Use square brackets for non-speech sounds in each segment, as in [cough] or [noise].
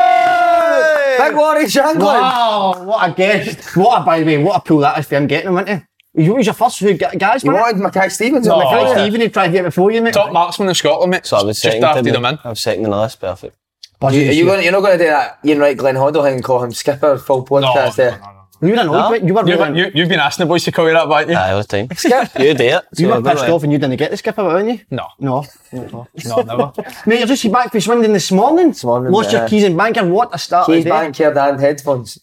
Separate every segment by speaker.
Speaker 1: Big Warren Shanklin.
Speaker 2: Wow, what a guest. What a, by the way, what a pull that is for him getting him, into. You was your first who gu- guys,
Speaker 1: You
Speaker 2: man.
Speaker 1: wanted Mackay Stevens on
Speaker 2: Oh,
Speaker 1: the
Speaker 2: Mackay
Speaker 1: couch.
Speaker 2: Stephen, he tried to get before you, mate.
Speaker 3: Top marksman in Scotland, mate.
Speaker 4: So I was
Speaker 3: Just
Speaker 4: second.
Speaker 3: after
Speaker 4: didn't
Speaker 3: them in.
Speaker 4: I was second and last. Perfect.
Speaker 2: Budget
Speaker 1: You, are
Speaker 2: issue.
Speaker 1: you gonna, you're not going to do that Ian Wright, Glenn Hoddle thing and call him skipper full podcast there.
Speaker 2: You were annoyed,
Speaker 4: No.
Speaker 2: but you were
Speaker 3: You've
Speaker 2: really-
Speaker 3: been, you, you've been asking the boys to call you that, haven't you?
Speaker 4: Aye, all the time. you do it.
Speaker 2: you
Speaker 4: So
Speaker 2: were
Speaker 4: I
Speaker 2: pissed
Speaker 4: don't
Speaker 2: off and you didn't get the skipper, weren't you?
Speaker 3: No.
Speaker 2: No. no. [laughs]
Speaker 3: No, never.
Speaker 2: Mate, you're just back from Swindon this morning. This
Speaker 1: morning,
Speaker 2: Lost your
Speaker 1: yeah.
Speaker 2: keys in banker. What a start.
Speaker 1: Keys
Speaker 2: today.
Speaker 1: back here, and
Speaker 4: [laughs]
Speaker 1: headphones.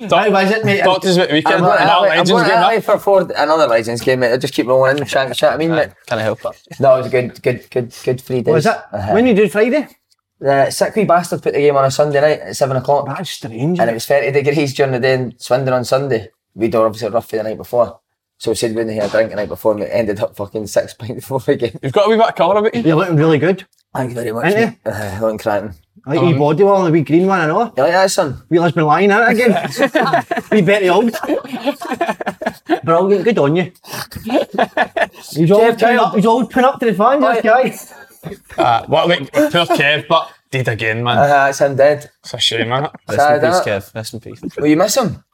Speaker 2: How was it, mate?
Speaker 3: Doctors at the weekend. and
Speaker 1: I'm going
Speaker 3: our
Speaker 1: to
Speaker 3: legends getting up.
Speaker 1: Italy for four, another Legends game, mate. I'll just keep rolling in. Chat, chat. I mean,
Speaker 4: know.
Speaker 1: mate.
Speaker 4: Can I help it?
Speaker 1: No, it was a good, good, good, good three days.
Speaker 2: What was it?
Speaker 1: Uh-huh.
Speaker 2: When you did Friday?
Speaker 1: The sick wee bastard put the game on a Sunday night at seven o'clock,
Speaker 2: That's strange.
Speaker 1: and it was thirty degrees during the day in Swindon on Sunday. We'd all obviously rough for the night before, so we said we didn't have a drink the night before, and it ended up fucking six [laughs] pints before the game.
Speaker 3: You've got a wee bit of colour about you.
Speaker 2: You're looking really good.
Speaker 1: Thank you very much.
Speaker 2: Ain't
Speaker 1: mate. Uh, Looking cranking.
Speaker 2: I like
Speaker 1: Um,
Speaker 2: your body well and the wee green one, I know.
Speaker 1: You like that, son?
Speaker 2: Wheeler's been lying
Speaker 1: [laughs]
Speaker 2: at it again. wee Betty Old. Brilliant, good on you. He's all, putting
Speaker 1: Jeff Kyle.
Speaker 2: up, he's all putting up to the fans,
Speaker 1: Oh,
Speaker 2: this guy.
Speaker 3: Uh, well, wait, poor Kev, but did again, man.
Speaker 1: Uh, that's him dead.
Speaker 3: it's a shame, man.
Speaker 4: Rest
Speaker 1: [laughs]
Speaker 4: in
Speaker 1: Sad,
Speaker 4: peace,
Speaker 1: innit?
Speaker 4: Kev. Rest in peace.
Speaker 1: Will you
Speaker 2: [laughs]
Speaker 1: miss him?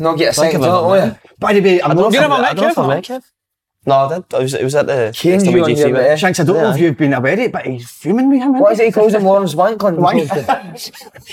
Speaker 1: Not get a
Speaker 4: Think
Speaker 1: second
Speaker 4: of him,
Speaker 1: thought, will
Speaker 4: mate.
Speaker 1: you?
Speaker 2: By the way, I'm not
Speaker 3: You
Speaker 1: nou
Speaker 2: from-
Speaker 3: never
Speaker 4: I
Speaker 3: met
Speaker 4: don't know
Speaker 3: Kev,
Speaker 4: if I
Speaker 3: man.
Speaker 4: met Kev. No, I did. I was, it was at the
Speaker 1: Keen you on
Speaker 4: SWGC.
Speaker 1: your
Speaker 4: mate.
Speaker 1: mate.
Speaker 2: Shanks, I don't know if you've been aware of it, but he's fuming with him.
Speaker 1: What is it he calls him? Warren Swankland?
Speaker 2: Wank-
Speaker 1: it's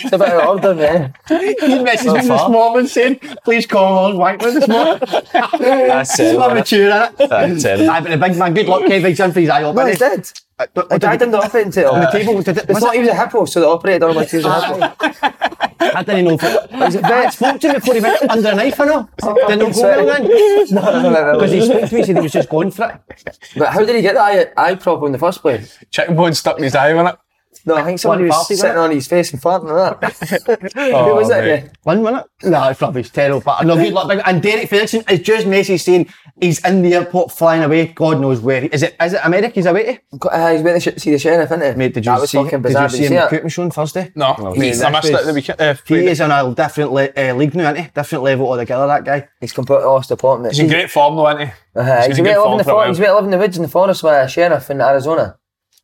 Speaker 1: a bit out of
Speaker 2: [laughs]
Speaker 1: order, man.
Speaker 2: He messaged me this
Speaker 4: far.
Speaker 2: morning saying, please call on Wankman this
Speaker 1: [laughs]
Speaker 2: morning.
Speaker 4: That's
Speaker 2: He's
Speaker 4: terrible,
Speaker 2: not mature, innit?
Speaker 4: That's terrible.
Speaker 2: Aye, but the big man, good luck, Kev. He's in for his eye up,
Speaker 1: No, he's
Speaker 2: innit?
Speaker 1: dead.
Speaker 2: Uh, but-
Speaker 1: I died in the operating theatre.
Speaker 2: On the table, did it-
Speaker 1: They
Speaker 2: was
Speaker 1: thought he was a hippo, so they operated on him like he was a hippo.
Speaker 2: [laughs] I didn't know. Was it I spoke to him before he went under a knife, I know. Didn't know go well then.
Speaker 1: [laughs] No, no, no, no, no.
Speaker 2: Because he spoke to me, he said he was just going for it.
Speaker 1: But how did he get that eye, eye problem in the first place?
Speaker 3: Chicken bone stuck in his eye, wasn't it?
Speaker 1: No, I think somebody
Speaker 2: One
Speaker 1: was
Speaker 2: party, wasn't
Speaker 1: sitting
Speaker 2: it?
Speaker 1: on his face and farting and
Speaker 2: [laughs]
Speaker 1: that. Who was
Speaker 4: Oh,
Speaker 1: it?
Speaker 3: mate.
Speaker 1: again?
Speaker 2: One minute. No, it's rubbish, terrible. But no, good luck. big- And Derek Ferguson is just messy saying he's in the airport flying away. God knows where. he- Is it? Is it America? He's away to?
Speaker 1: Got- Uh, he's went to sh- see the sheriff, isn't he?
Speaker 2: Mate, did you
Speaker 1: that was
Speaker 2: see?
Speaker 1: fucking
Speaker 2: Did
Speaker 1: bizarre.
Speaker 2: you see him
Speaker 1: it?
Speaker 2: at Cooperman Show on Thursday?
Speaker 3: No. I
Speaker 2: he's-
Speaker 3: missed it at the weekend. Uh,
Speaker 2: He
Speaker 3: Friday.
Speaker 2: is on a different le- uh, league now, isn't he? Different level altogether. That guy.
Speaker 1: He's completely lost the plot, mate.
Speaker 3: He's in great form, though, isn't he?
Speaker 1: Uh, he's
Speaker 3: in
Speaker 1: went
Speaker 3: good
Speaker 1: to live in
Speaker 3: form
Speaker 1: the
Speaker 3: for a
Speaker 1: forest. He's
Speaker 3: while.
Speaker 1: went to live in the woods in the forest with a sheriff in Arizona.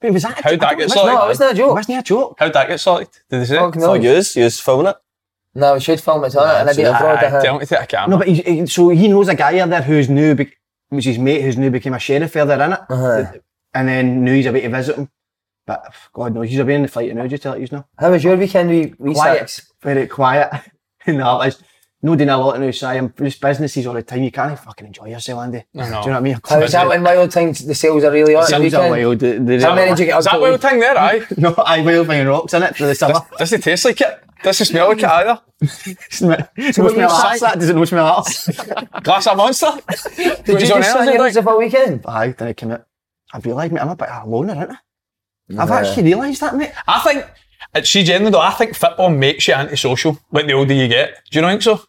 Speaker 2: Wait, was that? A
Speaker 3: How'd
Speaker 2: jo- I
Speaker 3: that
Speaker 2: don't-
Speaker 3: get
Speaker 2: was-
Speaker 3: sorted?
Speaker 1: No, it wasn't a joke.
Speaker 2: Wasn't he a joke?
Speaker 3: How'd that get sorted? Did they say?
Speaker 1: Fuck
Speaker 3: it?
Speaker 1: no.
Speaker 4: Oh, yous? Yous filming it?
Speaker 1: No, we should film it on it and I did a fraud.
Speaker 3: Aye,
Speaker 1: uh,
Speaker 3: Tell me to take a
Speaker 2: No,
Speaker 3: camera.
Speaker 2: but he, he, so he knows a guy out there who's new, be- which his mate who's new became a sheriff further in it,
Speaker 1: Uh-huh.
Speaker 2: and then knew he's away to visit him. But pff, God knows, he's away on the flight now. Just tell you now.
Speaker 1: How was your weekend? We we
Speaker 2: Quiet,
Speaker 1: six.
Speaker 2: very quiet. [laughs] no, it's no doing a lot now. Si, I'm just businesses all the time. You can't fucking enjoy yourself, Andy.
Speaker 3: No, no.
Speaker 2: Do you know what I mean?
Speaker 1: How was that in wild times? The sales are really on. at the
Speaker 2: Sounds
Speaker 1: weekend?
Speaker 2: a wild. the- the-
Speaker 1: How many did you get?
Speaker 3: Is that
Speaker 1: up to?
Speaker 3: wild thing there,
Speaker 1: [laughs]
Speaker 3: aye?
Speaker 2: [laughs] No, I will bring rocks in it for the summer. [laughs]
Speaker 3: Does it taste like it? Does it smell like it either?
Speaker 2: Smell-
Speaker 1: were
Speaker 2: no
Speaker 1: you
Speaker 2: smell arse,
Speaker 1: saying?
Speaker 2: that doesn't know smell arse.
Speaker 3: Glass of Monster?
Speaker 1: Did you
Speaker 3: He's on
Speaker 1: just
Speaker 3: air,
Speaker 1: sign
Speaker 3: isn't
Speaker 1: your
Speaker 3: he?
Speaker 1: lease of a weekend?
Speaker 2: [laughs] Aye, then I commit. I realised, mate, I'm a bit of a loner, ain't I? I've actually realised that, mate.
Speaker 3: I think, uh, she generally, though, I think football makes you antisocial, like the older you get. Do you not think so?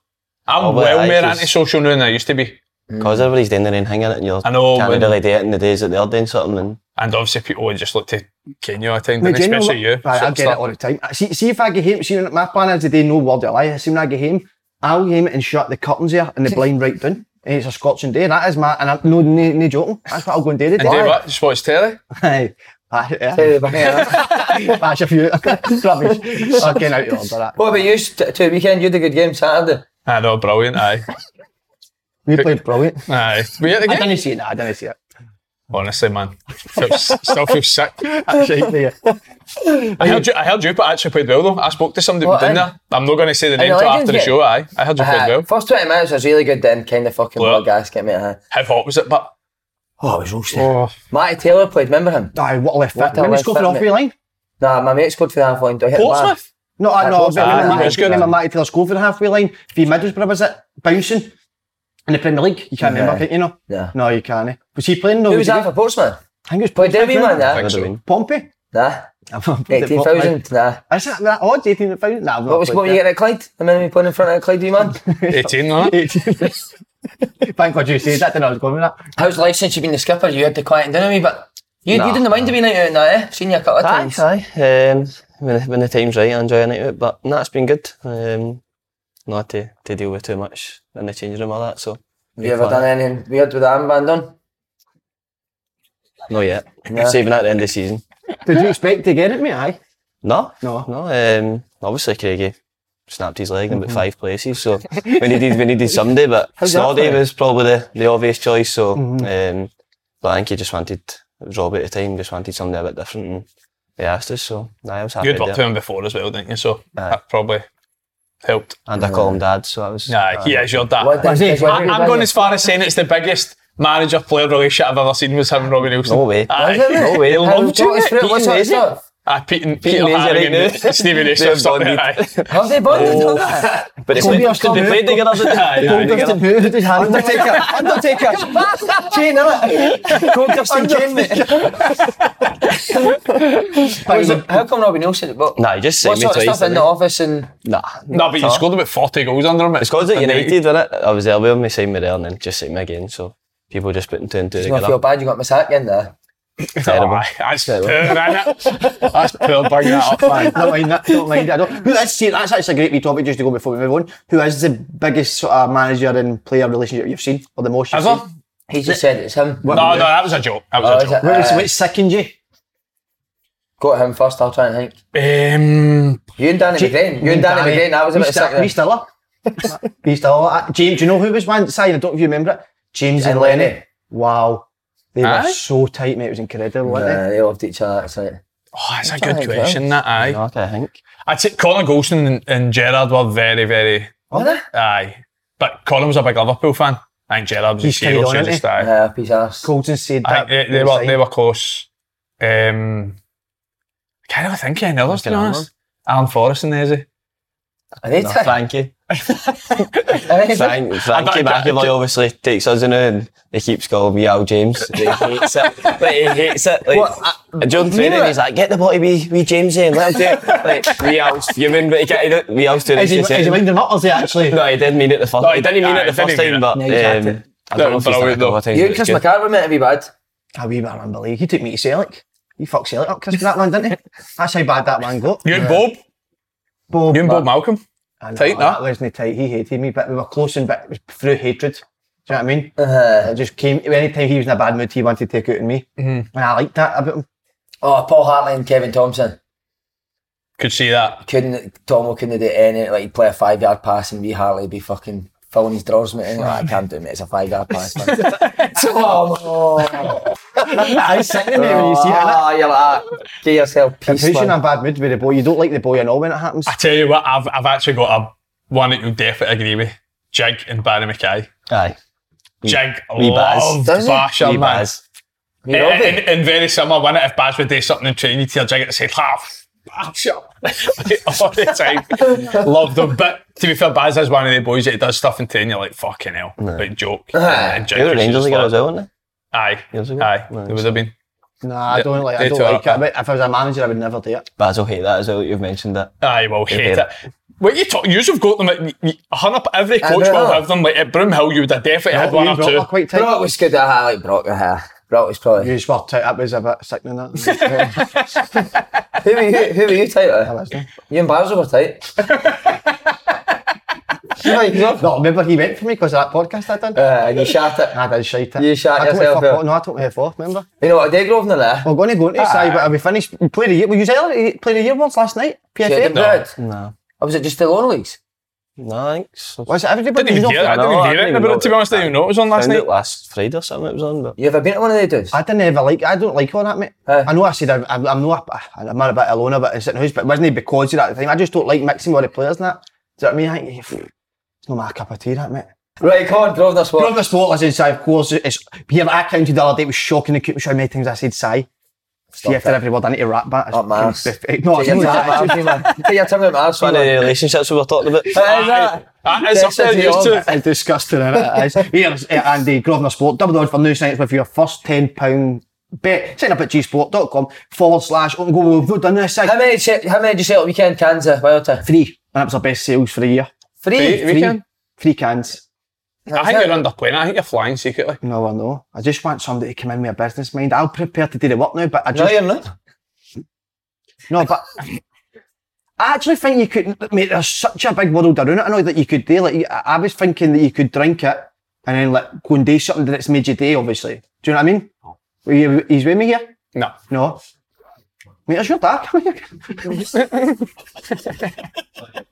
Speaker 3: I'm
Speaker 4: Oh, but
Speaker 3: well
Speaker 4: aye,
Speaker 3: more
Speaker 4: 'cause-
Speaker 3: antisocial now than I used to be.
Speaker 4: Because everybody's doing their own thing in it and you're
Speaker 3: I know,
Speaker 4: can't
Speaker 3: when-
Speaker 4: really do it in the days that they're doing something and
Speaker 3: And obviously, people would just look to Kenya all the time,
Speaker 2: Mate,
Speaker 3: didn't
Speaker 2: do
Speaker 3: they?
Speaker 2: know
Speaker 3: especially you.
Speaker 2: what- Right, I
Speaker 3: Sort of
Speaker 2: get it
Speaker 3: stuff.
Speaker 2: all the time. See, see if I get home, see, my plan is today, no word of a lie. As soon as I get home, I'll aim it and shut the curtains here
Speaker 3: [laughs]
Speaker 2: and the blind right down. And it's a Scots and day. That is my, and I'm no, no, no joking. That's what I'll go and do today.
Speaker 3: And do what? Just watch telly?
Speaker 2: [laughs] Aye. Aye,
Speaker 1: Tell
Speaker 2: yeah.
Speaker 1: you [laughs] the back
Speaker 2: [laughs]
Speaker 1: end.
Speaker 2: Bash a few. [laughs]
Speaker 1: [laughs]
Speaker 2: Rubbish. I'm getting out of order that.
Speaker 1: What about you? St- To the weekend, you had a good game Saturday.
Speaker 3: I know, brilliant, aye.
Speaker 2: We played brilliant.
Speaker 3: Aye. Were you at the
Speaker 2: I
Speaker 3: game?
Speaker 2: didn't see it. No, I didn't see it.
Speaker 3: Honestly, man. Feel- still feel sick.
Speaker 2: Shite there.
Speaker 1: [laughs]
Speaker 3: I heard, you, I heard you but actually played well though. I spoke to somebody
Speaker 1: Well,
Speaker 3: within
Speaker 1: aye.
Speaker 3: there. I'm not going to say the name
Speaker 1: the
Speaker 3: till
Speaker 1: legends
Speaker 3: after the
Speaker 1: get-
Speaker 3: show. Aye, I Uh-huh. heard you played
Speaker 1: Aye,
Speaker 3: well.
Speaker 1: Uh, First 20 minutes was really good, then kind of fucking
Speaker 3: Well-
Speaker 1: blood gasket, mate. aye.
Speaker 3: How hot was it? But
Speaker 1: Oh, it was roasted.
Speaker 4: [laughs]
Speaker 3: oh,
Speaker 1: Matty Taylor played, remember him?
Speaker 2: Aye, what a left
Speaker 1: What
Speaker 2: foot.
Speaker 1: a
Speaker 2: Remember
Speaker 1: left
Speaker 2: scored for
Speaker 1: foot,
Speaker 2: the off
Speaker 1: mate.
Speaker 2: line?
Speaker 1: Nah, my mate scored for the half line. Do I hit the bar?
Speaker 3: Portsmouth.
Speaker 2: No, I
Speaker 1: Aye,
Speaker 2: know.
Speaker 1: Portsmouth.
Speaker 2: Remember
Speaker 3: Aye,
Speaker 2: Matty-
Speaker 3: that's good.
Speaker 2: remember Matty Taylor scored for the halfway line? Fee Middlesbrough was it? Bouncing in the Premier League? You can't remember,
Speaker 1: Aye.
Speaker 2: can you? No.
Speaker 1: Yeah.
Speaker 2: No, you can't. eh? Was he playing? No,
Speaker 1: Who was
Speaker 2: he
Speaker 1: that
Speaker 2: good?
Speaker 1: for Portsmouth?
Speaker 2: I think it was
Speaker 1: Boy, Debbie, man,
Speaker 2: Pompey.
Speaker 1: nah.
Speaker 4: That would
Speaker 1: Nah.
Speaker 4: have been.
Speaker 2: Pompey?
Speaker 1: 18,000, nah.
Speaker 2: [laughs] Is that that odds? 18,000? Nah, I've not
Speaker 1: What was
Speaker 2: played
Speaker 1: what were you
Speaker 2: that.
Speaker 1: getting at Clyde? The minute we played in front of Clyde, you man.
Speaker 3: 18, no?
Speaker 2: [laughs] Thank God you said that, then I was going with that.
Speaker 1: How's life since you've been the skipper? You had to quiet down a wee bit. You, you didn't mind to be night out now, eh? Seen you a couple of times.
Speaker 4: Aye, aye. Um, when, when the time's right, I enjoy a night out, but no, it's been good. Um, not to, to deal with too much in the changing room or that, so
Speaker 1: Have you ever done anything weird with the armband on?
Speaker 4: not yet.
Speaker 1: Yeah.
Speaker 4: Saving that at the end of the season.
Speaker 2: Did you expect to get it, mate? Aye.
Speaker 4: No,
Speaker 2: No.
Speaker 4: no. Um, obviously, Craigie snapped his leg in
Speaker 1: Mm-hmm.
Speaker 4: about five places, so we needed
Speaker 1: [laughs]
Speaker 4: we needed somebody. But
Speaker 2: that
Speaker 4: Snoddy
Speaker 2: for you?
Speaker 4: was probably the, the obvious choice. So,
Speaker 1: Mm-hmm.
Speaker 4: um, but I think he just wanted it was Robbie at the time, just wanted something a bit different, and they asked us. So, nah, I was happy.
Speaker 3: You'd
Speaker 4: to do
Speaker 3: worked
Speaker 4: it.
Speaker 3: with him before as well, didn't you? So
Speaker 4: Aye.
Speaker 3: that probably helped.
Speaker 4: and I call him Dad, so I was.
Speaker 3: Aye, he is your dad.
Speaker 1: What
Speaker 2: Was
Speaker 1: did-
Speaker 2: he?
Speaker 1: what
Speaker 3: I,
Speaker 1: did-
Speaker 3: I'm going as far as saying it's the biggest manager player relationship I've ever seen was him and Robbie Nielsen.
Speaker 4: No way.
Speaker 3: Aye.
Speaker 1: Was it?
Speaker 3: No
Speaker 4: way.
Speaker 3: He
Speaker 4: How-
Speaker 3: loved you,
Speaker 1: what is
Speaker 3: mate.
Speaker 1: it?
Speaker 3: Pete
Speaker 1: What's that
Speaker 3: and Daisy.
Speaker 1: stuff?
Speaker 3: Aye, Pete and
Speaker 4: Pete
Speaker 3: Peter
Speaker 4: and Daisy right
Speaker 3: Harrigan,
Speaker 4: now.
Speaker 3: Stevie Ray,
Speaker 4: They're
Speaker 3: something
Speaker 4: bonded.
Speaker 3: aye.
Speaker 1: Have they bonded on that?
Speaker 4: But they
Speaker 2: Colby
Speaker 4: played,
Speaker 2: Austin
Speaker 4: they
Speaker 2: who?
Speaker 4: played together. didn't they?
Speaker 3: Aye,
Speaker 4: They played
Speaker 3: aye.
Speaker 4: together.
Speaker 2: Who did his hand? Undertaker. Undertaker.
Speaker 1: Chain, innit? Gold dust and chain, mate. [laughs] How is it- How come Robbie Nielsen? What,
Speaker 4: Nah, he just
Speaker 1: what
Speaker 4: saved me
Speaker 1: sort of
Speaker 4: twice.
Speaker 1: stuff in
Speaker 4: didn't
Speaker 1: the
Speaker 4: he?
Speaker 1: office and
Speaker 4: Nah,
Speaker 3: No, but you scored about 40 goals under him.
Speaker 4: It's called at United, wasn't it? I was there with him, they signed me there and then just signed me again. So people just putting two and two
Speaker 1: I feel
Speaker 4: together.
Speaker 1: bad you got my sack in there.
Speaker 4: Terrible.
Speaker 3: Oh, Aye, That's poor, innit? That's poor bringing that
Speaker 4: [laughs]
Speaker 3: up,
Speaker 2: [laughs]
Speaker 3: man.
Speaker 2: don't mind that. Don't mind that. Don't. Who is, see, that's actually a great wee topic just to go before we move on. Who is the biggest sort of manager and player relationship you've seen, or the most you've
Speaker 3: Ever?
Speaker 2: seen?
Speaker 1: He just said it's him.
Speaker 2: What-
Speaker 3: No, no, that was a joke. That
Speaker 1: Oh,
Speaker 3: was a
Speaker 1: is
Speaker 3: joke.
Speaker 1: it?
Speaker 2: What,
Speaker 1: Uh,
Speaker 2: what sickened you?
Speaker 1: Go to him first, I'll try and think.
Speaker 3: Um,
Speaker 1: You and Danny McGrain. You and Danny McGrain, that was a bit of
Speaker 2: Stiller.
Speaker 1: sick.
Speaker 2: Me Stiller. [laughs] Me Stiller. Uh, James, do you know who was one side? I don't know if you remember it. James and,
Speaker 1: And
Speaker 2: Lenny.
Speaker 1: Lenny.
Speaker 2: Wow. They were
Speaker 3: Aye.
Speaker 2: so tight, mate. It was incredible, wasn't
Speaker 1: Yeah,
Speaker 2: it?
Speaker 1: Uh, they loved each other. That's right.
Speaker 3: oh, that's a
Speaker 1: That's
Speaker 3: good
Speaker 1: alright,
Speaker 3: question, that, aye.
Speaker 4: What I think.
Speaker 3: I'd say Colin Golson and, and Gerard were very, very.
Speaker 1: Were they?
Speaker 3: Aye. But Colin was a big Liverpool fan. I think Gerard was
Speaker 2: He's
Speaker 3: a
Speaker 2: carried
Speaker 3: hero,
Speaker 2: on,
Speaker 3: so he
Speaker 2: hasn't
Speaker 3: just aye.
Speaker 1: Yeah, Uh, peace ass. [laughs]
Speaker 2: Colton said
Speaker 3: I
Speaker 2: that.
Speaker 3: think they, they,
Speaker 2: was
Speaker 3: were,
Speaker 2: tight.
Speaker 3: they were close. Um, I can't even think of any others, to be
Speaker 4: Fucking
Speaker 3: honest. Alan Forrest and Daisy.
Speaker 1: Are they
Speaker 4: No,
Speaker 1: tight?
Speaker 4: er Frankie.
Speaker 1: Are they tight?
Speaker 4: Frank,
Speaker 3: I
Speaker 4: Frankie
Speaker 3: don't- I don't-
Speaker 4: McAvoy obviously takes us in and he keeps calling me Al James. he hates it. Like, he hates it. Like,
Speaker 1: What, uh,
Speaker 4: during training,
Speaker 1: Mira?
Speaker 4: he's like, get the body, wee, wee James in, let him do it.
Speaker 2: [laughs]
Speaker 4: Like, wee Al's fuming, but he can't, wee Al's doing it.
Speaker 2: Is he,
Speaker 4: He
Speaker 2: is
Speaker 4: said-
Speaker 2: he winding up or is he actually?
Speaker 4: no, he didn't mean it the first
Speaker 3: No,
Speaker 4: time.
Speaker 3: he
Speaker 4: He didn't
Speaker 3: didn't-
Speaker 4: mean
Speaker 3: aye,
Speaker 4: it the
Speaker 3: he
Speaker 4: first
Speaker 3: didn't mean
Speaker 4: time,
Speaker 3: it.
Speaker 4: but
Speaker 2: No, he's had
Speaker 4: um,
Speaker 2: to.
Speaker 4: I don't know if he's done
Speaker 3: Brilliant,
Speaker 4: it a couple of times.
Speaker 1: You
Speaker 4: but
Speaker 1: and
Speaker 4: it's
Speaker 1: Chris
Speaker 4: good.
Speaker 1: McCarver meant to be bad.
Speaker 2: A wee man unbelievable. He took me to Celtic. He fucked Celtic up, Chris, for that one, didn't he? That's how bad that man got.
Speaker 3: You and Bob.
Speaker 2: Bob,
Speaker 3: You and Bob Malcolm.
Speaker 2: I know,
Speaker 3: tight, that.
Speaker 2: That wasn't tight. He hated me, but we were close and but it was through hatred. Do you know what I mean?
Speaker 1: Uh-huh.
Speaker 2: Uh, It just came. Anytime he was in a bad mood, he wanted to take out on me, mm
Speaker 3: Mm-hmm.
Speaker 2: and I liked that about him.
Speaker 1: Oh, Paul Hartley and Kevin Thompson.
Speaker 3: Could see that.
Speaker 1: Couldn't Tomo couldn't
Speaker 3: [laughs]
Speaker 1: do any like he'd play a five yard pass and wee Hartley would be fucking filling his drawers, mate. And you're like, I can't do it, mate. It's a five yard pass. man."
Speaker 2: [laughs]
Speaker 3: Oh,
Speaker 1: Tomo.
Speaker 2: I sing to me when you see it. innit?
Speaker 1: Ah, you're like, ah, get yourself
Speaker 2: It
Speaker 1: peace.
Speaker 2: puts you in a
Speaker 1: man.
Speaker 2: bad mood with the boy. You don't like the boy at all when it happens.
Speaker 3: I tell you what, I've, I've actually got a one that you'll definitely agree with. Jig and Barry McKay.
Speaker 4: Aye.
Speaker 3: Jig
Speaker 4: wee Baz.
Speaker 3: loved
Speaker 1: Does he?
Speaker 3: Basher,
Speaker 4: Wee
Speaker 3: man.
Speaker 4: Baz.
Speaker 1: You know
Speaker 3: And,
Speaker 1: it.
Speaker 3: and, and Eh, very similar, when it, if Baz would do something in training, you'd hear Jig and say, laugh. Basher. [laughs] All the time. Loved him. But to be fair, Baz is one of the boys that does stuff in training, you're like, fucking hell. Like, joke. and Jig
Speaker 4: They were
Speaker 3: was
Speaker 4: Ah. Rangers
Speaker 3: just
Speaker 4: again
Speaker 3: like-
Speaker 4: as well, weren't
Speaker 3: Aye.
Speaker 4: Years ago?
Speaker 3: Aye.
Speaker 4: Nice.
Speaker 3: There would have been.
Speaker 2: Nah, I don't like. I
Speaker 3: they
Speaker 2: don't
Speaker 3: two are
Speaker 2: like it.
Speaker 3: bad.
Speaker 2: But if I was a manager, I would never do it.
Speaker 4: they? Baz will hate that as well, you've mentioned that.
Speaker 3: Aye, well, hate it. What you talk, you've got them at y- y- hun up every
Speaker 1: I
Speaker 3: coach will
Speaker 1: know.
Speaker 3: have them. Like at Broomhill, you would have definitely had one
Speaker 2: Oh, You
Speaker 3: or
Speaker 2: and Brock
Speaker 3: two.
Speaker 2: were quite tight.
Speaker 1: Brock was good at I like Brock. Uh, Brock was
Speaker 2: You
Speaker 1: probably.
Speaker 2: just were tight. That was a bit sickening.
Speaker 1: [laughs]
Speaker 2: That.
Speaker 1: who, were you, who were you tight with? You and Basil were tight.
Speaker 2: You're like, no, remember he went for me because of that podcast I done?
Speaker 1: Uh, and you shat it.
Speaker 2: I did shite it.
Speaker 1: You shat
Speaker 2: I took my
Speaker 1: yourself
Speaker 2: fuck
Speaker 1: out.
Speaker 2: off- No, I took my head off, remember?
Speaker 1: You know what, Dead Grove no there.
Speaker 2: We're going to go into
Speaker 4: Ah,
Speaker 2: Sai, but are we finished? We played a year. Were you early, played a year once last night? PFA?
Speaker 1: Dead Grove.
Speaker 4: No.
Speaker 1: Or was it just the Lone Leagues?
Speaker 4: No, I think so.
Speaker 2: Was it everybody?
Speaker 3: Didn't even hear it. I
Speaker 4: No,
Speaker 3: didn't
Speaker 4: I
Speaker 3: even hear it.
Speaker 4: didn't
Speaker 3: But
Speaker 4: even
Speaker 3: to be
Speaker 4: know
Speaker 3: honest, I didn't even know it was on last
Speaker 4: Found
Speaker 3: night.
Speaker 4: it last Friday or something it was on, but Eh.
Speaker 1: You ever been to one of the dudes?
Speaker 2: I didn't ever like. I don't like all that, mate.
Speaker 1: Aye.
Speaker 2: I know I said I, I, I'm not. a- I'm not a bit alone about sitting house, but wasn't it because of that thing? I just don't like mixing with the players and that. Do you know what I mean? I, think it's not my cup of tea, that mate.
Speaker 1: Right, come on, Grosvenor Sport.
Speaker 2: From the sport, listen, Si, of course, it's here. I counted the other day. It was shocking. The how many times I said Si. See, after
Speaker 1: it.
Speaker 2: every word, I need to rap back. It's
Speaker 1: Up my
Speaker 2: fucking
Speaker 1: arse.
Speaker 2: pathetic. No, [laughs]
Speaker 1: Take
Speaker 2: it's
Speaker 1: your
Speaker 2: not
Speaker 1: tongue
Speaker 2: that.
Speaker 1: out
Speaker 2: [laughs]
Speaker 1: my arse, you man. Take your tongue out my arse, you
Speaker 4: one of
Speaker 1: man.
Speaker 4: the relationships we were talking about.
Speaker 1: Aye, is that?
Speaker 3: Aye, Ah, it's
Speaker 1: That's
Speaker 3: up there,
Speaker 1: the
Speaker 3: it's
Speaker 1: job.
Speaker 3: just-
Speaker 2: It's [laughs] disgusting, isn't it? it is. Here's uh, Andy, Grosvenor Sport, double the odds for new signings with your first £10 bet. Sign up at gsport.com forward slash open goal. We've done this, eh? Si.
Speaker 1: How many, che- how many did you sell at weekend cans of Wildta?
Speaker 2: Three. And that was our best sales for the year.
Speaker 1: Three.
Speaker 3: Three. Weekend?
Speaker 2: Three cans.
Speaker 3: I think you're underplaying. it. I think you're flying secretly.
Speaker 2: No, I know. I just want somebody to come in with a business mind. I'll prepare to do the work now, but I
Speaker 1: No,
Speaker 2: just
Speaker 1: you're not.
Speaker 2: no, but I actually think you could mate. There's such a big world around it. I know that you could do. Like I I was thinking that you could drink it and then like go and do something that's made you day. Obviously, do you know what I mean? Were you, he's with me here.
Speaker 3: No.
Speaker 2: No. Mate, it's your dad. Come here. Um,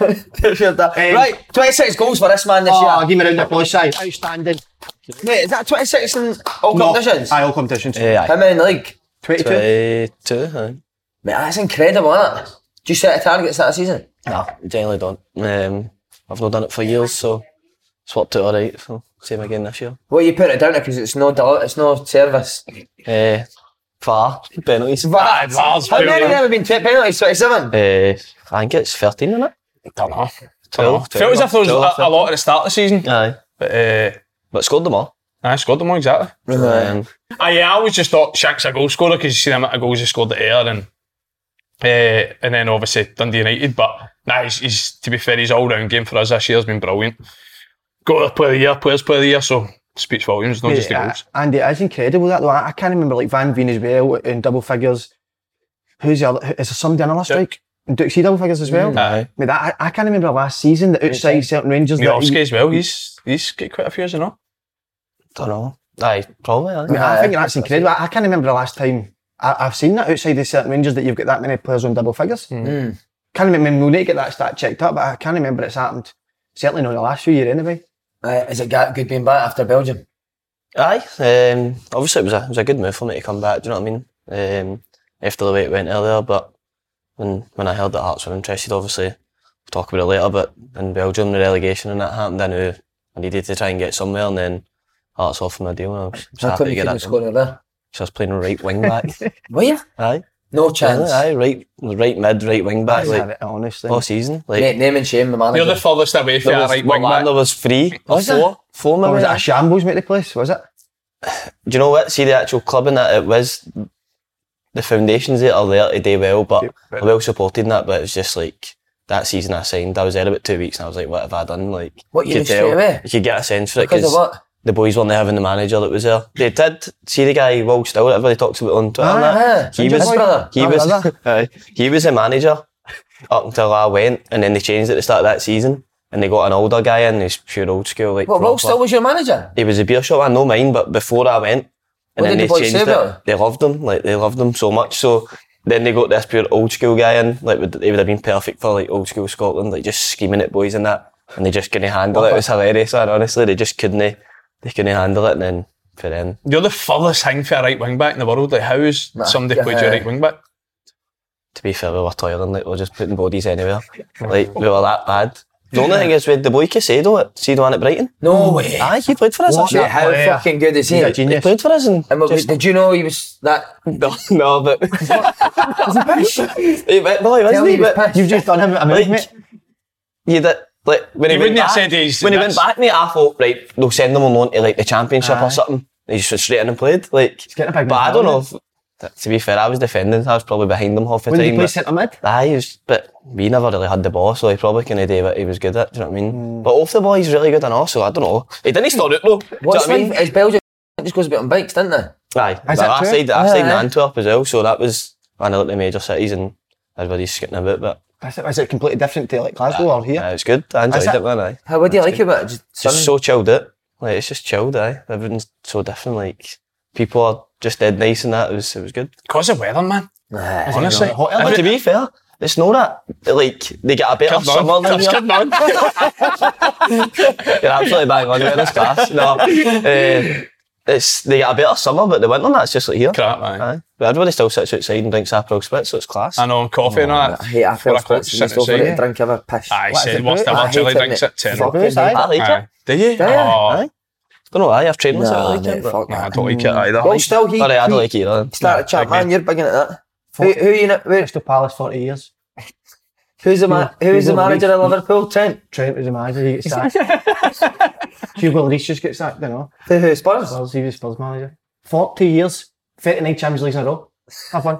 Speaker 1: Right, 26 goals for this man this
Speaker 2: Oh,
Speaker 1: year.
Speaker 2: give me a round of applause, Si. Outstanding.
Speaker 1: Mate, is that 26 in all
Speaker 2: No.
Speaker 1: competitions?
Speaker 2: Eh, Aye, all competitions.
Speaker 4: Yeah,
Speaker 1: How many in the league?
Speaker 2: 22.
Speaker 4: 22. aye.
Speaker 1: Mate, that's incredible, isn't it? Do you set a target start of season?
Speaker 4: No, generally don't. Um, I've not done it for years, so it's worked out alright. So same again this year.
Speaker 1: Well, you put it down because it's no deli- it's no service.
Speaker 4: Uh, far penalties. Uh,
Speaker 1: But
Speaker 3: VAR's
Speaker 1: how many
Speaker 3: brilliant.
Speaker 1: have ever been tipped penalties? 27?
Speaker 4: I think it's 13 in it.
Speaker 3: Don't know.
Speaker 4: Twelve,
Speaker 3: Felt as if there was a,
Speaker 4: twelve,
Speaker 3: a lot at the start of the season.
Speaker 4: Aye,
Speaker 3: But uh,
Speaker 4: but scored them all.
Speaker 3: I scored them all exactly.
Speaker 4: Um,
Speaker 3: I, yeah, I always just thought Shank's a goal scorer because you see the amount of goals he scored at air and uh, and then obviously Dundee United. But nah, he's, he's to be fair, his all round game for us this year has been brilliant. Got to play of the year, players play of the year, so speech volumes, not just the
Speaker 2: Yeah,
Speaker 3: goals.
Speaker 2: uh, Andy, it's incredible that though. I, I can't remember like Van Veen as well in double figures. Who's the other? who- Is there somebody in last
Speaker 3: Duke.
Speaker 2: strike? And Duke's he double figures as well.
Speaker 3: Aye.
Speaker 2: Mate, that, I, I can't remember last season the outside certain Rangers. that he-
Speaker 3: Milovsky as well, he's he's got quite a few, isn't he?
Speaker 4: don't know. Aye, probably. Aye.
Speaker 2: Mate, I think that's incredible. I, I can't remember the last time I, I've seen that outside the certain Rangers that you've got that many players on double figures.
Speaker 3: Mm.
Speaker 2: Can't remember. We'll need to get that stat checked up, but I can't remember it's happened. Certainly not in the last few years anyway.
Speaker 1: Uh, is it Ga- good being back after Belgium?
Speaker 4: Aye. Um, obviously, it was a it was a good move for me to come back. Do you know what I mean? Um, after the way it went earlier, but when when I heard that Hearts were interested, obviously we'll talk about it later. But in Belgium, the relegation and that happened, I knew I needed to try and get somewhere, and then Hearts offered me a deal, and I was just
Speaker 1: I
Speaker 4: happy
Speaker 1: couldn't
Speaker 4: to get
Speaker 1: even
Speaker 4: that.
Speaker 1: score
Speaker 4: done.
Speaker 1: over there.
Speaker 4: So I was playing right wing back.
Speaker 1: Were you?
Speaker 4: aye,
Speaker 1: No
Speaker 4: aye,
Speaker 1: chance.
Speaker 4: aye, right, right mid, right wing back, like
Speaker 2: honestly.
Speaker 4: all season. Like
Speaker 1: Mate, name and shame, the
Speaker 3: You're the
Speaker 1: manager.
Speaker 3: furthest away from
Speaker 4: there
Speaker 3: the
Speaker 4: was,
Speaker 3: right
Speaker 4: what,
Speaker 3: wing
Speaker 4: man,
Speaker 3: back.
Speaker 4: there was three or
Speaker 2: Was it?
Speaker 4: four, four
Speaker 2: Or
Speaker 4: maybe.
Speaker 2: Oh, was it a shambles, mate, the place? Was it?
Speaker 4: do you know what? See the actual club in that it was the foundations that are there to do well, but I well supported in that. But it was just like that season I signed, I was there about two weeks, and I was like, "What have I done?" Like,
Speaker 1: What, you
Speaker 4: could
Speaker 1: knew straight away?
Speaker 4: You could get a sense for it
Speaker 1: Because of
Speaker 4: because
Speaker 1: what?
Speaker 4: the boys weren't having the manager that was there. They did see the guy Will Still, whatever he talks about on Twitter. and that.
Speaker 1: Aye,
Speaker 4: He was,
Speaker 1: Ah, his brother.
Speaker 4: he
Speaker 2: Oh,
Speaker 4: was,
Speaker 2: brother.
Speaker 4: [laughs] aye. he was the manager up until I went, and then they changed at the start of that season, and they got an older guy in. He's pure old school, like
Speaker 1: What, Will
Speaker 4: proper.
Speaker 1: still was your manager?
Speaker 4: It was a beer shop, I know mine, but before I went, and
Speaker 1: What
Speaker 4: then
Speaker 1: did the
Speaker 4: they
Speaker 1: boys
Speaker 4: changed
Speaker 1: say
Speaker 4: it.
Speaker 1: about it?
Speaker 4: They loved them, like they loved them so much. So then they got this pure old school guy in, like would, they would have been perfect for like old school Scotland, like just screaming at boys and that, and they just couldn't handle it. It was hilarious, man. Honestly, they just couldn't, eh, they couldn't handle it. And then for then,
Speaker 3: You're the furthest thing for a right wing back in the world. Like, how is somebody played your
Speaker 1: yeah.
Speaker 3: right wing back?
Speaker 4: to be fair, we were toiling, like we were just putting bodies anywhere, like we were that bad. The only thing is with the boy Casado, at- see the one at Brighton.
Speaker 1: No way.
Speaker 4: Aye, he played for us.
Speaker 2: What
Speaker 4: actually.
Speaker 2: the
Speaker 1: How
Speaker 2: player.
Speaker 1: fucking good is he?
Speaker 2: a
Speaker 4: He
Speaker 2: genius.
Speaker 4: played for us and
Speaker 1: And what,
Speaker 4: just-
Speaker 1: did you know he was that?
Speaker 4: [laughs] no, no, but [laughs] he went boy,
Speaker 1: Tell
Speaker 4: wasn't
Speaker 1: me
Speaker 4: he?
Speaker 1: he was
Speaker 4: But
Speaker 1: pissed.
Speaker 2: You've just done him a minute,
Speaker 4: Like,
Speaker 2: mate.
Speaker 4: you did, like when he,
Speaker 3: You
Speaker 4: went
Speaker 3: wouldn't have
Speaker 4: back,
Speaker 3: said he's-
Speaker 4: when he went
Speaker 3: that's-
Speaker 4: back, mate. I thought right, they'll send him on loan to like the championship or something. He just went straight in and played. Like,
Speaker 2: getting a big
Speaker 4: but I
Speaker 2: mentality.
Speaker 4: don't know. If, that- to be fair, I was defending. I was probably behind him half the
Speaker 2: When
Speaker 4: time.
Speaker 2: you play
Speaker 4: but-
Speaker 2: centre mid.
Speaker 4: Aye, he was, but we never really had the ball, so he probably couldn't do what he was good at. Do you know what I mean?
Speaker 2: Hmm.
Speaker 4: But off the ball, he's really good and also I don't know. He didn't start out though. Do you know
Speaker 1: What's
Speaker 4: what I mean?
Speaker 1: his Belgium just goes a bit on bikes, didn't they?
Speaker 4: Aye,
Speaker 2: Is
Speaker 4: but
Speaker 2: that
Speaker 4: I
Speaker 2: true?
Speaker 4: stayed, I stayed in
Speaker 1: Aye.
Speaker 4: Antwerp as well, so that was when I looked at the major cities and everybody's skitting about. But
Speaker 2: Is it, is it completely different to like Glasgow or here?
Speaker 4: Aye, it's good. I enjoyed
Speaker 2: it?
Speaker 4: it, man. Aye.
Speaker 1: How, what do you like about it? Just sun?
Speaker 4: Just so chilled out. Like it's just chilled. Aye, everything's so different. Like people are just dead nice and that. It was it was good.
Speaker 3: Cause of weather, man.
Speaker 1: Nah.
Speaker 3: Honestly,
Speaker 4: But to be fair, it's not that like they get a better summer than you. You're absolutely bang on about this class.
Speaker 3: [laughs]
Speaker 4: No, Eh, it's they get a better summer, but the winter and that's just like here.
Speaker 3: Crap, aye.
Speaker 4: Aye. But everybody still sits outside and drinks Aperol Spritz, so it's class.
Speaker 3: I know coffee and all that.
Speaker 1: I hate Aperol
Speaker 3: Four o'clock,
Speaker 1: Spritz. It's
Speaker 3: sitting
Speaker 1: over
Speaker 3: outside.
Speaker 1: to drink ever. Pish.
Speaker 3: Aye,
Speaker 1: What is
Speaker 3: said
Speaker 1: it?
Speaker 3: what's the
Speaker 1: I
Speaker 3: word? Julie
Speaker 1: hate it,
Speaker 3: drinks
Speaker 1: mate.
Speaker 3: at ten.
Speaker 1: Fucking
Speaker 2: Bruce,
Speaker 1: hate
Speaker 2: aye?
Speaker 1: it.
Speaker 4: I like
Speaker 3: Aye.
Speaker 4: it.
Speaker 3: Do you?
Speaker 1: Do you?
Speaker 3: Oh,
Speaker 4: Don't know why I've trained myself. I
Speaker 1: Nah,
Speaker 4: like it.
Speaker 1: mate,
Speaker 4: But...
Speaker 1: fuck
Speaker 3: nah, I
Speaker 1: that.
Speaker 3: don't like it either.
Speaker 1: Well, still, he
Speaker 4: Alright, I don't
Speaker 1: he-
Speaker 4: like it either. then.
Speaker 1: Start a chat,
Speaker 3: Nah,
Speaker 1: man.
Speaker 3: agree.
Speaker 1: You're big into that. Who, who you know? Where,
Speaker 2: Crystal Palace, 40 years.
Speaker 1: who's the man?
Speaker 2: Yeah,
Speaker 1: Who's the
Speaker 2: Hugo
Speaker 1: manager of
Speaker 2: Lloris.
Speaker 1: Liverpool? Trent.
Speaker 2: Trent was the manager, he gets [laughs] sacked. Hugo Lloris just gets sacked, you know.
Speaker 1: Who? Who? Spurs.
Speaker 2: Spurs, he was Spurs manager. 40 years, 39 Champions Leagues in a row. Have fun.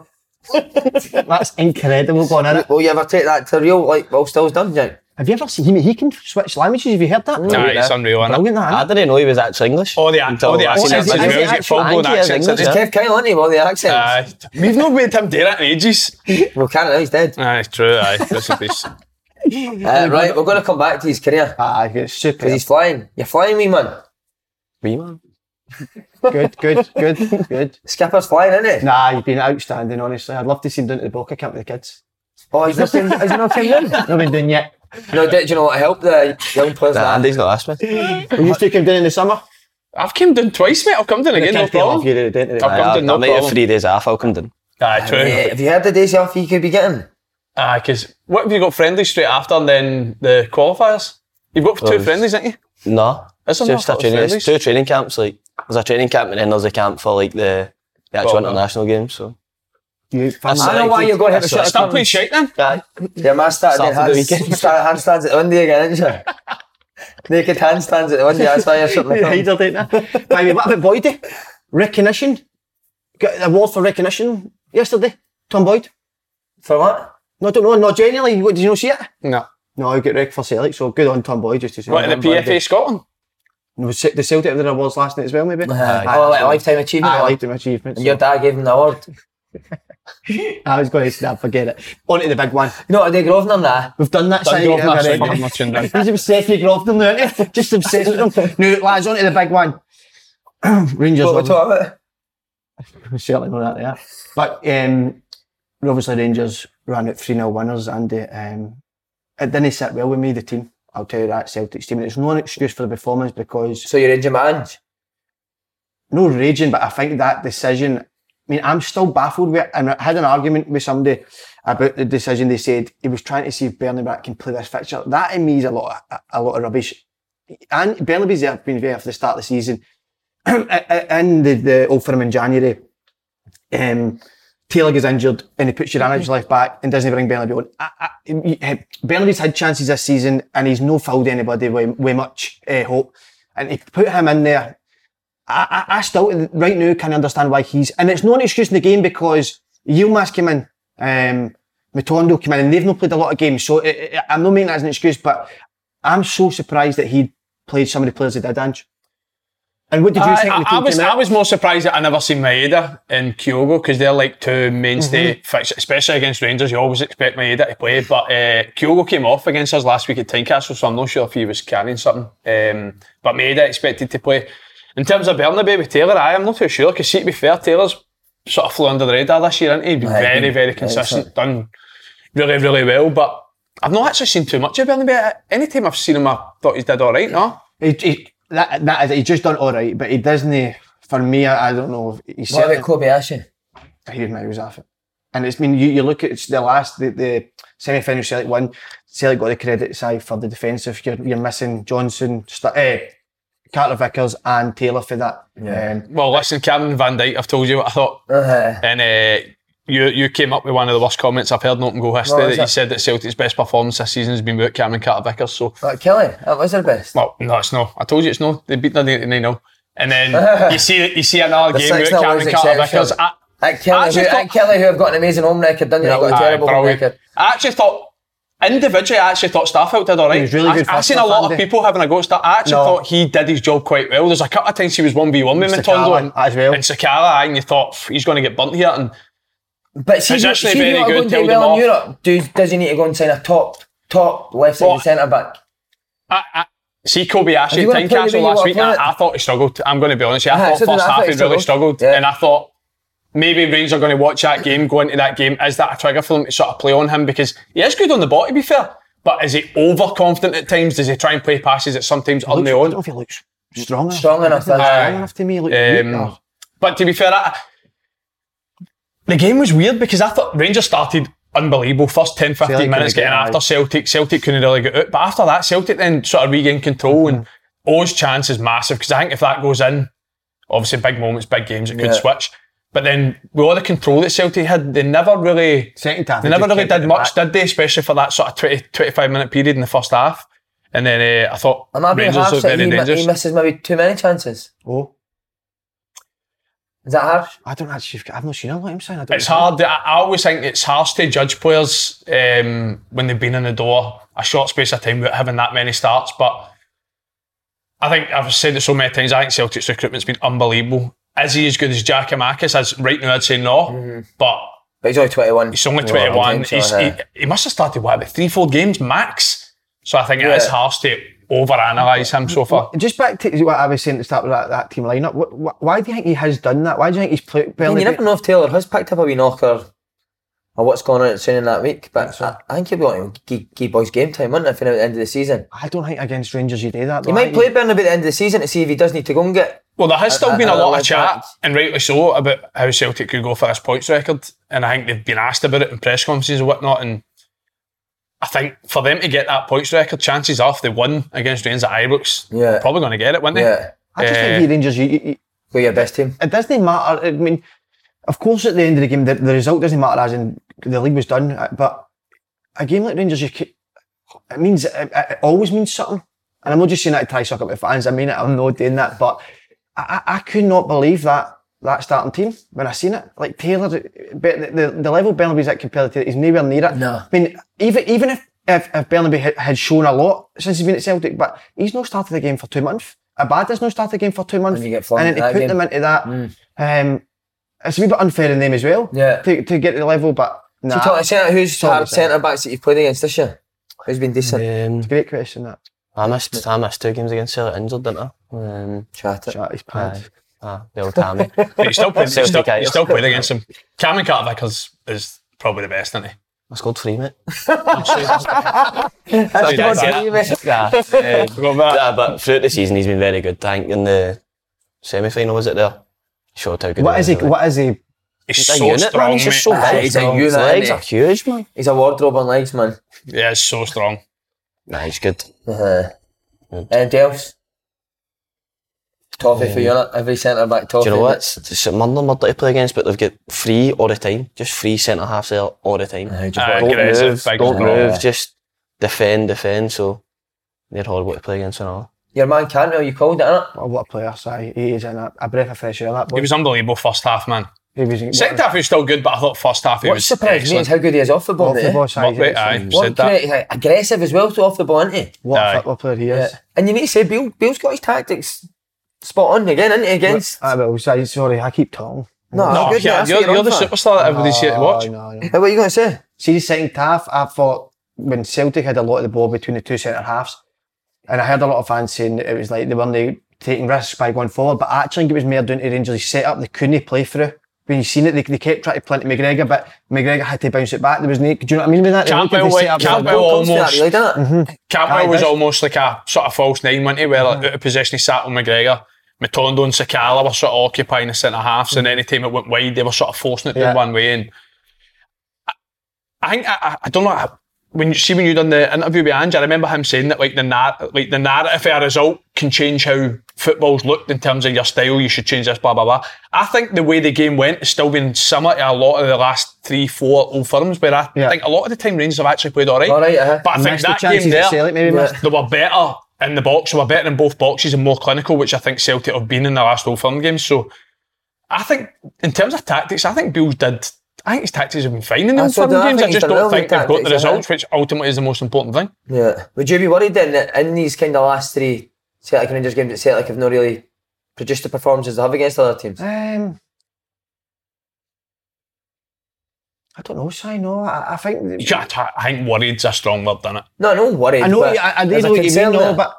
Speaker 2: That's incredible going in it.
Speaker 1: Will you ever take that to real? Like, well, still's done, Jack.
Speaker 2: Have you ever seen him? He can switch languages. Have you heard that?
Speaker 3: Nah, it's unreal, innit?
Speaker 2: Brilliant, that,
Speaker 4: I
Speaker 2: innit?
Speaker 4: didn't know he was actually English.
Speaker 3: All the,
Speaker 4: until
Speaker 3: all Oh, the
Speaker 4: I seen
Speaker 3: accents
Speaker 4: that
Speaker 3: as well.
Speaker 4: video.
Speaker 3: He's got
Speaker 4: Actual
Speaker 3: full blown
Speaker 4: Angie is
Speaker 3: accents.
Speaker 4: English,
Speaker 3: isn't he?
Speaker 4: yeah.
Speaker 1: Kev Kyle, isn't he? Well, the accents.
Speaker 3: Aye. We've not made him do that in ages.
Speaker 1: Well, can't now, he's dead.
Speaker 3: Aye, true. Aye, this is this.
Speaker 1: Uh, right, we're going to come back to his career.
Speaker 2: Ah, it's super.
Speaker 1: Because he's flying. You're flying, wee man.
Speaker 4: Wee man.
Speaker 2: Good, good, good, good.
Speaker 1: Skipper's flying, isn't he?
Speaker 2: Nah, you've been outstanding, honestly. I'd love to see him down to the Boca Camp with the kids.
Speaker 1: Oh, he's not saying.
Speaker 2: Is he not coming in? not been doing yet.
Speaker 1: No, do you know what helped the young players?
Speaker 4: Nah,
Speaker 1: that?
Speaker 4: Andy's not asked me.
Speaker 2: We used to come down in the summer.
Speaker 3: I've come down twice, mate. I've come down again, no
Speaker 2: Kids, they love
Speaker 3: problem.
Speaker 2: you, they don't, they
Speaker 3: I've
Speaker 2: don't.
Speaker 3: come
Speaker 4: I'll,
Speaker 3: down, no
Speaker 4: I'll make it
Speaker 3: problem.
Speaker 4: three days off. I'll come down.
Speaker 3: Aye,
Speaker 1: Yeah,
Speaker 3: true.
Speaker 1: Eh, have you heard the days off he could be getting?
Speaker 3: Aye, because what have you got friendly straight after and then the qualifiers? You've got two
Speaker 4: Those-
Speaker 3: friendlies, haven't you?
Speaker 4: No,
Speaker 3: That's
Speaker 4: just
Speaker 3: enough,
Speaker 4: a training.
Speaker 3: friendlies.
Speaker 4: It's two training camps. Like there's a training camp and then there's a camp for like the, the actual
Speaker 3: Well, no.
Speaker 4: international games. So
Speaker 2: You
Speaker 4: That's
Speaker 1: I
Speaker 2: fancy.
Speaker 1: know why you're going to have a
Speaker 2: [laughs]
Speaker 4: That's right.
Speaker 1: shot.
Speaker 3: Start playing shite then.
Speaker 4: aye,
Speaker 1: Yeah, man started doing
Speaker 4: Saturday
Speaker 1: hands,
Speaker 4: weekend.
Speaker 1: started handstands at the window again,
Speaker 4: [laughs]
Speaker 1: didn't you? Naked handstands at the window, that's why you're something like that.
Speaker 2: Hider, don't they? By the way, what about Boyd? eh? Recognition. Got an award for recognition yesterday. Tom Boyd.
Speaker 1: For what?
Speaker 2: No, I don't know. No, genuinely, what, did you not see it?
Speaker 3: No.
Speaker 2: No, he got wrecked for Celtic, so good on Tom Boyd just to say.
Speaker 3: What, in the PFA Scotland?
Speaker 2: And was the Celtic had their awards last night as well,
Speaker 4: Uh,
Speaker 2: maybe?
Speaker 1: oh, like a lifetime achievement.
Speaker 2: I
Speaker 1: award.
Speaker 2: liked him achievements.
Speaker 1: And your dad gave him the award. You
Speaker 2: I was going to say, nah, forget it. On to the big one.
Speaker 1: know what, they grove them that.
Speaker 2: We've done that side
Speaker 3: Dundee,
Speaker 2: already.
Speaker 3: Dundee, Dundee, Dundee, Dundee.
Speaker 2: He's obsessed with Grofton now, isn't he? Just obsessed with him. Now, lads, on to the big one. [clears throat] Rangers.
Speaker 1: What we're
Speaker 2: obviously-
Speaker 1: talking about.
Speaker 2: certainly not that there. But um, obviously Rangers ran out 3 0 winners and uh, um, it didn't sit well with me, the team. I'll tell you that Celtic's team. And it's no an excuse for the performance because
Speaker 1: So you're in Jumanj.
Speaker 2: no raging, but I think that decision I mean, I'm still baffled with it. And I had an argument with somebody about the decision. They said he was trying to see if Bernabeu can play this fixture. That in me is a lot of, a, a lot of rubbish. And Bernabeu's have been there for the start of the season. [clears throat] in the, the Old Firm in January, um, Taylor gets injured and he puts
Speaker 3: Mm-hmm.
Speaker 2: Juranovic left back and doesn't bring Bernabeu on. I, I, he- he- Bernabeu's had chances this season and he's no fouled anybody with, with much uh, hope. And he put him in there I, I, I still right now can understand why he's and it's not an excuse in the game because Yilmaz came in, um, Matondo came in, and they've not played a lot of games. So i i I'm not making that as an excuse, but I'm so surprised that he played some of the players that did. Ange. And what did you think?
Speaker 3: I,
Speaker 2: when the
Speaker 3: I, I
Speaker 2: team
Speaker 3: was
Speaker 2: came out?
Speaker 3: I was more surprised that I never seen Maeda and Kyogo because they're like two mainstay
Speaker 2: Mm-hmm.
Speaker 3: fix, especially against Rangers. You always expect Maeda to play, but uh, Kyogo came off against us last week at Tynecastle, so I'm not sure if he was carrying something. Um, but Maeda expected to play. In terms of Bernabeu with Taylor, I am not too sure because, to be fair, Taylor's sort of flew under the radar this year, and he? He's been
Speaker 1: Aye,
Speaker 3: very,
Speaker 1: been-
Speaker 3: very
Speaker 1: aye,
Speaker 3: consistent, done really, really well. But I've not actually seen too much of Bernabeu. Any time I've seen him, I thought he did all right. No,
Speaker 2: he, he, that, that is, he's just done all right, but he doesn't. For me, I, I don't know. if He
Speaker 1: What
Speaker 2: certainly
Speaker 1: about Kobayashi?
Speaker 2: he was miles off it. And it's been you, you look at the last the, the semi final Celtic won. Celtic got the credit side for the defensive. You're, you're missing Johnson, St- eh, Carter Vickers, and Taylor for that. Yeah. Um,
Speaker 3: well, listen, Cameron Van Dyke. I've told you what I thought
Speaker 1: Uh,
Speaker 3: And uh, you you came up with one of the worst comments I've heard in open goal history
Speaker 1: What was
Speaker 3: that you
Speaker 1: it?
Speaker 3: said that Celtic's best performance this season has been without Cameron Carter Vickers. So,
Speaker 1: like Kelly, that was their best.
Speaker 3: well, no, it's no. I told you it's no. They beat Dundee 89 0. And
Speaker 1: [laughs]
Speaker 3: then you see you see another
Speaker 1: The
Speaker 3: game
Speaker 1: six
Speaker 3: without
Speaker 1: nil
Speaker 3: Cameron
Speaker 1: was
Speaker 3: Carter
Speaker 1: exceptional.
Speaker 3: Vickers. I,
Speaker 1: At Kelly, who,
Speaker 3: Actually,
Speaker 1: at
Speaker 3: thought-
Speaker 1: Kelly, who have got an amazing home record, didn't you? They've got a
Speaker 3: Aye,
Speaker 1: terrible home
Speaker 3: brilliant.
Speaker 1: record.
Speaker 3: I actually thought. Individually, I actually thought Starfield did all right.
Speaker 2: was really good
Speaker 3: I,
Speaker 2: for
Speaker 3: have seen a lot of
Speaker 2: Stafford.
Speaker 3: people having a go at Star. I actually
Speaker 2: No.
Speaker 3: thought he did his job quite well. There's a couple of times he was one v one with
Speaker 2: Sakala
Speaker 3: Matondo and
Speaker 2: as well.
Speaker 3: and Sakala, aye, and you thought "Pff, he's going to get burnt here. And
Speaker 4: But see,
Speaker 3: It's
Speaker 4: if you-
Speaker 3: actually
Speaker 4: see if
Speaker 3: very
Speaker 4: you want to go
Speaker 3: good,
Speaker 4: and
Speaker 3: tell
Speaker 4: do
Speaker 3: them
Speaker 4: well
Speaker 3: off.
Speaker 4: in Europe, do, does he need to go and sign a top, top left side
Speaker 3: Well,
Speaker 4: centre back?
Speaker 3: I, I, see Kobe
Speaker 4: If
Speaker 3: Ashley
Speaker 4: you
Speaker 3: at
Speaker 4: wanna play the way
Speaker 3: Tynecastle
Speaker 4: you
Speaker 3: last
Speaker 4: wanna
Speaker 3: week,
Speaker 4: play
Speaker 3: I,
Speaker 4: it-
Speaker 3: I thought he struggled. I'm going to be honest with you.
Speaker 4: Aye,
Speaker 3: I
Speaker 4: so
Speaker 3: thought
Speaker 4: did I.
Speaker 3: first
Speaker 4: I thought
Speaker 3: half
Speaker 4: he
Speaker 3: he really
Speaker 4: struggled.
Speaker 3: struggled.
Speaker 4: Yeah.
Speaker 3: And I thought maybe Rangers are going to watch that game, go into that game. Is that a trigger for them to sort of play on him? Because he is good on the ball, to be fair. But is he overconfident at times? Does he try and play passes that sometimes on
Speaker 2: Looks-
Speaker 3: their
Speaker 2: I don't know
Speaker 3: own?
Speaker 2: if he looks strong enough.
Speaker 4: Strong enough,
Speaker 2: Strong
Speaker 4: that's-
Speaker 2: enough to me. he looks
Speaker 3: Um,
Speaker 2: weak. Oh,
Speaker 3: But to be fair, I, the game was weird because I thought Rangers started unbelievable first 10, 15
Speaker 2: Celtic
Speaker 3: minutes
Speaker 2: couldn't
Speaker 3: getting
Speaker 2: get out.
Speaker 3: after Celtic. Celtic couldn't really get out. But after that, Celtic then sort of regained control and
Speaker 2: Mm-hmm.
Speaker 3: O's chance is massive because I think if that goes in, obviously big moments, big games, it could
Speaker 4: Yeah.
Speaker 3: switch. But then with all the control that Celtic had, they never really
Speaker 2: Second half,
Speaker 3: they
Speaker 2: they
Speaker 3: never
Speaker 2: just
Speaker 3: really
Speaker 2: kept it
Speaker 3: did
Speaker 2: in
Speaker 3: much,
Speaker 2: back.
Speaker 3: did they? Especially for that sort of 20, 25 minute period in the first half. And then uh, I thought
Speaker 4: Am I being
Speaker 3: Rangers
Speaker 4: harsh
Speaker 3: was
Speaker 4: that
Speaker 3: very
Speaker 4: he, mi-
Speaker 3: dangerous.
Speaker 4: he misses maybe too many chances?
Speaker 2: oh,
Speaker 4: Is that harsh?
Speaker 2: I don't actually. I've not seen him like him saying. I don't
Speaker 3: It's
Speaker 2: know.
Speaker 3: hard. I I always think it's harsh to judge players um, when they've been in the door a short space of time without having that many starts. But I think I've said it so many times. I think Celtic's recruitment's been unbelievable. Is he as good as Jackamakis? As right now, I'd say no. But
Speaker 4: But he's only 21.
Speaker 3: he's only
Speaker 4: Mm-hmm. Well,
Speaker 3: twenty one.
Speaker 4: I'm saying
Speaker 3: He's
Speaker 4: so,
Speaker 3: he,
Speaker 4: yeah.
Speaker 3: he must have started what about three, four games max. So I think it is
Speaker 4: Yeah.
Speaker 3: harsh to overanalyze him so far.
Speaker 2: Just back to what I was saying at the start with that, that team lineup. What, wh why do you think he has done that? Why do you think he's played?
Speaker 4: I mean, you never know if Taylor has picked up a wee knocker or what's going on at Swindon that week, but I, I think he'll be wanting to give, give boys game time, wouldn't he, if you know, at the end of the season?
Speaker 2: I don't think against Rangers you do that. eh?
Speaker 4: He might play Burnley at the end of the season to see if he does need to go and get.
Speaker 3: Well, there has still
Speaker 4: I-
Speaker 3: been a
Speaker 4: I
Speaker 3: lot
Speaker 4: like
Speaker 3: of chat,
Speaker 4: that.
Speaker 3: and rightly so, about how Celtic could go for this points record. And I think they've been asked about it in press conferences and whatnot. And I think for them to get that points record, chances are if they won against Rangers at Ibrox,
Speaker 4: Yeah.
Speaker 3: they're probably going to get it, wouldn't they?
Speaker 4: Yeah,
Speaker 2: I just
Speaker 3: Eh.
Speaker 2: think the Rangers. You, you, you-
Speaker 4: go your best team.
Speaker 2: it doesn't matter. I mean, of course, at the end of the game, the, the result doesn't matter. As in, the league was done. uh, But a game like Rangers, you, ca- it means it, it it always means something. And I'm not just saying that to try suck up the fans. I mean it. I'm not doing that. But I, I, I could not believe that that starting team when I seen it. Like Taylor, but the, the, the level Burnaby's at compared to, he's nowhere near it.
Speaker 4: No.
Speaker 2: I mean, even even if if, if Burnaby had, had shown a lot since he's been at Celtic, but he's not started the game for two months. Abada's not started the game for two months,
Speaker 4: And you get flung
Speaker 2: then
Speaker 4: into that
Speaker 2: they put
Speaker 4: game.
Speaker 2: them into that. Um, it's a wee bit unfair in them as well.
Speaker 4: Yeah.
Speaker 2: To, to get to the level, but nah,
Speaker 4: So, talk to centre, who's
Speaker 2: Sorry,
Speaker 4: hard
Speaker 2: sorry.
Speaker 4: centre backs that you've played against this year? Who's been decent?
Speaker 1: Um,
Speaker 2: great question. That
Speaker 1: I missed I missed two games against Celtic injured, didn't I? Um,
Speaker 4: Chat it.
Speaker 2: Chat, he's pad.
Speaker 1: aye. Ah, the old Tammy.
Speaker 3: But you still played, you still,
Speaker 1: Celtic
Speaker 3: you
Speaker 1: guys.
Speaker 3: still played against them. Cameron Carter Vickers is probably the best, isn't he?
Speaker 1: I scored three, mate.
Speaker 4: That's
Speaker 3: Yeah, yeah.
Speaker 4: what I mean, mate.
Speaker 1: Yeah.
Speaker 3: Forgot about that.
Speaker 1: yeah, but throughout the season, he's been very good. I think in the semi final, was it there? Showed how good
Speaker 2: What
Speaker 1: he
Speaker 2: is he?
Speaker 1: was, really.
Speaker 2: What is he?
Speaker 3: He's
Speaker 1: He's a
Speaker 3: so
Speaker 1: unit, man.
Speaker 3: strong,
Speaker 1: He's just
Speaker 3: mate.
Speaker 1: so
Speaker 4: Aye, he's a
Speaker 1: strong. His
Speaker 4: unit,
Speaker 1: legs
Speaker 4: isn't
Speaker 1: are huge, man.
Speaker 4: He's a wardrobe on legs, man.
Speaker 3: Yeah, he's so strong.
Speaker 1: Nah, he's good.
Speaker 4: Uh-huh.
Speaker 1: Good.
Speaker 4: Anything else? Toffee for Europe, every centre back toffee.
Speaker 1: Do you know what? It's, it's a murder, murder to play against, but they've got three all the time. Just three centre halves there all the time.
Speaker 4: Aye, Uh-huh, just
Speaker 3: Aye,
Speaker 4: walk.
Speaker 3: aggressive, big
Speaker 1: don't
Speaker 3: strong.
Speaker 1: move, just defend, defend. So they're horrible to play against and all.
Speaker 4: Your man Cantwell, you called it, innit?
Speaker 2: Oh, what a player! Sorry, he is in a, a breath of fresh air. That boy.
Speaker 3: He was unbelievable first half, man.
Speaker 2: He was in-
Speaker 3: Second half, he was still good, but I thought first half, he
Speaker 4: What
Speaker 3: was
Speaker 4: surprised me is
Speaker 3: excellent.
Speaker 4: how good he is off the ball.
Speaker 2: What a
Speaker 4: eh?
Speaker 2: football size he
Speaker 3: Muppet,
Speaker 2: is.
Speaker 3: aye,
Speaker 4: What
Speaker 3: said that.
Speaker 4: great- he's, like, aggressive as well, too, off the ball, isn't he?
Speaker 2: What
Speaker 3: Aye.
Speaker 2: a football player he is.
Speaker 4: And you need to say, Bill, Bill's got his tactics spot on again, isn't he? Against.
Speaker 2: I will say ah, sorry. I keep talking.
Speaker 4: no,
Speaker 3: No,
Speaker 4: good,
Speaker 3: yeah,
Speaker 4: that's
Speaker 3: you're,
Speaker 4: what
Speaker 3: you're the
Speaker 4: on for.
Speaker 3: superstar that everybody's here to watch.
Speaker 2: Oh, no, no.
Speaker 4: Hey, What are you going to say?
Speaker 2: See the second half. I thought when Celtic had a lot of the ball between the two centre halves, and I heard a lot of fans saying that it was like they weren't taking risks by going forward. But I actually think it was more down to Rangers' setup. They couldn't play through. When you seen it, they, they kept trying to play to McGregor, but McGregor had to bounce it back. There was no, do you know what I mean with that? They wanted
Speaker 3: Campbell
Speaker 2: to
Speaker 3: went-
Speaker 2: set up-
Speaker 3: Campbell
Speaker 4: Goal comes to that,
Speaker 3: almost-
Speaker 4: really, doesn't it?
Speaker 3: Campbell
Speaker 2: Aye,
Speaker 3: was
Speaker 2: does.
Speaker 3: almost like a sort of false nine, wasn't he? Where like, out of possession, he sat on McGregor. Matondo and Sakala were sort of occupying the centre halves, and any time it went wide, they were sort of forcing it down
Speaker 2: Yeah.
Speaker 3: one way. And I, I think I, I- I don't know. I- When you see when you done the interview with Ange, I remember him saying that like the nar- like the narrative of a result can change how football's looked in terms of your style. You should change this, blah blah blah. I think the way the game went has still been similar to a lot of the last three, four old firms, where I
Speaker 2: Yeah.
Speaker 3: think a lot of the time Rangers have actually played all right.
Speaker 4: All right, uh-huh.
Speaker 3: But I think
Speaker 2: Missed the
Speaker 3: that
Speaker 2: chances
Speaker 3: game
Speaker 2: at
Speaker 3: there,
Speaker 2: Celtic, maybe
Speaker 4: Yeah.
Speaker 2: missed.
Speaker 3: they were better in the box. They were better in both boxes and more clinical, which I think Celtic have been in the last Old Firm games. So I think, in terms of tactics, I think Bills did. I think his tactics have been fine in the
Speaker 4: I
Speaker 3: Old
Speaker 4: so
Speaker 3: Firm
Speaker 4: do. I
Speaker 3: games.
Speaker 4: think
Speaker 3: I
Speaker 4: he's
Speaker 3: just
Speaker 4: done
Speaker 3: don't
Speaker 4: well with
Speaker 3: think they've got the
Speaker 4: tactics, I think.
Speaker 3: results, which ultimately is the most important thing.
Speaker 4: Yeah. Would you be worried then that in these kind of last three Celtic and Rangers games that Celtic have not really produced the performances they have against other teams?
Speaker 2: Um, I don't know, Si, no. I, I think.
Speaker 3: Yeah, I, I think worried's a strong word, isn't it?
Speaker 4: No, no worried.
Speaker 2: I know,
Speaker 4: but
Speaker 2: I, I do
Speaker 4: there's a
Speaker 2: know what you mean,
Speaker 4: concern
Speaker 2: though,
Speaker 4: there.
Speaker 2: but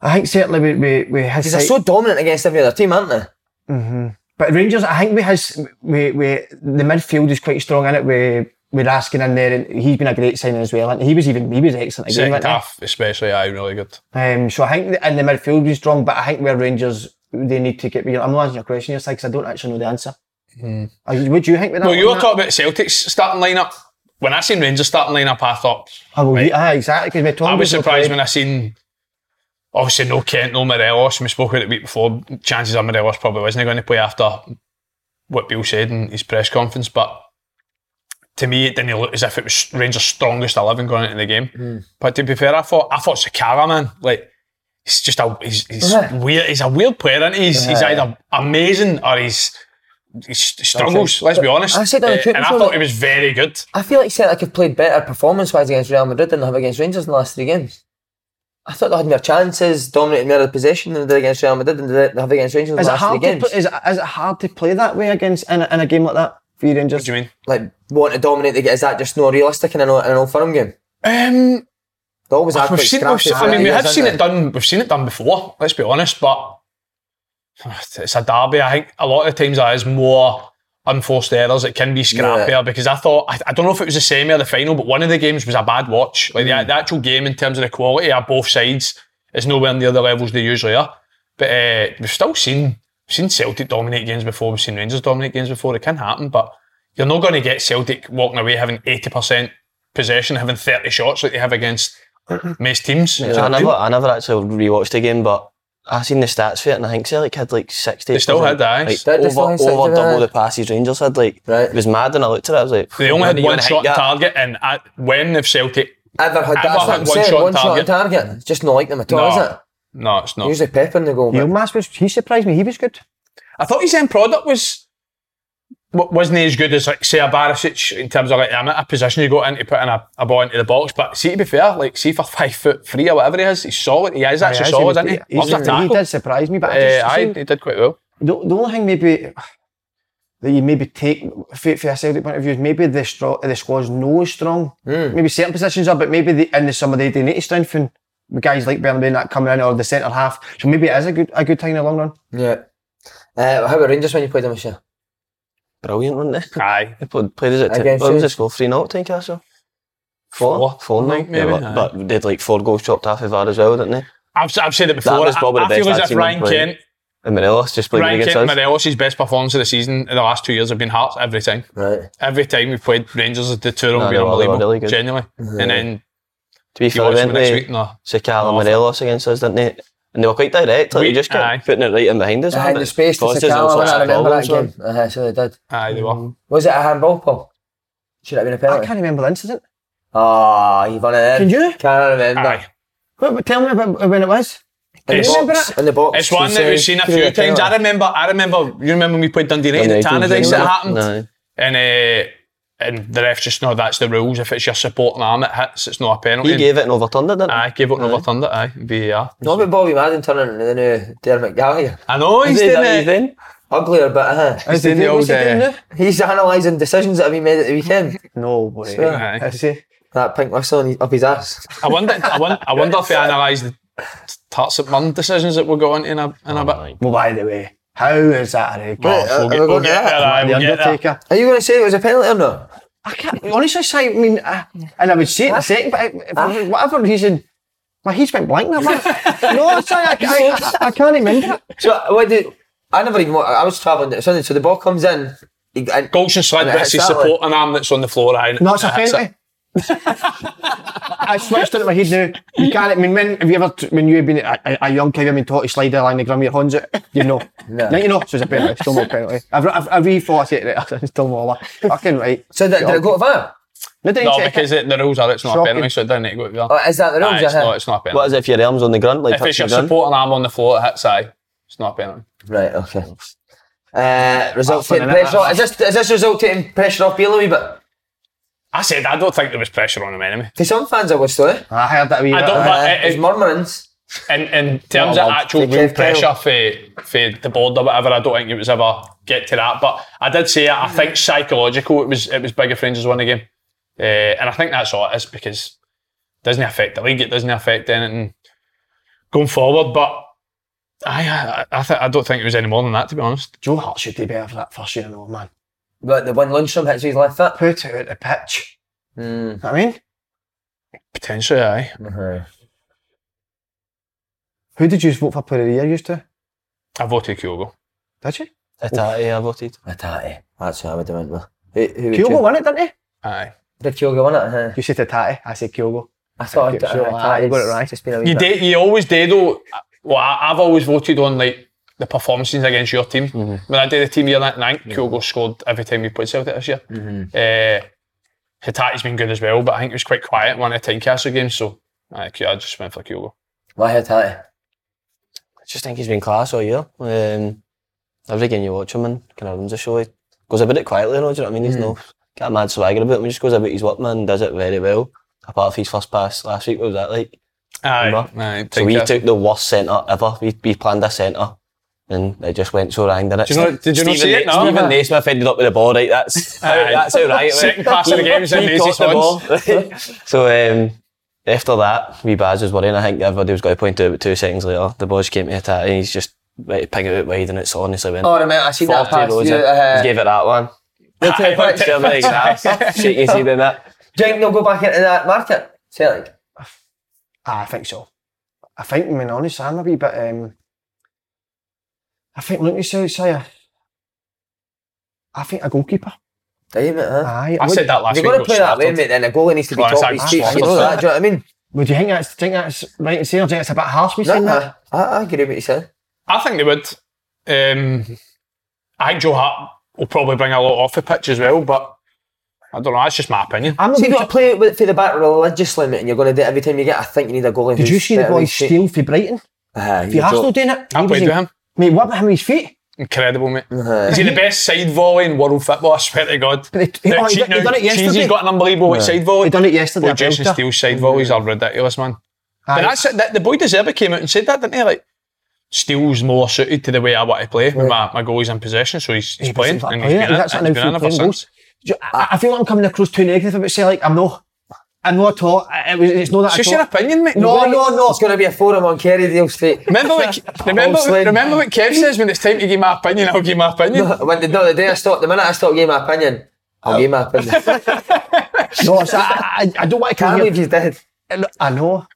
Speaker 2: I think certainly we, we, we his
Speaker 4: Because they're
Speaker 2: side-
Speaker 4: so dominant against every other team, aren't they?
Speaker 2: But Rangers, I think we has we, we the midfield is quite strong in it. We we're asking in there, and he's been a great signing as well. And he was even he was excellent again.
Speaker 3: Second
Speaker 2: wasn't he?
Speaker 3: half, especially, aye, really good.
Speaker 2: Um, so I think the, and the midfield was strong, but I think where Rangers they need to get. You know, I'm not asking your question here, because I don't actually know the answer. Are you- Would you think with that?
Speaker 3: Mm. Well, you
Speaker 2: one,
Speaker 3: were
Speaker 2: that-
Speaker 3: talking about Celtic's starting lineup. When I seen Rangers starting lineup, I thought
Speaker 2: Oh, well, yeah, aye, exactly. Because
Speaker 3: I was surprised when I seen obviously no Kent, no Morelos. and We spoke about it the week before. Chances are Morelos probably wasn't going to play after what Bill said in his press conference. But to me, it didn't look as if it was Rangers' strongest eleven going into the game. But to be fair, I thought I thought Sakala man like. He's just a he's, he's
Speaker 4: Yeah.
Speaker 3: weird. He's a weird player, and he's he's either amazing or he's he s- struggles. Let's be honest.
Speaker 4: I said on the
Speaker 3: Uh,
Speaker 4: trip
Speaker 3: and I
Speaker 4: before
Speaker 3: thought
Speaker 4: that-
Speaker 3: he was very good.
Speaker 4: I feel like Celtic have played better performance-wise against Real Madrid than they have against Rangers in the last three games. I thought they had more chances, dominating their possession than they did against Real Madrid than they have against Rangers in the
Speaker 2: Is it
Speaker 4: last three
Speaker 2: hard to
Speaker 4: games.
Speaker 2: put, is, it, is it hard to play that way against in a, in a game like that for you Rangers?
Speaker 3: What do you mean?
Speaker 4: like want to dominate the is that just not realistic in an, in an old firm game?
Speaker 3: Um,
Speaker 4: They always are
Speaker 3: We've
Speaker 4: quite
Speaker 3: seen,
Speaker 4: scrappy
Speaker 3: we've seen- I
Speaker 4: for
Speaker 3: mean, we
Speaker 4: years,
Speaker 3: have
Speaker 4: aren't
Speaker 3: seen
Speaker 4: they?
Speaker 3: it done. We've seen it done before. Let's be honest, but it's a derby. I think a lot of times that is more unforced errors. It can be scrappier because I thought I, I don't know if it was the semi or the final, but one of the games was a bad watch. Like the, the actual game in terms of the quality of both sides is nowhere near the levels they usually are. But uh, we've still seen we've seen Celtic dominate games before. We've seen Rangers dominate games before. It can happen, but you're not going to get Celtic walking away having eighty percent possession, having thirty shots like they have against most teams.
Speaker 5: I never, I never actually rewatched the game, but I seen the stats for it, and I think Celtic had like sixty.
Speaker 3: They still had that,
Speaker 5: like,
Speaker 3: aye.
Speaker 4: Did they still
Speaker 5: over,
Speaker 4: have 60,
Speaker 5: over
Speaker 4: didn't
Speaker 5: double
Speaker 4: they?
Speaker 5: the passes Rangers had. Like
Speaker 4: Right.
Speaker 5: it was mad, and I looked at it, I was like,
Speaker 3: They only had
Speaker 5: "You're
Speaker 3: one
Speaker 5: gonna
Speaker 3: shot
Speaker 5: hit that."
Speaker 3: on target, and I, when have Celtic?
Speaker 4: Ever had
Speaker 3: I've
Speaker 4: that? That's
Speaker 3: had
Speaker 4: what I'm
Speaker 3: one
Speaker 4: saying.
Speaker 3: shot on
Speaker 4: One shot on
Speaker 3: target.
Speaker 4: target. It's just not like them at all,
Speaker 3: No.
Speaker 4: is it?
Speaker 3: No, it's not.
Speaker 4: Usually Pep in the goal. but-
Speaker 2: Yilmaz was he surprised me. He was good.
Speaker 3: I thought his end product was wa- wasn't as good as like say a Barisic in terms of like the amount of position you got into putting a, a ball into the box. But see to be fair, like see for [laughs] five foot three or whatever he is, he's solid. He is actually
Speaker 2: Aye,
Speaker 3: solid,
Speaker 2: was-
Speaker 3: isn't he?
Speaker 2: he-
Speaker 3: Loves a
Speaker 2: he
Speaker 3: tackle.
Speaker 2: did surprise me, but I
Speaker 3: Eh,
Speaker 2: just
Speaker 3: aye,
Speaker 2: seen-
Speaker 3: he did quite well.
Speaker 2: The, the only thing maybe that you maybe take for, for a Celtic point of view is maybe the stro- the squad's no as strong. Maybe certain positions are, but maybe the, in the summer they, they need to strengthen with guys like Bernabeu not coming in or the centre half. So maybe it is a good a good thing in the long run.
Speaker 4: Yeah. Uh, how about Rangers when you played them this year?
Speaker 5: Brilliant, weren't they?
Speaker 3: Aye,
Speaker 5: They played, played us at ten.
Speaker 4: Against
Speaker 5: What was
Speaker 4: who?
Speaker 5: the score? Three 0 Tynecastle.
Speaker 3: Four,
Speaker 5: Four
Speaker 3: I
Speaker 5: nil,
Speaker 3: think, maybe,
Speaker 5: yeah,
Speaker 3: aye.
Speaker 5: but, but they had like four goals chopped off of VAR as well, didn't they?
Speaker 3: I've, I've said it before.
Speaker 5: was probably
Speaker 3: I,
Speaker 5: the
Speaker 3: I feel
Speaker 5: best I've
Speaker 3: as if
Speaker 5: seen him
Speaker 3: Ryan
Speaker 5: play.
Speaker 3: Kent,
Speaker 5: And Morelos just played
Speaker 3: Ryan
Speaker 5: against
Speaker 3: Kent,
Speaker 5: us.
Speaker 3: Morelos, his best performance of the season in the last two years have been Hearts every time.
Speaker 4: Right.
Speaker 3: Every time we played Rangers, the two of them
Speaker 5: No,
Speaker 3: were
Speaker 5: they were- they were
Speaker 3: unbelievable,
Speaker 5: really good.
Speaker 3: genuinely. And then
Speaker 5: to be
Speaker 3: you
Speaker 5: fair,
Speaker 3: watch them
Speaker 5: didn't
Speaker 3: next week,
Speaker 5: they?
Speaker 3: no.
Speaker 5: Sakala
Speaker 3: Awful.
Speaker 5: and Morelos against us, didn't they? And they were quite direct. Like,
Speaker 3: We-
Speaker 5: they just kept
Speaker 3: aye.
Speaker 5: putting it right in behind us.
Speaker 4: Behind
Speaker 5: and
Speaker 4: the
Speaker 5: it
Speaker 4: space dus to
Speaker 5: caused us all
Speaker 4: Sakala,
Speaker 5: sorts
Speaker 4: I
Speaker 5: of
Speaker 4: remember that
Speaker 5: problems, man.
Speaker 4: game. Uh, so they did.
Speaker 3: Aye, they were.
Speaker 4: Was it a handball, Paul? Should it have been a
Speaker 2: I
Speaker 4: penalty?
Speaker 2: can't remember the incident.
Speaker 4: Ah, you've won it in.
Speaker 2: Can you?
Speaker 4: Can't remember.
Speaker 3: Aye.
Speaker 2: What, what- tell me about when it was.
Speaker 4: In,
Speaker 3: It's-
Speaker 4: the box, in the box.
Speaker 3: It's one
Speaker 4: she
Speaker 3: that we've
Speaker 4: said,
Speaker 3: seen a
Speaker 4: "Give it
Speaker 3: few times. I
Speaker 4: penalty."
Speaker 3: remember, I remember, you remember when we played Dundee United
Speaker 5: United,
Speaker 3: at Tannadice, it
Speaker 5: yeah.
Speaker 3: happened.
Speaker 5: Aye.
Speaker 3: And, uh, and the ref just, no, that's the rules. If it's your supporting arm, it hits, it's not a penalty.
Speaker 5: He gave it and overturned it, didn't he?
Speaker 3: Aye, gave up and overturned it, aye, VAR.
Speaker 4: Not about Bobby Madden turning into the new Dermot Gallagher.
Speaker 3: I know, he's
Speaker 5: Is it
Speaker 3: doing
Speaker 5: that
Speaker 3: it.
Speaker 5: even?
Speaker 4: Uglier, but uh,
Speaker 3: He's doing the
Speaker 2: What's
Speaker 3: old,
Speaker 2: he doing
Speaker 3: uh,
Speaker 2: now?
Speaker 4: he's analysing decisions that have been made at the weekend.
Speaker 2: No way.
Speaker 3: Aye.
Speaker 2: I see.
Speaker 4: That pink whistle in- up his ass.
Speaker 3: I wonder, I wonder, I wonder
Speaker 5: [laughs]
Speaker 3: if he analysed the Tarts at Munn decisions that were going in a, in
Speaker 5: Oh
Speaker 3: a bit.
Speaker 2: Well, by the way, how is that a red card?
Speaker 4: Right, uh,
Speaker 3: we'll get,
Speaker 4: we're
Speaker 3: we'll
Speaker 4: going to
Speaker 3: get
Speaker 4: that.
Speaker 3: there, aye,
Speaker 2: the
Speaker 3: we'll get there.
Speaker 2: Undertaker.
Speaker 4: Are you going to say it was a penalty or not?
Speaker 2: I can't honestly say. I mean, I, and I would say it in a second, but I, for whatever reason, my head's went blank. Now, man. no, I, say I, I, I, I can't remember. it.
Speaker 4: So what did I never even? wa- I was travelling to Sunday, so the ball comes in. he- and-
Speaker 3: Golson slid
Speaker 4: And it
Speaker 3: hits
Speaker 4: hits
Speaker 3: his
Speaker 4: that way.
Speaker 3: supporting arm that's on the floor, aye. and
Speaker 2: No, it's a
Speaker 3: it hits it.
Speaker 2: penalty. I switched it in my head now. You can't. I mean, when have you ever? When you've been a, a, a young kid, you've been taught to slide along the ground with your hands out. You know,
Speaker 4: No.
Speaker 2: Now you know. So it's a penalty. Still more penalty. I've I've, I've rethought it. Right? [laughs] Still more. Like, fucking right.
Speaker 4: so did, did it go to VAR?
Speaker 2: No, didn't
Speaker 3: No,
Speaker 2: check it.
Speaker 3: because it, the rules are it's not
Speaker 2: Shocking.
Speaker 3: a penalty, so it doesn't need to go to VAR.
Speaker 4: Or is that the rules?
Speaker 3: Aye, it's
Speaker 4: yeah?
Speaker 3: not, it's not a penalty.
Speaker 5: What is it if your arm's on the ground? Like
Speaker 3: if it's
Speaker 5: touching
Speaker 3: your
Speaker 5: the ground?
Speaker 3: supporting arm on the floor, it hits aye. It's not a penalty.
Speaker 4: Right. Okay. Uh, result
Speaker 2: That's
Speaker 4: taking
Speaker 2: an-
Speaker 4: pressure. off. Is this is this result taking pressure off Beale a wee bit?
Speaker 3: I said I don't think there was pressure on him anyway.
Speaker 4: Because some fans I was though. eh?
Speaker 2: I heard that. Wee
Speaker 3: I
Speaker 2: bit.
Speaker 3: don't-
Speaker 4: Uh,
Speaker 3: But it-
Speaker 4: there's
Speaker 3: it-
Speaker 4: murmurings.
Speaker 3: In, in terms of
Speaker 4: lad.
Speaker 3: actual
Speaker 4: Take
Speaker 3: real
Speaker 4: care,
Speaker 3: pressure
Speaker 4: Kyle.
Speaker 3: for, for the board or whatever, I don't think it was ever get to that. But I did say it, I think psychological, it was it was bigger friends as one game. Uh, and I think that's all it is because it doesn't affect the league, it doesn't affect anything going forward. But I I, I, th- I don't think it was any more than that, to be honest.
Speaker 2: Joe Hart should do better for that first year and all, man.
Speaker 4: But the one Lundstrom hits his left foot.
Speaker 2: Put it out the pitch.
Speaker 4: Mm.
Speaker 2: Know what I mean,
Speaker 3: Potentially, aye.
Speaker 2: who did you vote for player of the year? Used to
Speaker 3: I voted Kyogo.
Speaker 2: did you?
Speaker 1: Itati, I voted.
Speaker 4: Atati. That's who I would have went with. Who, who would
Speaker 2: Kyogo
Speaker 4: you?
Speaker 2: won it, didn't he?
Speaker 3: Aye.
Speaker 4: Did Kyogo win it? Huh?
Speaker 2: You said Tatati, I said Kyogo.
Speaker 4: I thought
Speaker 2: Okay,
Speaker 4: I'd,
Speaker 2: so, ah, you got it right.
Speaker 4: Just been a wee
Speaker 3: You,
Speaker 4: bit-
Speaker 3: did, you always did though. Well, I, I've always voted on like the performances against your team. When I did the team year that night, Kyogo scored every time we played Celtic this year. Uh, Hitati's been good as well, but I think it was quite quiet in one of the Tynecastle games, so aye, I just went for Kyogo.
Speaker 4: Why Atati?
Speaker 1: I just think he's been class all year. Um, every game you watch him in, kind of runs the show. He goes about it quietly, you know, do you know what I mean? He's
Speaker 2: Hmm.
Speaker 1: no got a mad swagger about him. He just goes about his work, man, does it very well. Apart from his first pass last week, what was that like?
Speaker 3: Aye,
Speaker 1: Remember?
Speaker 3: aye
Speaker 1: So we
Speaker 3: Tynecastle.
Speaker 1: took the worst centre ever. We, we planned a centre. And it just went so rang, didn't it?
Speaker 3: Did you not- did you not
Speaker 1: Stephen
Speaker 3: see it? Uh,
Speaker 1: Na-
Speaker 3: No.
Speaker 1: Stephen Naismith ended up with the ball,
Speaker 3: [laughs]
Speaker 1: right? That's, how,
Speaker 3: Aye.
Speaker 1: that's how right it went.
Speaker 3: Second pass of the game was in
Speaker 1: He
Speaker 3: Macy's
Speaker 1: caught the ball, right? [laughs] So um, after that, we Baz was worrying. I think everybody was going to point to it, but two seconds later, the boys came to hit and he's just right, ping it out wide, and it's honestly went.
Speaker 4: Oh, I remember. I seen
Speaker 1: 40
Speaker 4: that pass.
Speaker 1: rows
Speaker 4: You,
Speaker 1: in.
Speaker 4: uh,
Speaker 1: He gave it that one.
Speaker 4: you'll
Speaker 1: [laughs]
Speaker 4: take
Speaker 3: Aye,
Speaker 4: it.
Speaker 3: I
Speaker 1: Still like that. Shaking his head in that.
Speaker 4: Do you think they'll go back into that market? Celtic.
Speaker 2: Ah, I think so. I think, I mean, honest, I'm a wee bit. Um, I think, look, you say, say a, I think a goalkeeper.
Speaker 4: Do you, mate, huh?
Speaker 2: Aye,
Speaker 3: I
Speaker 2: would,
Speaker 3: said that last
Speaker 4: If
Speaker 3: week.
Speaker 4: you're going
Speaker 3: got
Speaker 4: to play that way,
Speaker 3: slaughtered.
Speaker 4: mate, then a goalie needs to be
Speaker 3: Well, it's
Speaker 4: top of his
Speaker 3: actually
Speaker 4: feet. You know that, do you know
Speaker 1: [laughs]
Speaker 4: what I mean?
Speaker 2: Would you think that's think that's right to say, or do you think it's a bit harsh? We saying
Speaker 4: No,
Speaker 2: that.
Speaker 4: I, I I agree with what you said.
Speaker 3: I think they would. Um, I think Joe Hart will probably bring a lot off the pitch as well, but I don't know. That's just my opinion.
Speaker 2: I'm not.
Speaker 4: So if
Speaker 2: being-
Speaker 4: you play it with, for the back religiously, mate, and you're going to do it every time you get, I think you need a goalie.
Speaker 2: Did you see the boy steal for Brighton?
Speaker 4: Uh,
Speaker 2: For Arsenal doing it?
Speaker 3: I
Speaker 2: He was
Speaker 3: played
Speaker 2: in-
Speaker 3: with him.
Speaker 2: Mate, what about him with his feet?
Speaker 3: Incredible, mate. Is he the best side volley in world football? I swear to God.
Speaker 2: But [laughs] he-
Speaker 3: Now,
Speaker 2: oh, he
Speaker 3: Che-
Speaker 2: done- he
Speaker 3: now,
Speaker 2: done it yesterday.
Speaker 3: Cheesy's got an unbelievable side volley.
Speaker 2: He done it yesterday
Speaker 3: Boy,
Speaker 2: at
Speaker 3: Jason
Speaker 2: Belter.
Speaker 3: Steele's side volleys are ridiculous, man.
Speaker 2: Aye.
Speaker 3: But that's it. The, the boy Deserba came out and said that, didn't he? Like, Steele's more suited to the way I want to play with my, my goalie's in possession, so he's, he's
Speaker 2: He
Speaker 3: playing.
Speaker 2: doesn't
Speaker 3: And
Speaker 2: fucking
Speaker 3: he's
Speaker 2: play.
Speaker 3: been in it.
Speaker 2: That's
Speaker 3: He's
Speaker 2: an
Speaker 3: been
Speaker 2: outfield
Speaker 3: in it ever
Speaker 2: playing
Speaker 3: since.
Speaker 2: goals. Do you- I, I feel like I'm coming across too negative about say like I'm not. I'm not at all. It was, it's not that.
Speaker 3: It's
Speaker 2: at
Speaker 3: just
Speaker 2: all.
Speaker 3: your opinion, mate.
Speaker 2: No, no, no.
Speaker 4: It's going to be a forum on Kerry Deal Street.
Speaker 3: Remember
Speaker 1: [laughs]
Speaker 4: [laughs]
Speaker 3: what, remember,
Speaker 4: Obviously.
Speaker 3: remember what Kev says when it's time to give my opinion, I'll give my opinion.
Speaker 1: [laughs]
Speaker 4: when the, no, the day I stopped, the minute I stopped giving my opinion, I'll give my [laughs] opinion.
Speaker 2: No, it's, I, I, I don't want to
Speaker 4: Can't
Speaker 2: come
Speaker 4: believe
Speaker 2: here.
Speaker 4: you did.
Speaker 2: I know.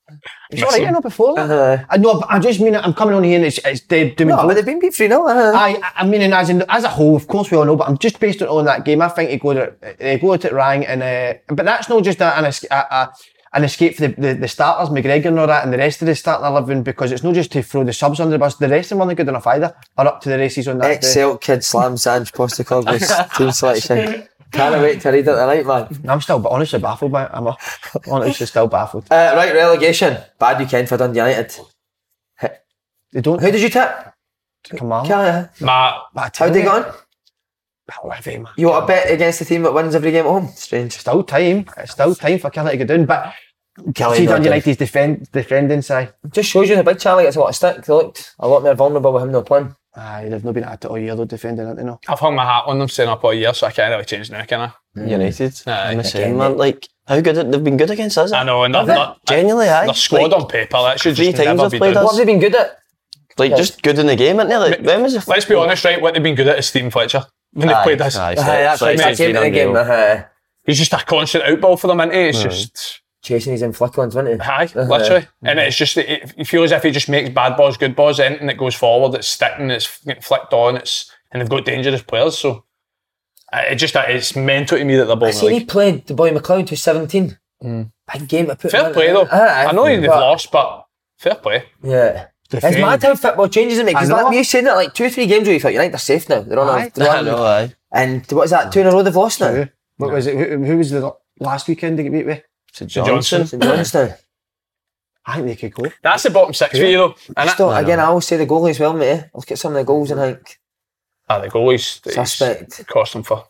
Speaker 2: It's all right, I know before that.
Speaker 4: Uh-huh.
Speaker 2: I know, but I just mean it. I'm coming on here and it's, it's dead doom and
Speaker 4: No,
Speaker 2: gloom.
Speaker 4: but they've been beat 3 0. Uh,
Speaker 2: I, I mean, and as in, as a whole, of course we all know, but I'm just based it on that game. I think he go to he go to Rang, and uh, but that's not just a, an esca- a, a, an escape for the, the, the starters, McGregor and all that, and the rest of the starting eleven because it's not just to throw the subs under the bus. The rest of them aren't good enough either. Are up to the races on that day.
Speaker 4: Excel kid slam Sanj [laughs] Postacoglu's team selection. Can't wait to read it tonight, man.
Speaker 2: I'm still, but honestly, baffled by it. I'm uh, honestly still baffled.
Speaker 4: Uh, right, relegation. Bad weekend for Dundee United.
Speaker 2: They don't.
Speaker 4: Who did you tip?
Speaker 2: come on?
Speaker 4: Callagher.
Speaker 3: Nah,
Speaker 4: How did they go on?
Speaker 2: Heavy, man.
Speaker 4: You want to bet against the team that wins every game at home? Strange.
Speaker 2: Still time. It's still time for Kelly to get down, but. See, Dundee United's defend, defending side.
Speaker 4: Just shows you the big Charlie gets a lot of stick. They looked a lot more vulnerable with him not playing.
Speaker 2: Aye, they've not been at it all year, though, defending, haven't they? No.
Speaker 3: I've hung my hat on them staying up all year, so I can't really change now, can I?
Speaker 1: United. I'm the
Speaker 3: Aye.
Speaker 1: same, man. Like, how good they've been good against us.
Speaker 3: I know, and they're,
Speaker 1: Have they?
Speaker 3: not,
Speaker 1: Genuinely, aye.
Speaker 3: they're squad
Speaker 1: Like,
Speaker 3: on paper. That should
Speaker 1: three
Speaker 3: just
Speaker 1: times
Speaker 3: never
Speaker 1: I've
Speaker 3: be
Speaker 1: played
Speaker 3: done.
Speaker 4: What have they been good at?
Speaker 1: Like, just good in the game, aren't they? Like, when was the
Speaker 3: Let's be honest, right? What they've been good at is Stephen Fletcher. When they
Speaker 1: Aye,
Speaker 3: played this,
Speaker 1: aye,
Speaker 4: Aye,
Speaker 1: so-
Speaker 4: that's
Speaker 1: so
Speaker 4: right.
Speaker 1: it's
Speaker 4: uh, That game
Speaker 1: been
Speaker 4: in the game.
Speaker 1: unreal.
Speaker 4: Uh,
Speaker 3: he's just a constant outball for them, and it's just
Speaker 4: chasing his inflick ones, wasn't he?
Speaker 3: high,
Speaker 4: Uh-huh.
Speaker 3: literally. And it's just it, it feels as if he just makes bad balls, good balls, anything that goes forward, it's sticking, it's getting flicked on, it's and they've got dangerous players. So uh, it just uh, it's mental to me that they're
Speaker 4: I
Speaker 3: both.
Speaker 4: seen he played the boy McLeod who's 17. Big game to put him
Speaker 3: Fair
Speaker 4: in.
Speaker 3: play though.
Speaker 4: Aye,
Speaker 3: I know they've
Speaker 4: uh, but-
Speaker 3: lost, but fair play.
Speaker 4: Yeah. It's mad how football changes it, mate. Because
Speaker 2: I know.
Speaker 4: like, you saying that like two or three games where you thought, you think they're safe now. They're on
Speaker 2: Aye.
Speaker 4: a they're
Speaker 1: I
Speaker 4: on-
Speaker 1: know, aye.
Speaker 4: And what is that, two in a row they've lost now?
Speaker 2: Who? What was it? Who, who was the lo- last weekend they got beat with?
Speaker 1: To
Speaker 3: Johnson.
Speaker 1: Johnson.
Speaker 4: St John's now.
Speaker 2: I think they could go.
Speaker 3: That's the bottom six for you though. And that,
Speaker 4: Still, again, I always say the goalie as well, mate. eh. Look at some of the goals and think,
Speaker 3: ah, the goalies it's
Speaker 4: suspect.
Speaker 3: cost them for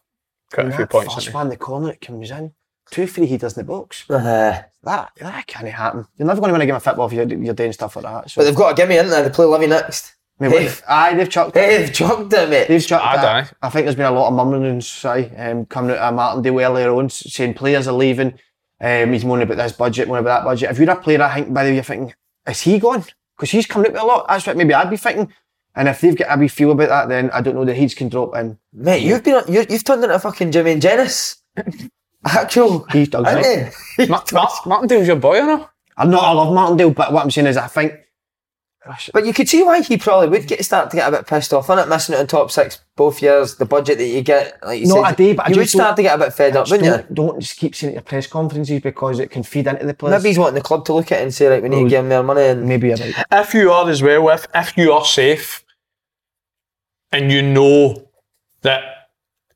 Speaker 3: quite a few
Speaker 2: that
Speaker 3: points.
Speaker 2: first
Speaker 3: didn't
Speaker 2: one, the corner it comes in. two, three headers in the box.
Speaker 4: Uh,
Speaker 2: That that can't happen. You're never going to win a game of football if you're, you're doing stuff like that. So.
Speaker 4: but they've got to give me in there. They play Livy next.
Speaker 2: I mean, what-
Speaker 4: They've-
Speaker 2: aye, they've chucked. it.
Speaker 4: They've chucked it, mate.
Speaker 2: They've chucked
Speaker 3: Bad,
Speaker 2: that. I think there's been a lot of mumblings aye, um, coming out of Martindale earlier on s- saying players are leaving. Um, he's moaning about this budget, moaning about that budget. If you're a player, I think by the way you're thinking, is he gone? Because he's coming out with a lot. That's what maybe I'd be thinking. And if they've got a wee feel about that, then I don't know the heads can drop in.
Speaker 4: Mate, you've been you you've turned into fucking Jimmy and Janice. Actual,
Speaker 2: He's dug
Speaker 4: aren't
Speaker 2: it.
Speaker 4: you?
Speaker 3: Mar- Mar- Martindale's your boy, or no?
Speaker 2: I'm not. I love Martindale, but what I'm saying is, I think. Gosh,
Speaker 4: But you could see why he probably would get start to get a bit pissed off on it, missing out on top six both years. The budget that you get, like you
Speaker 2: No,
Speaker 4: said,
Speaker 2: I do, but I
Speaker 4: you would
Speaker 2: just don't-
Speaker 4: start to get a bit fed up,
Speaker 2: just
Speaker 4: wouldn't you?
Speaker 2: don't, don't just keep saying it at your press conferences because it can feed into the players.
Speaker 4: Maybe he's wanting the club to look at it and say, like, we need to
Speaker 2: Well,
Speaker 4: give him their money. And
Speaker 2: maybe you're right.
Speaker 3: If you are as well, if if you are safe, and you know that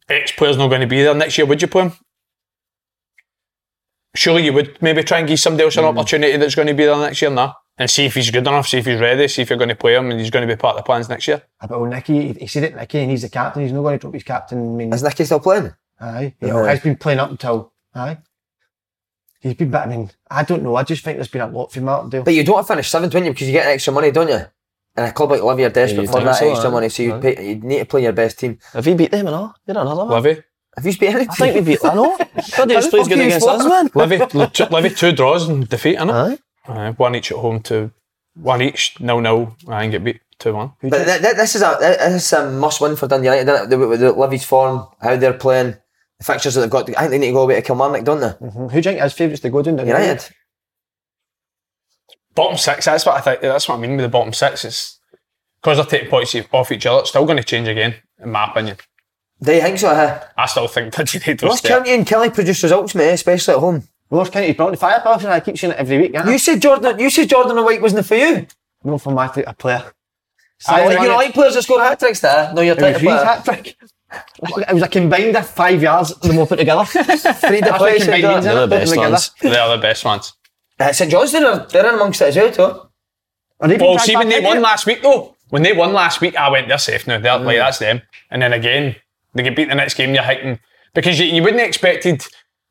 Speaker 3: X player's not going to be there next year, would you play him? Surely you would maybe try and give somebody else an
Speaker 4: Hmm.
Speaker 3: opportunity that's going to be there next year, nah, and see if he's good enough, see if he's ready, see if you're going to play him, and he's going to be part of the plans next year.
Speaker 2: About Nicky, he, he said it. Nicky, and he's the captain. He's not going to drop his captain. I mean,
Speaker 4: is Nicky still playing?
Speaker 2: Aye.
Speaker 4: No.
Speaker 2: He's been playing up until aye. He's been but I mean, I don't know. I just think there's been a lot for Martindale.
Speaker 4: But you don't have to finish seventh, don't you? Because you get extra money, don't you? And a club like Livy are desperate
Speaker 1: you
Speaker 4: for
Speaker 1: think
Speaker 4: that
Speaker 1: so,
Speaker 4: extra
Speaker 1: aye.
Speaker 4: money, so you'd, pay, you'd need to play your best team.
Speaker 1: Have you beat them and all? You're another man.
Speaker 3: Livy,
Speaker 4: Have you spent any
Speaker 1: I think we
Speaker 4: [laughs]
Speaker 1: beat.
Speaker 2: [laughs]
Speaker 1: I know. Bloody
Speaker 4: How
Speaker 1: this
Speaker 4: the
Speaker 1: plays
Speaker 4: fuck
Speaker 1: good
Speaker 4: do you
Speaker 1: against us,
Speaker 4: score?
Speaker 1: man.
Speaker 3: Livy, li- two- Livy, two draws and defeat, innit?
Speaker 1: Aye.
Speaker 3: Aye, one each at home to one each, no, no, I and get beat two one.
Speaker 4: But th- th- this is a this is a must win for Dundee United. Isn't it? The, with the Livy's form, how they're playing, the fixtures that they've got. I think they need to go away to Kilmarnock, don't they?
Speaker 2: Mhm. Who do you think his favourites to go down? down
Speaker 4: United.
Speaker 3: bottom six. That's what I think. That's what I mean with the bottom six. It's because they're taking points off each other. It's still going to change again, in my opinion.
Speaker 4: Do you think so? Huh?
Speaker 3: I still think [laughs] that you need those
Speaker 4: Ross
Speaker 3: step.
Speaker 4: County and Kelly produce results, mate, especially at home.
Speaker 2: North County brought the fire and I keep saying it every week. Yeah?
Speaker 3: Uh-huh.
Speaker 4: You said Jordan. You said Jordan and White wasn't for you.
Speaker 2: Not for my a player.
Speaker 4: I like, you
Speaker 2: Ironic.
Speaker 4: don't like players that score hat tricks, there. No, you're
Speaker 2: It was
Speaker 4: trying to
Speaker 2: Reid's
Speaker 4: play.
Speaker 2: hat trick. It was a combined of five yards the more put together. [laughs] Three
Speaker 4: deflection, don't
Speaker 1: They're the best ones.
Speaker 3: They are the best ones.
Speaker 4: Uh, St Johnston are they're in amongst it as well, too.
Speaker 3: Well, see when they won last week though. When they won last week, I went they're safe now. They're like that's them. And then again, they get beat the next game. You're hitting because you, you wouldn't have expected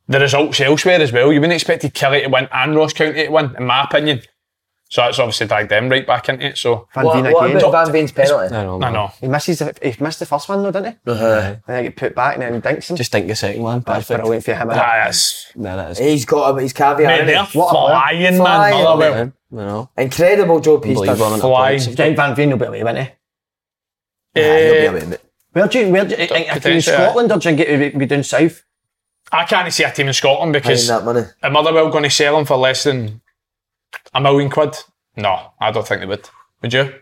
Speaker 3: the results elsewhere as well. You wouldn't have expected Kelly to win and Ross County to win, in my opinion. So that's obviously dragged them right back into it. So
Speaker 2: Van
Speaker 4: What,
Speaker 2: Veen
Speaker 4: what
Speaker 2: again.
Speaker 4: about Van Veen's penalty?
Speaker 1: I know.
Speaker 3: I
Speaker 1: man.
Speaker 3: know.
Speaker 2: He misses. The, he missed the first one though, didn't he?
Speaker 3: uh-huh.
Speaker 4: Uh,
Speaker 2: And then he get put back and then dinks him.
Speaker 1: Just think the second one.
Speaker 2: That's
Speaker 1: Perfect.
Speaker 2: brilliant for him. innit?
Speaker 3: Ah, that's
Speaker 1: Nah, that is.
Speaker 4: he's got a, his caveat.
Speaker 3: Mate,
Speaker 4: isn't he?
Speaker 3: they're
Speaker 2: What a player.
Speaker 3: flying, man.
Speaker 4: Flying,
Speaker 3: Motherwell.
Speaker 1: I know.
Speaker 4: Incredible job he's
Speaker 1: Unbelievable.
Speaker 4: done.
Speaker 1: amount of
Speaker 3: Flying.
Speaker 1: points.
Speaker 2: Jim Van Veen will be away, won't he?
Speaker 3: Eh,
Speaker 2: Where do you, where do you, are you in
Speaker 3: Potentially,
Speaker 2: Scotland or do you think it would be down south?
Speaker 3: I can't see a team in Scotland
Speaker 4: Paying
Speaker 3: because
Speaker 4: that money.
Speaker 3: are Motherwell going to sell him for less than a million quid? No, I don't think they would. Would you?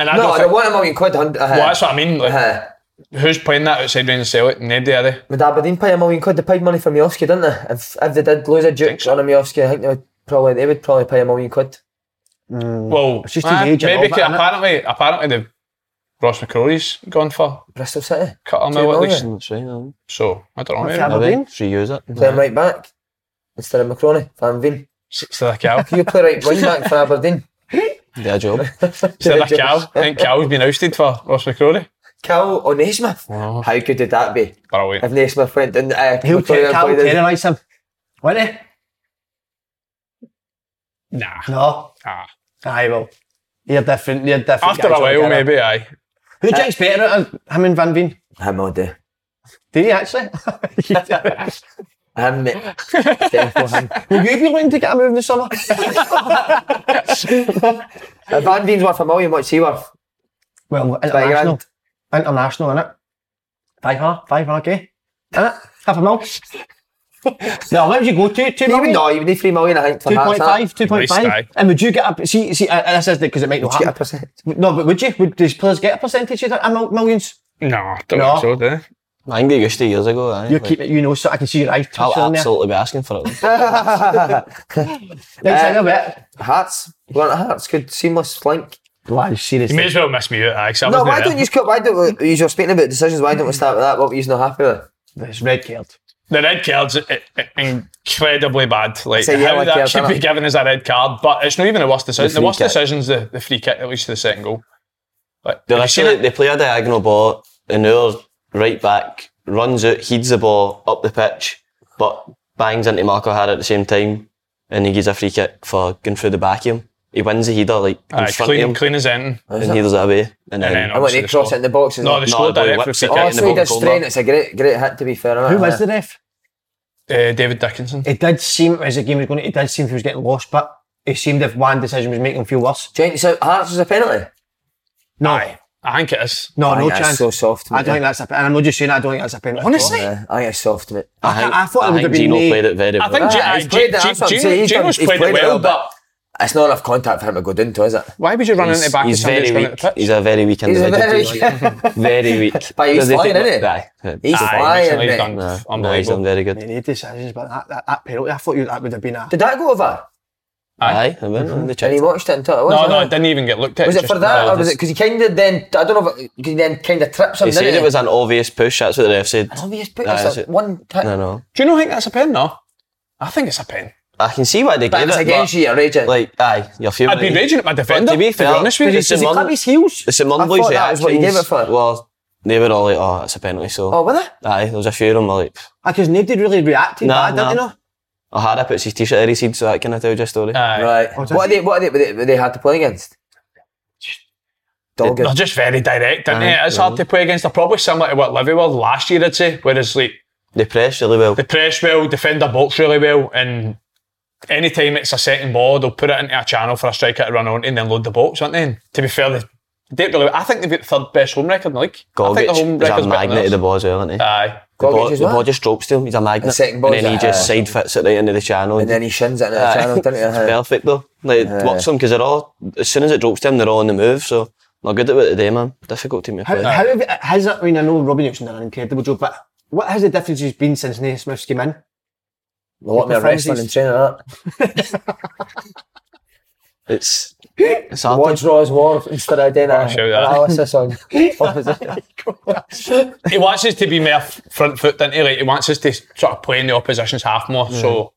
Speaker 3: And I
Speaker 4: no,
Speaker 3: don't
Speaker 4: they
Speaker 3: think.
Speaker 4: want a million quid. hun- Uh,
Speaker 3: well, that's what I mean. Like,
Speaker 4: uh,
Speaker 3: who's playing that outside range and sell it? Nobody, are they?
Speaker 4: would Aberdeen pay a million quid? They paid money for Miowski, didn't they? If, if they did lose a Duke on a Miowski, I think they would probably they would probably pay a million quid. Mm.
Speaker 3: Well,
Speaker 2: It's just
Speaker 3: eh,
Speaker 2: his age and
Speaker 3: maybe
Speaker 2: all that,
Speaker 3: ca- apparently, apparently the Ross McCrory's gone for
Speaker 4: Bristol City
Speaker 3: a cut a
Speaker 4: Two
Speaker 3: mil at
Speaker 4: million.
Speaker 3: least.
Speaker 1: That's right. um,
Speaker 3: So I don't know.
Speaker 2: What's
Speaker 3: Maybe.
Speaker 2: that?
Speaker 1: I
Speaker 2: Aberdeen?
Speaker 1: think three years up.
Speaker 4: playing right back instead of McCroney, Van Veen.
Speaker 3: It's like
Speaker 4: [laughs]
Speaker 3: a cow.
Speaker 4: Can you play right wing back
Speaker 3: [laughs]
Speaker 4: for Aberdeen?
Speaker 1: Did a job.
Speaker 3: Instead of a cow. I think cow's been ousted for Ross McCrory.
Speaker 4: Cal or Naismith?
Speaker 3: Oh.
Speaker 4: How good did that be? If
Speaker 3: Brilliant.
Speaker 4: Naismith went in, uh,
Speaker 2: He'll
Speaker 4: McCrory
Speaker 2: ter-
Speaker 4: and
Speaker 2: Cal will
Speaker 4: played in-
Speaker 2: terrorise him. Won't he?
Speaker 3: Nah.
Speaker 2: No.
Speaker 3: Ah.
Speaker 2: Aye, well. You're different. You're different.
Speaker 3: After
Speaker 2: guys
Speaker 3: a while,
Speaker 2: altogether.
Speaker 3: maybe, aye.
Speaker 2: Who do you think's better out of him and Van Veen?
Speaker 4: him all day.
Speaker 2: Do you
Speaker 1: [laughs]
Speaker 2: actually? [laughs]
Speaker 3: [laughs]
Speaker 4: Him, mate. Definitely him.
Speaker 2: Will you be looking to get a move in the summer?
Speaker 4: If Van Veen's worth a million, what's he worth?
Speaker 2: well,
Speaker 4: Five
Speaker 2: international.
Speaker 4: grand.
Speaker 2: International, innit? Five hundred, five hundred k. Innit? Half a
Speaker 4: [laughs]
Speaker 2: mil. no, where would you go to? Two
Speaker 4: Even
Speaker 2: million?
Speaker 4: no, you would need three million, I think, for Hearts, huh?
Speaker 2: 2.5, 2.5.
Speaker 3: Waste,
Speaker 2: And would you get a, see, see, uh, this is because it might not
Speaker 4: Get a
Speaker 2: happen.
Speaker 4: percent.
Speaker 2: No, but would you? Would these players get a percentage of that? A mil- millions?
Speaker 3: No, I don't
Speaker 2: No.
Speaker 3: think so, do they?
Speaker 1: I think they used to years ago. Aye.
Speaker 2: You
Speaker 1: Like,
Speaker 2: keep it, you know, so I can see your eyes
Speaker 4: Oh,
Speaker 2: touching
Speaker 1: I'll
Speaker 2: on there.
Speaker 1: absolutely be asking for it. [laughs]
Speaker 2: Next thing
Speaker 4: Um,
Speaker 2: I bet.
Speaker 4: Hearts. Weren't Hearts good seamless link?
Speaker 2: Why,
Speaker 3: You may
Speaker 2: seriously?
Speaker 3: as well miss me out, aye. 'cause I
Speaker 4: No,
Speaker 3: wasn't
Speaker 4: why
Speaker 3: there.
Speaker 4: don't you cut? Why don't we, you're speaking about decisions? Why don't we start with that? What were you not happy with?
Speaker 2: It's red card.
Speaker 3: The red card's i- i- incredibly bad. Like
Speaker 4: a yellow
Speaker 3: how that
Speaker 4: card,
Speaker 3: should
Speaker 4: isn't
Speaker 3: be
Speaker 4: it?
Speaker 3: given as a red card, but it's not even the worst decision. The,
Speaker 1: free
Speaker 3: worst
Speaker 1: kick.
Speaker 3: decision's the, the free kick, at least to the second goal. Like,
Speaker 1: They
Speaker 3: have you seen
Speaker 1: literally
Speaker 3: it?
Speaker 1: they play a diagonal ball, and our right back runs out, heeds the ball up the pitch, but bangs into Marco Hara at the same time, and he gives a free kick for going through the back of him. He wins the header like in
Speaker 3: Aye,
Speaker 1: front of
Speaker 3: clean,
Speaker 1: him,
Speaker 3: clean as anything.
Speaker 1: and heathers it away,
Speaker 3: And
Speaker 1: and then,
Speaker 3: then
Speaker 4: And when
Speaker 3: obviously
Speaker 4: they
Speaker 3: the
Speaker 4: cross
Speaker 3: score.
Speaker 4: it in the box, is
Speaker 3: No,
Speaker 4: it?
Speaker 3: they
Speaker 1: No,
Speaker 3: scored
Speaker 1: the
Speaker 3: direct for
Speaker 1: whips
Speaker 3: free
Speaker 1: it
Speaker 3: kick
Speaker 1: in
Speaker 4: Oh,
Speaker 3: in
Speaker 1: the
Speaker 4: so he
Speaker 1: bottom
Speaker 4: does
Speaker 1: corner.
Speaker 4: strain. It's a great, great hit to be fair.
Speaker 2: Who was the ref?
Speaker 3: the- uh, David Dickinson.
Speaker 2: It did seem as the game was going. It did seem he was getting lost, but it seemed if one decision was making him feel worse.
Speaker 4: Do you think so? Hearts was a penalty?
Speaker 2: No,
Speaker 3: I think it is.
Speaker 1: Oh,
Speaker 2: no,
Speaker 4: I
Speaker 2: no
Speaker 4: think that's
Speaker 2: chance.
Speaker 4: so soft,
Speaker 2: I
Speaker 4: mate.
Speaker 2: don't think that's a. And I'm not just saying that, I don't think that's a penalty. Honestly,
Speaker 4: Yeah, I think it's soft, mate.
Speaker 1: I,
Speaker 2: I-
Speaker 1: think,
Speaker 2: I thought it would
Speaker 1: think
Speaker 2: have been
Speaker 1: Gino
Speaker 2: me.
Speaker 1: played it very
Speaker 3: I
Speaker 1: well.
Speaker 3: think
Speaker 4: Aye,
Speaker 3: G- aye,
Speaker 4: he's played that,
Speaker 3: G-
Speaker 4: that's what I'm
Speaker 3: Gino-
Speaker 4: saying, he's
Speaker 3: Gino's
Speaker 4: done- he's
Speaker 3: played it
Speaker 4: played it
Speaker 3: well,
Speaker 4: well,
Speaker 3: but
Speaker 4: It's not enough contact for him to go down to, is it?
Speaker 3: why would you run into the back
Speaker 1: he's
Speaker 3: of somebody
Speaker 1: very
Speaker 3: that's running
Speaker 1: weak.
Speaker 3: at the
Speaker 1: He's
Speaker 3: pitch?
Speaker 1: a very weak
Speaker 4: He's a
Speaker 1: individual.
Speaker 6: [laughs]
Speaker 4: very
Speaker 1: very weak.
Speaker 4: But he's
Speaker 1: Does he
Speaker 4: flying,
Speaker 1: think-
Speaker 4: isn't he?
Speaker 1: Aye.
Speaker 4: He's
Speaker 3: Aye, recently he's done
Speaker 4: flying, mate.
Speaker 1: No, no, he's done
Speaker 3: unbelievable.
Speaker 1: very good.
Speaker 2: any decisions, but that, that, that penalty, I thought you, that would have been a.
Speaker 4: Did that go over?
Speaker 1: Aye, I went on the
Speaker 4: And he
Speaker 1: check.
Speaker 4: watched it until it was.
Speaker 3: No,
Speaker 4: wasn't
Speaker 3: no,
Speaker 4: it?
Speaker 3: it didn't even get looked at.
Speaker 4: Was it
Speaker 3: just-
Speaker 4: for that,
Speaker 3: no,
Speaker 4: or was it because he kind of then? I don't know. If it, 'cause he then kind of trips him.
Speaker 1: He said
Speaker 4: didn't
Speaker 1: it was an obvious push. That's what the ref said.
Speaker 4: An obvious put.
Speaker 1: Aye,
Speaker 4: it's
Speaker 1: that's
Speaker 4: a
Speaker 1: it.
Speaker 4: one. T-
Speaker 1: No, no.
Speaker 3: Do you not think that's a pen? No, I think it's a pen.
Speaker 1: I can see why they
Speaker 4: But
Speaker 1: gave
Speaker 4: it's
Speaker 1: it.
Speaker 4: against
Speaker 1: but,
Speaker 4: you, you're raging.
Speaker 1: Like, aye, your favourite.
Speaker 3: I'd be raging at my defender.
Speaker 1: to be fair,
Speaker 3: honest with you,
Speaker 1: does he
Speaker 3: Simon-
Speaker 1: clap his
Speaker 2: heels?
Speaker 1: The St.
Speaker 4: I
Speaker 1: Mun
Speaker 4: thought
Speaker 1: boys, the
Speaker 4: that was what he
Speaker 1: Atkins,
Speaker 4: gave it for.
Speaker 1: Well, they were all like, oh, it's a penalty. So,
Speaker 4: oh, was it?
Speaker 1: aye, there was a few of them were like,
Speaker 2: Because nobody really reacted.
Speaker 1: Nah,
Speaker 2: bad, did
Speaker 1: nah.
Speaker 2: they, no?
Speaker 1: O'Hara puts his t-shirt every seed, so that kind of tells you a story.
Speaker 3: Aye.
Speaker 4: Right.
Speaker 2: Oh, does
Speaker 4: what are
Speaker 2: he?
Speaker 4: they? What are they? They, they had to play against. Dogged.
Speaker 3: They're just very direct, aren't they? It's hard to play against. They're probably similar to what Livy were last year, I'd say. Whereas, like,
Speaker 1: They press really well. [laughs]
Speaker 3: they press well, defend their box really well, and anytime it's a second ball, they'll put it into a channel for a striker to run onto and then load the box, aren't they? And to be fair, they don't really. I think they've got the third best home record in the league. I think the home
Speaker 1: Gogic is
Speaker 3: record's
Speaker 1: a
Speaker 3: better than
Speaker 1: magnet of the
Speaker 3: theirs.
Speaker 1: ball as well, isn't he?
Speaker 3: Aye.
Speaker 1: The
Speaker 4: Gogic
Speaker 1: ball,
Speaker 4: is
Speaker 1: the
Speaker 4: what?
Speaker 1: ball just drops to him. He's a magnet.
Speaker 4: second
Speaker 1: and
Speaker 4: ball's
Speaker 1: then he
Speaker 4: a-
Speaker 1: just side fits it right into the channel.
Speaker 4: and then he shins it in the
Speaker 1: Aye.
Speaker 4: channel, didn't he?
Speaker 1: It's
Speaker 4: Aye.
Speaker 1: perfect though. Like, it works them because they're all, as soon as it drops to them, they're all on the move. So, not good at it today, man. Difficult team to
Speaker 2: How,
Speaker 1: play.
Speaker 2: how have, has it, I mean, I know Robin Nixon done an incredible job, but what has the differences been since Naismith's came in?
Speaker 4: Well, what me a wrestling and
Speaker 2: performances-
Speaker 4: training that.
Speaker 1: It's, it's hard.
Speaker 4: Watch Raw's War instead of doing
Speaker 3: show
Speaker 4: a-
Speaker 3: that.
Speaker 4: analysis on
Speaker 3: [laughs]
Speaker 4: opposition.
Speaker 3: he wants us to be more f- front foot, doesn't he? Like, he wants us to sort of play in the opposition's half more. So,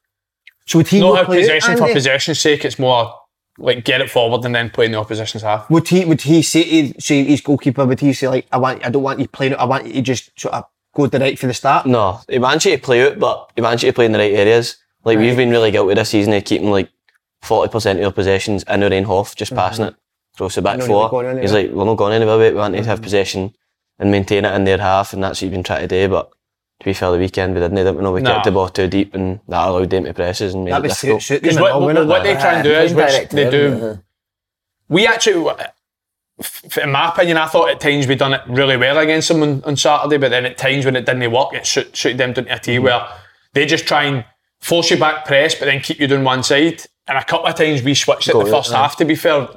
Speaker 2: So would he
Speaker 3: not
Speaker 2: not
Speaker 3: have
Speaker 2: play out,
Speaker 3: possession for
Speaker 2: Andy?
Speaker 3: possession's sake, it's more like get it forward and then play in the opposition's half.
Speaker 2: Would he would he say to, say to his goalkeeper? Would he say like I want I don't want you playing it. I want you to just sort of go direct for the start.
Speaker 1: No, he wants you to play out, but he wants you to play in the right areas. Like we've been really guilty this season of keeping like forty percent of your possessions in our own half, just passing it across the back
Speaker 2: Not
Speaker 1: four.
Speaker 2: really going anywhere. Mm.
Speaker 1: He's like, we're not going anywhere. Mate. We want to have possession and maintain it in their half, and that's what you've been trying to do. But to be fair, the weekend we didn't. You know, we
Speaker 3: No.
Speaker 1: kept the ball too deep, and that allowed them to press us and made
Speaker 2: That
Speaker 1: it
Speaker 2: would suit,
Speaker 1: difficult. [laughs]
Speaker 2: suit
Speaker 3: Because
Speaker 2: them
Speaker 3: what,
Speaker 2: all,
Speaker 3: what,
Speaker 2: wouldn't
Speaker 3: what
Speaker 2: it?
Speaker 3: they try and do
Speaker 4: Aye,
Speaker 3: is which
Speaker 4: direct
Speaker 3: they
Speaker 4: them,
Speaker 3: do. We actually, f- f- in my opinion, I thought at times we done it really well against them on, on Saturday, but then at times when it didn't work, it suit, suited them to a tee where they just try and force you back press, but then keep you down one side. And a couple of times we switched it
Speaker 1: Got
Speaker 3: the
Speaker 1: it,
Speaker 3: first
Speaker 1: aye.
Speaker 3: half. To be fair, it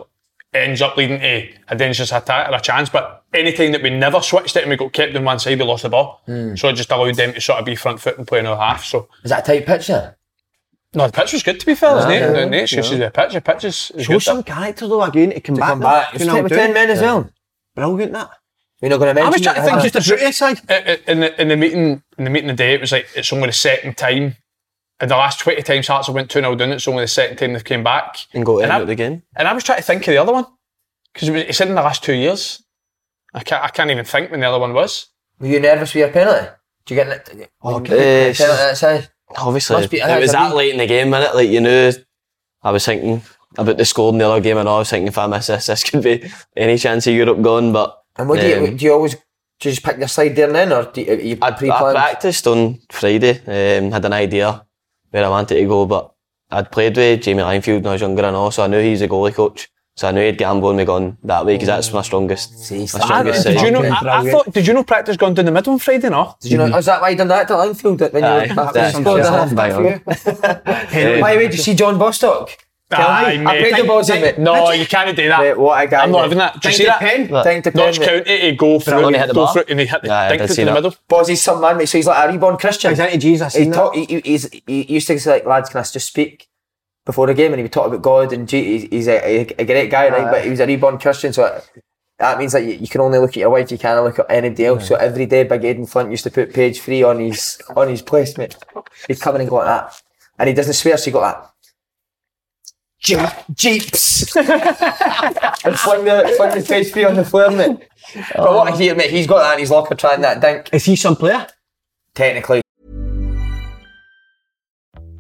Speaker 3: ends up leading to a dangerous attack or a chance. But anything that we never switched it and we got kept on one side, we lost the ball. So it just allowed them to sort of be front foot and play in our half. So
Speaker 4: Is that a tight pitch there?
Speaker 3: no, the pitch was good to be fair, isn't it?
Speaker 1: Yeah.
Speaker 3: The Nate's used to the pitch. The pitch is, is
Speaker 2: Show
Speaker 3: good.
Speaker 2: some character though again to come back.
Speaker 4: Come back. It's
Speaker 2: You know,
Speaker 4: ten, with
Speaker 2: do
Speaker 4: ten
Speaker 2: it.
Speaker 4: men as well.
Speaker 2: Brilliant that.
Speaker 4: You're not going to mention
Speaker 3: I was trying
Speaker 4: it,
Speaker 3: to think
Speaker 4: huh?
Speaker 3: just
Speaker 2: Brutal side.
Speaker 3: I- I- in the in the meeting in the meeting today, it was like it's only the second time. In the last twenty times Hearts have went two 0 down, it's only the second time they've came back.
Speaker 1: And go
Speaker 3: And
Speaker 1: end
Speaker 3: I-
Speaker 1: out the game.
Speaker 3: And I was trying to think of the other one because it was it's in the last two years. I can't I can't even think when the other one was.
Speaker 4: Were you nervous with your penalty? Do you get it?
Speaker 2: Oh,
Speaker 1: Uh, it's-
Speaker 4: Penalty outside.
Speaker 1: Obviously,
Speaker 4: Must be-
Speaker 1: it was
Speaker 4: I- I-
Speaker 1: that late in the game, minute. Like you knew, I was thinking about the score in the other game, and I was thinking if I miss this, this could be any chance of Europe gone. But
Speaker 4: And what do you
Speaker 1: um,
Speaker 4: do? You always do you just pick your side there and then, or do you, you
Speaker 1: I, I
Speaker 4: pre-planned?
Speaker 1: practiced on Friday. Um, had an idea where I wanted to go, but I'd played with Jamie Linefield when I was younger and all, so I knew he's a goalie coach. So I knew he'd gamble on me going that way because that's
Speaker 2: Mm.
Speaker 1: my strongest.
Speaker 4: See,
Speaker 1: my strongest
Speaker 3: did
Speaker 1: side.
Speaker 3: you know?
Speaker 4: Okay.
Speaker 3: I, I thought. Did you know practice gone down the middle on Friday? No.
Speaker 4: Did you know? Is that why you done that to Anfield when you
Speaker 1: Aye,
Speaker 4: were back
Speaker 1: that's
Speaker 4: when you scored
Speaker 1: just
Speaker 4: that?
Speaker 1: off by on.
Speaker 3: [laughs]
Speaker 4: By the way, did you see John Bostock?
Speaker 3: Aye,
Speaker 4: I played the balls in it.
Speaker 3: Ah, No, you can't do that.
Speaker 4: Mate, what a guy!
Speaker 3: I'm not
Speaker 4: mate.
Speaker 3: having that. Do you
Speaker 4: Think
Speaker 3: see
Speaker 4: to
Speaker 3: that?
Speaker 4: pen?
Speaker 1: Look,
Speaker 4: Think to pen,
Speaker 3: Dodge
Speaker 4: mate.
Speaker 3: County to go through,
Speaker 1: Only hit the
Speaker 3: go
Speaker 1: bar.
Speaker 3: through, and he hit the
Speaker 1: Yeah, I
Speaker 3: dink
Speaker 1: did
Speaker 3: foot
Speaker 1: see
Speaker 3: in the
Speaker 1: that.
Speaker 3: middle.
Speaker 4: Bozzy's some man, mate. So he's like a reborn Christian.
Speaker 2: He's into Jesus.
Speaker 4: He,
Speaker 2: He
Speaker 4: taught, he, he- he's, he used to say, like, lads, can I just speak before the game? And he would talk about God and Jesus. He's, he's a, a, a great guy, right? But he was a reborn Christian, so it- that means that you, you can only look at your wife, you can't look at anybody else. So every day, Big Aidan Flint used to put page three on his on his placement. He'd come in and go like that. And he doesn't swear, so he got that. "Je- Jeeps! and fling the, fling the page three on the floor, mate. But what I hear, mate, he's got that in his locker trying that dink.
Speaker 2: Is he some player?
Speaker 4: Technically,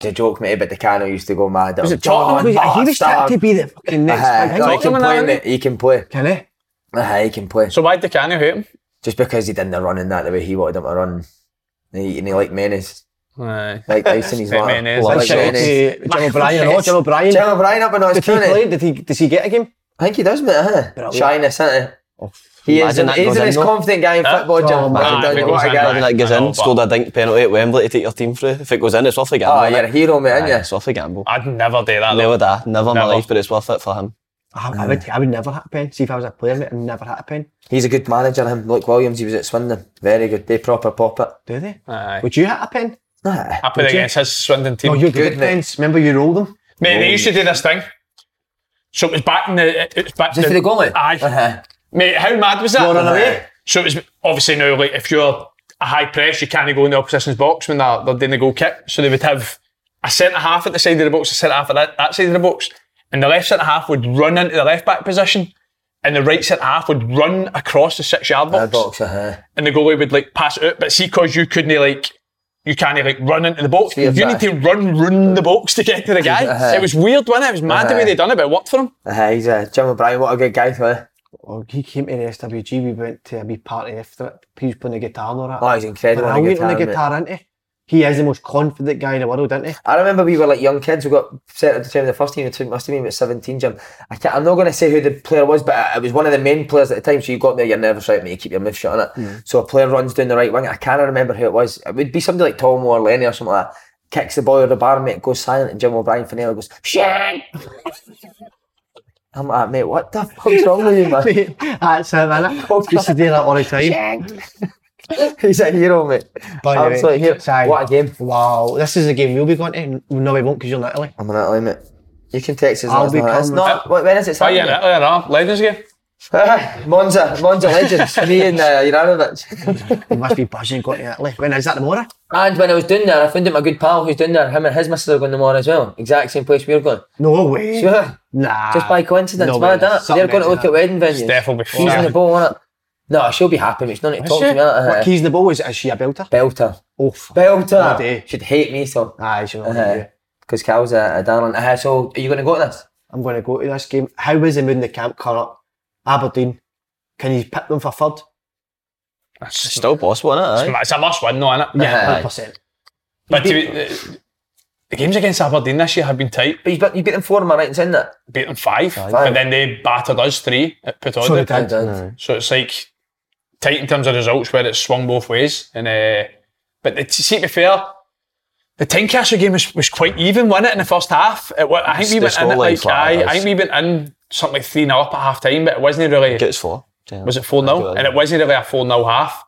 Speaker 4: The joke, mate, but the cano used to go mad.
Speaker 2: Was it
Speaker 4: John
Speaker 2: John? he was tipped
Speaker 4: Bastard.
Speaker 2: to be the fucking next
Speaker 4: Aye,
Speaker 2: big
Speaker 4: no, he
Speaker 2: thing.
Speaker 4: can play, mate. He can play.
Speaker 2: Can he?
Speaker 4: Aye, he can play.
Speaker 3: So why'd the Cano hate him?
Speaker 4: Just because he didn't run in that the way he wanted him to run. He, and he liked menace.
Speaker 3: Aye.
Speaker 4: Like Tyson, he's
Speaker 3: Like
Speaker 4: like
Speaker 3: Menace.
Speaker 4: Like
Speaker 3: Like
Speaker 2: Shout out
Speaker 4: menace.
Speaker 2: to Jim O'Brien. Oh, Jim O'Brien.
Speaker 4: Jim O'Brien up in
Speaker 2: Did he
Speaker 4: his
Speaker 2: play?
Speaker 4: corner.
Speaker 2: Did he? Does he get a game?
Speaker 4: I think he does, mate. Huh?
Speaker 2: Brilliant.
Speaker 4: Shyness, isn't he? He is.
Speaker 7: Imagine that
Speaker 4: He's
Speaker 7: goes
Speaker 4: the
Speaker 7: in,
Speaker 4: most
Speaker 7: though.
Speaker 4: confident guy in football, Jim.
Speaker 2: Oh, man.
Speaker 4: I'm telling
Speaker 3: Aye,
Speaker 4: you,
Speaker 3: it goes
Speaker 4: what a
Speaker 3: in,
Speaker 4: guy.
Speaker 3: aye.
Speaker 7: Imagine that goes
Speaker 3: I know,
Speaker 7: in,
Speaker 3: but-
Speaker 7: scored a dink penalty at Wembley to take your team through. If it goes in, it's worth a gamble.
Speaker 4: Oh,
Speaker 7: isn't
Speaker 4: you're a
Speaker 7: it?
Speaker 4: hero, mate, aren't
Speaker 7: Aye,
Speaker 4: you?
Speaker 7: it's worth a gamble.
Speaker 3: I'd never do that.
Speaker 7: Never
Speaker 3: Though.
Speaker 7: that, never in my
Speaker 3: Never.
Speaker 7: life, but it's worth it for him.
Speaker 2: I, I would, I would never hit a pen. See if I was a player, mate, I'd never hit a pen.
Speaker 4: He's a good manager, him. Luke Williams, he was at Swindon. Very good. They proper pop it.
Speaker 2: Do they?
Speaker 3: Aye.
Speaker 2: Would you hit a pen?
Speaker 4: Nah.
Speaker 3: I played
Speaker 2: Would you?
Speaker 3: against his Swindon team.
Speaker 2: No, you're good,
Speaker 4: Good,
Speaker 2: at
Speaker 4: mate.
Speaker 2: pens. Remember you rolled them?
Speaker 3: Mate, they used to do this thing. So it was back in the. It was back
Speaker 4: Just for the goalie?
Speaker 3: Aye.
Speaker 4: Uh-huh.
Speaker 3: Mate, how mad was that?
Speaker 4: Running away.
Speaker 3: So it was obviously now like if you're a high press, you can't go in the opposition's box when they're, they're doing the goal kick. So they would have a centre half at the side of the box, a centre half at that, that side of the box, and the left centre half would run into the left back position, and the right centre half would run across the six yard
Speaker 4: Aye,
Speaker 3: box,
Speaker 4: box, uh-huh.
Speaker 3: and the goalie would like pass it out. But see, because you couldn't like. You can't like run into the box.
Speaker 4: Fear
Speaker 3: you
Speaker 4: back.
Speaker 3: need to run, run the box to get to
Speaker 4: [laughs]
Speaker 3: the guy.
Speaker 4: Uh-huh.
Speaker 3: It was weird, wasn't it? It was mad the way
Speaker 4: Uh-huh.
Speaker 3: they done it, but it worked for him.
Speaker 4: Uh, he's a Jim O'Brien. What a good guy for him.
Speaker 2: Oh, he came to the SWG. We went to a wee party after it. He was playing the guitar and all that.
Speaker 4: Oh, he's incredible
Speaker 2: But
Speaker 4: on
Speaker 2: I
Speaker 4: the
Speaker 2: went on the
Speaker 4: guitar,
Speaker 2: guitar, isn't he? He is the most confident guy in the world, isn't he?
Speaker 4: I remember we were like young kids. We got set at the time. The first team. It must have been about seventeen, Jim. I can't, I'm not going to say who the player was, but it- it was one of the main players at the time. So you got there, you're nervous, right? Mate, you keep your mouth shut on it.
Speaker 2: Hmm.
Speaker 4: So a player runs down the right wing. I can't remember who it was. It would be somebody like Tom or Lenny or something like that. Kicks the ball out of the bar, mate. Goes silent, and Jim O'Brien finally goes shit. I'm like, mate, what the fuck's wrong with you, man?
Speaker 2: [laughs] That's him,
Speaker 4: [laughs]
Speaker 2: innit? Used to do that all the time.
Speaker 4: He's a hero, mate.
Speaker 2: By the way,
Speaker 4: Absolute hero.
Speaker 2: sorry.
Speaker 4: What a game!
Speaker 2: Wow, this is a game we'll be going to. No, we won't because you're in Italy.
Speaker 4: I'm not limit. You can text us.
Speaker 2: I'll
Speaker 4: let us
Speaker 2: be
Speaker 4: know. It's
Speaker 2: coming.
Speaker 4: not. What, when is it?
Speaker 3: Oh, yeah,
Speaker 4: Saturday?
Speaker 3: I don't know. Legends again.
Speaker 4: Ah, Monza, Monza legends. Me and uh, Juranovic.
Speaker 2: You must be buzzing going to Italy. When is that tomorrow?
Speaker 4: And when I was down there, I found out my good pal who's down there. Him and his missus are going tomorrow as well. Exact same place we're going.
Speaker 2: No way.
Speaker 4: Sure.
Speaker 2: Nah.
Speaker 4: Just by coincidence,
Speaker 2: Ah, no way.
Speaker 4: mad that.
Speaker 2: Something
Speaker 4: They're going to
Speaker 2: mental
Speaker 4: look
Speaker 2: that.
Speaker 4: at wedding venues.
Speaker 3: Steph will be
Speaker 4: She's in the
Speaker 3: flying.
Speaker 4: ball, innit? No, she'll be happy, but she's not going to talk to me.
Speaker 2: What
Speaker 4: innit? Uh,
Speaker 2: keys in the ball is, is she a belter?
Speaker 4: Belter.
Speaker 2: Oh, fuck.
Speaker 4: Belter.
Speaker 2: All day.
Speaker 4: She'd hate me, so.
Speaker 2: Aye, she'll not
Speaker 4: Because
Speaker 2: do.
Speaker 4: Cal's a, a darling. Uh, so, are you going to go to this?
Speaker 2: I'm going to go to this game. How is the mood in the camp coming up? Aberdeen, can you pick them for third?
Speaker 7: It's still possible, isn't it? aye?
Speaker 3: It's a must win, though, innit?
Speaker 4: Aye.
Speaker 2: 100%.
Speaker 3: But to be, the, the games against Aberdeen this year have been tight.
Speaker 4: But you beat, you beat them four, am I right in saying that?
Speaker 3: Beat them five, but then they battered us three at Put
Speaker 2: So they
Speaker 3: so,
Speaker 2: did.
Speaker 3: so it's like tight in terms of results where it's swung both ways. And uh, But the, to see, to be fair, the Tynecastle game was, was quite even, wasn't it, in the first half? It, wa- I think we
Speaker 7: The
Speaker 3: went in at
Speaker 7: scoreline
Speaker 3: like, aye,
Speaker 7: flattered
Speaker 3: I think
Speaker 7: us.
Speaker 3: we went in something like 3 0 up at half time, but it wasn't really.
Speaker 7: Gets four. Yeah.
Speaker 3: Was it 4
Speaker 7: I do,
Speaker 3: 0?
Speaker 7: I
Speaker 3: And it
Speaker 7: do.
Speaker 3: wasn't really a 4 0 half.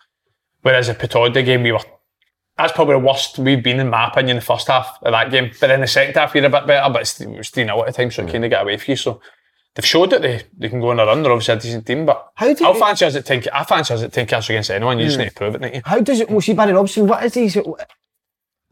Speaker 3: Whereas the Pataudry game, we were. That's probably the worst we've been, in my opinion, the first half of that game. But then the second half, we were a bit better, but it's- it was 3 0 at the time,
Speaker 4: Mm.
Speaker 3: so it kind of got away from you. So they've showed that they, they can go on a run. They're obviously a decent team, but
Speaker 2: How do
Speaker 3: I'll
Speaker 2: you-
Speaker 3: fancy
Speaker 4: Mm.
Speaker 3: us at 10 I fancy us at 10 against anyone. You just need to prove it, don't you?
Speaker 2: How does it? Well, see, Barry Robson, what is he?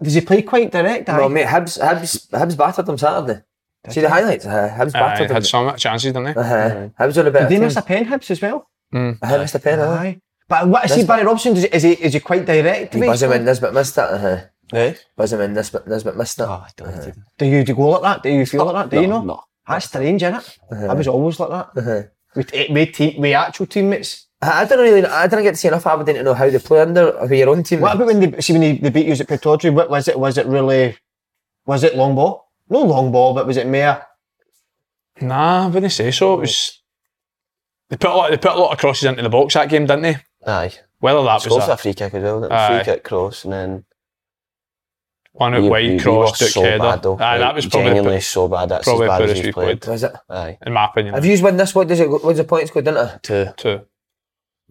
Speaker 2: Does he play quite direct?
Speaker 1: Well, mate, Hibs, Hibs, Hibs battered them Saturday. See the highlights? Uh, Hibs
Speaker 3: Aye,
Speaker 1: battered them.
Speaker 3: had so much chances, didn't they?
Speaker 1: Uh-huh. Hibs on a bit.
Speaker 2: Did they miss a pen hips as well?
Speaker 1: I missed a pen. Aye.
Speaker 2: But what I see
Speaker 1: That's
Speaker 2: Barry Robson, is, is he is he quite direct?
Speaker 1: He
Speaker 2: mate?
Speaker 1: buzzed him in Nisbet missed it. Uh-huh.
Speaker 4: Eh?
Speaker 1: Buzzed him in Nisbet, Nisbet missed it. Oh, I don't uh-huh.
Speaker 2: Do you do you go like that? Do you feel like that? Do you
Speaker 1: No,
Speaker 2: know? That's strange, isn't it? I was always like that.
Speaker 1: Uh-huh.
Speaker 2: With, eh, with, team, with actual teammates.
Speaker 1: I I don't really. I didn't get to see enough Aberdeen to know how they play under who your own team.
Speaker 2: What about when they see when they, they beat you at Pittodrie? What was it? Was it really? Was it long ball? No long ball, but was it mere?
Speaker 3: Nah, I wouldn't say so. It was they put a lot. They put a lot of crosses into the box that game, didn't they?
Speaker 4: Aye.
Speaker 3: Whether that
Speaker 4: Scored
Speaker 3: was
Speaker 4: for
Speaker 3: a,
Speaker 4: a free kick as well. didn't he?
Speaker 3: Aye.
Speaker 4: free kick cross and then
Speaker 3: one out
Speaker 4: we-
Speaker 3: wide
Speaker 4: we- we
Speaker 3: cross,
Speaker 4: were
Speaker 3: Duke
Speaker 4: so
Speaker 3: header.
Speaker 4: bad though.
Speaker 3: Aye, that
Speaker 4: Like,
Speaker 3: was probably
Speaker 4: genuinely
Speaker 3: the-
Speaker 4: so bad. That's
Speaker 3: probably
Speaker 4: as bad
Speaker 3: the
Speaker 4: as
Speaker 3: poorest
Speaker 4: we
Speaker 3: we
Speaker 4: played.
Speaker 3: played.
Speaker 1: Was it?
Speaker 4: Aye,
Speaker 3: in my opinion.
Speaker 1: Have you won this? What does it? What's the points go, didn't it?
Speaker 4: two.
Speaker 3: two?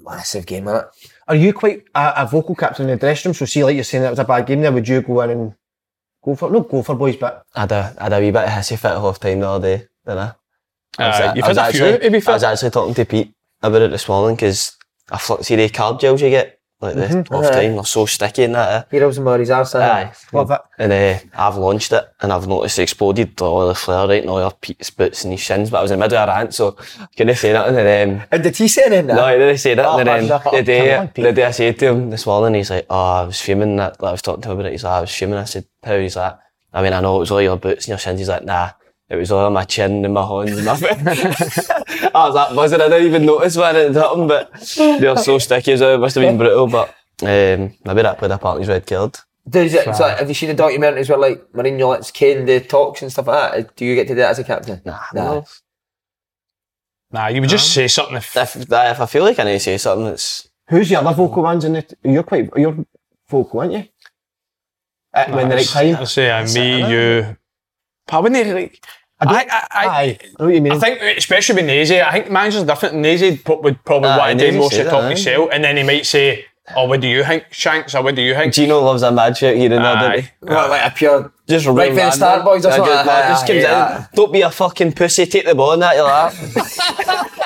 Speaker 1: Massive game, innit?
Speaker 2: Are you quite a, a vocal captain in the dressing room? So see, like you're saying, that was a bad game. There, would you go in and go for no go for boys, but
Speaker 4: I had a, I had a wee bit of hissy fit at half time the other day, didn't I? I was,
Speaker 3: Aye,
Speaker 4: I
Speaker 3: Uh, you've
Speaker 4: was
Speaker 3: had a few,
Speaker 4: actually,
Speaker 3: to be fair.
Speaker 4: I was actually talking to Pete about it this morning because I fl- see the carb gels you get, like the off time, they're so sticky and that. eh?
Speaker 1: He rubs him on his arse. Aye.
Speaker 2: love it.
Speaker 4: And uh, I've launched it and I've noticed it exploded all the flare right and all your Pete's boots and his shins, but I was in the middle of a rant, so I couldn't say nothing. And um,
Speaker 1: And did he say anything?
Speaker 4: no, I didn't say that.
Speaker 2: Oh,
Speaker 4: and then
Speaker 2: man,
Speaker 4: the, day,
Speaker 2: come on, Pete.
Speaker 4: the day I said to him this morning, he's like, Oh, I was fuming that, that I was talking to him about it. He's like, I was fuming. I said, How? He's like, I mean, I know it was all your boots and your shins. He's like, Nah, it was all my chin and my horns and nothing. [laughs] I was like buzzing. I didn't even notice when it happened, but they were so sticky as well. It must have been brutal, but um, maybe that played a part in his red card.
Speaker 1: Does it, so have you seen the documentaries where like Mourinho lets Kane the talks and stuff like that? Do you get to do that as a captain?
Speaker 4: Nah,
Speaker 1: Nah.
Speaker 3: Nah, you would just say something. If,
Speaker 4: If, that, if I feel like I need to say something, it's
Speaker 2: Who's your other vocal ones in the? You're quite you're vocal, aren't you? At, when the right
Speaker 3: I
Speaker 2: time.
Speaker 3: say uh, me, you. But I wouldn't like.
Speaker 2: don't-
Speaker 3: I, I, I,
Speaker 2: Aye, I know what you mean.
Speaker 3: I think, especially with Nazy, I think managers are different. Nazy pro- would probably
Speaker 4: Aye,
Speaker 3: want to
Speaker 4: Nazy
Speaker 3: do most
Speaker 4: said
Speaker 3: of the talking
Speaker 4: Ah, that, aye.
Speaker 3: himself, and then he might say, "Oh, what do you think, Shanks? Or what do you think?"
Speaker 4: Gino loves a mad shout here and there, doesn't he?
Speaker 3: Aye.
Speaker 1: What, like a pure.
Speaker 4: Just
Speaker 1: Right from the
Speaker 4: random.
Speaker 1: start, boys, that's
Speaker 4: Yeah,
Speaker 1: what I-
Speaker 4: just-
Speaker 1: I-
Speaker 4: just
Speaker 1: I
Speaker 4: comes
Speaker 1: hate
Speaker 4: in,
Speaker 1: that.
Speaker 4: Don't be a fucking pussy. Take the ball and that. You're like,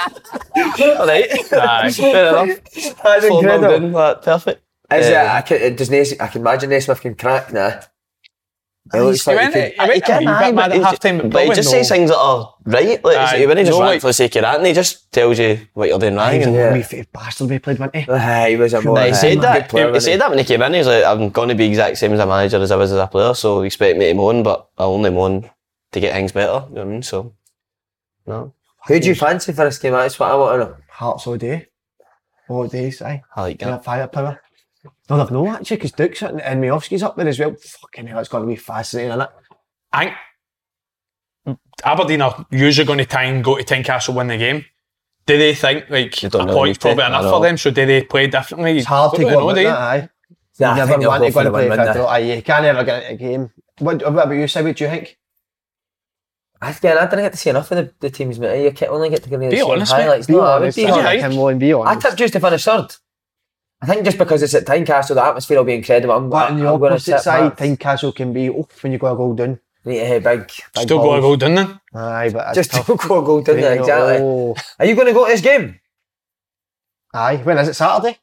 Speaker 4: all right,
Speaker 3: Aye.
Speaker 4: fair enough. That's
Speaker 1: incredible.
Speaker 4: perfect.
Speaker 1: Is it?
Speaker 4: Yeah.
Speaker 1: I can, does Nace, I can imagine Naismith can crack now. It looks
Speaker 3: He
Speaker 1: like
Speaker 3: went,
Speaker 1: he
Speaker 3: he
Speaker 1: could,
Speaker 3: went a wee
Speaker 4: Aye,
Speaker 3: bit mad at
Speaker 4: he's-
Speaker 3: half time,
Speaker 4: but he just says things that are right. Like
Speaker 3: Aye,
Speaker 4: he wouldn't just
Speaker 3: no,
Speaker 4: rant
Speaker 3: like-
Speaker 4: for the sake of ranting. He just tells you what you're doing wrong.
Speaker 2: He's a
Speaker 4: and-
Speaker 2: wee fit bastard we played, wasn't he?
Speaker 1: Aye, Oh, he was a more.
Speaker 4: Nah, he said that.
Speaker 1: player,
Speaker 4: he
Speaker 1: wasn't
Speaker 4: said
Speaker 1: he?
Speaker 4: that when he came in. He was like, "I'm going to be exact same as a manager as I was as a player, so expect me to moan, but I only moan to get things better." You know what I mean? So, no,
Speaker 1: Who do you fancy for this game? That's what I want to know.
Speaker 2: Hearts all day, all days. Aye.
Speaker 4: I like
Speaker 2: Yeah,
Speaker 4: that.
Speaker 2: firepower. No, they've no actually, because Duke's and, and Miofsky's up there as well. Fucking hell, it's going to be fascinating, isn't it?
Speaker 3: I think Aberdeen are usually going to try and go to Tynecastle win the game. Do they think like
Speaker 4: You
Speaker 3: a
Speaker 4: don't know,
Speaker 3: point's
Speaker 4: do
Speaker 3: probably
Speaker 4: they?
Speaker 3: enough
Speaker 4: I
Speaker 3: for
Speaker 4: know.
Speaker 3: them? So do they play differently?
Speaker 2: It's hard to
Speaker 3: Don't
Speaker 2: go
Speaker 3: know,
Speaker 2: about
Speaker 3: do you?
Speaker 2: that, aye.
Speaker 1: Nah, I
Speaker 2: you never
Speaker 1: think they'll
Speaker 2: want to
Speaker 1: go
Speaker 2: go
Speaker 1: for
Speaker 2: and
Speaker 1: the
Speaker 2: play
Speaker 1: win, wouldn't
Speaker 2: Fidel.
Speaker 1: they?
Speaker 2: Aye, you can't ever get a game. What, what about you, Sid? What do you think?
Speaker 1: Again, I didn't get to see enough of the, the teams, mate. You can only get to give me the
Speaker 3: Be
Speaker 1: same
Speaker 3: honest, mate.
Speaker 1: highlights.
Speaker 2: Be
Speaker 1: No, I would
Speaker 2: honest,
Speaker 1: be
Speaker 2: I
Speaker 3: honest.
Speaker 2: think him and be
Speaker 1: I
Speaker 2: honest.
Speaker 1: tipped just to finish third. I think just because it's at Tynecastle, the atmosphere will be incredible. I'm,
Speaker 2: But
Speaker 1: I'm
Speaker 2: on the
Speaker 1: gonna
Speaker 2: opposite
Speaker 1: sit
Speaker 2: side,
Speaker 1: back.
Speaker 2: Tynecastle can be, oh, when you go a goal down.
Speaker 1: Need to hit big. big
Speaker 3: Still got to
Speaker 1: balls.
Speaker 3: go down then.
Speaker 2: Aye, but it's
Speaker 1: Just
Speaker 2: tough.
Speaker 1: don't go goal down there,
Speaker 2: Right,
Speaker 1: exactly.
Speaker 2: oh.
Speaker 1: Are you going to go to this game?
Speaker 2: Aye, when is it Saturday?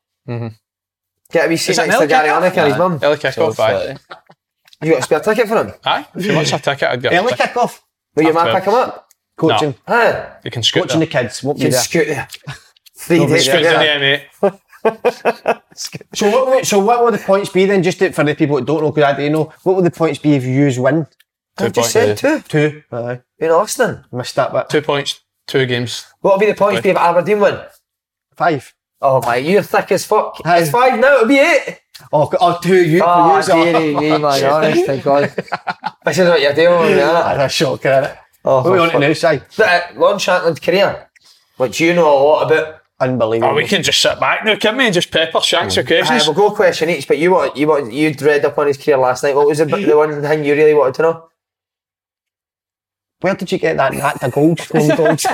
Speaker 1: Get a wee seat
Speaker 3: Is it
Speaker 1: next
Speaker 3: an
Speaker 1: to Gary
Speaker 3: early
Speaker 1: Lineker and his mum.
Speaker 3: Early kick off, aye.
Speaker 1: You got a spare ticket for him?
Speaker 3: Aye, if you want a ticket, I'd get a
Speaker 2: Early
Speaker 3: ticket.
Speaker 2: kick-off.
Speaker 1: Will your man
Speaker 3: Half
Speaker 1: pick him up?
Speaker 2: Coaching,
Speaker 1: Huh?
Speaker 3: You can scoot
Speaker 2: coaching
Speaker 3: there.
Speaker 2: the kids won't be
Speaker 1: Can
Speaker 2: there.
Speaker 1: scoot there. Three days
Speaker 3: Scoot down
Speaker 1: together.
Speaker 3: there, mate.
Speaker 2: So what, will, so what will the points be then, just to- for the people that don't know, because I do know, what will the points be if yous win?
Speaker 1: I've just said two.
Speaker 2: Two. Aye,
Speaker 1: Been listening.
Speaker 2: missed that bit.
Speaker 3: Two points, two games.
Speaker 1: What will be the points be if Aberdeen win?
Speaker 2: Five.
Speaker 1: Oh my, you're thick as fuck.
Speaker 2: Aye.
Speaker 1: It's five now, it'll be eight.
Speaker 2: Oh, g- oh two you.
Speaker 1: Oh,
Speaker 2: for yous, [laughs]
Speaker 1: dearie me, man, honest to God. This is what you're dealing with,
Speaker 2: Aye,
Speaker 1: innit?
Speaker 2: That's a shocker, innit?
Speaker 1: Oh,
Speaker 2: What we
Speaker 1: for
Speaker 2: on to
Speaker 1: fuck-
Speaker 2: now, Si?
Speaker 1: Right, Lon Shankland's career, which you know a lot about.
Speaker 2: Unbelievable.
Speaker 3: Oh, we can just sit back now, can we? And just pepper Shanks with
Speaker 1: Aye,
Speaker 3: questions.
Speaker 1: we'll go question each, but you want you want you read up on his career last night. What was the, the one thing you really wanted to know?
Speaker 2: Where did you get that knack to goals from,
Speaker 3: [laughs]
Speaker 2: dogs?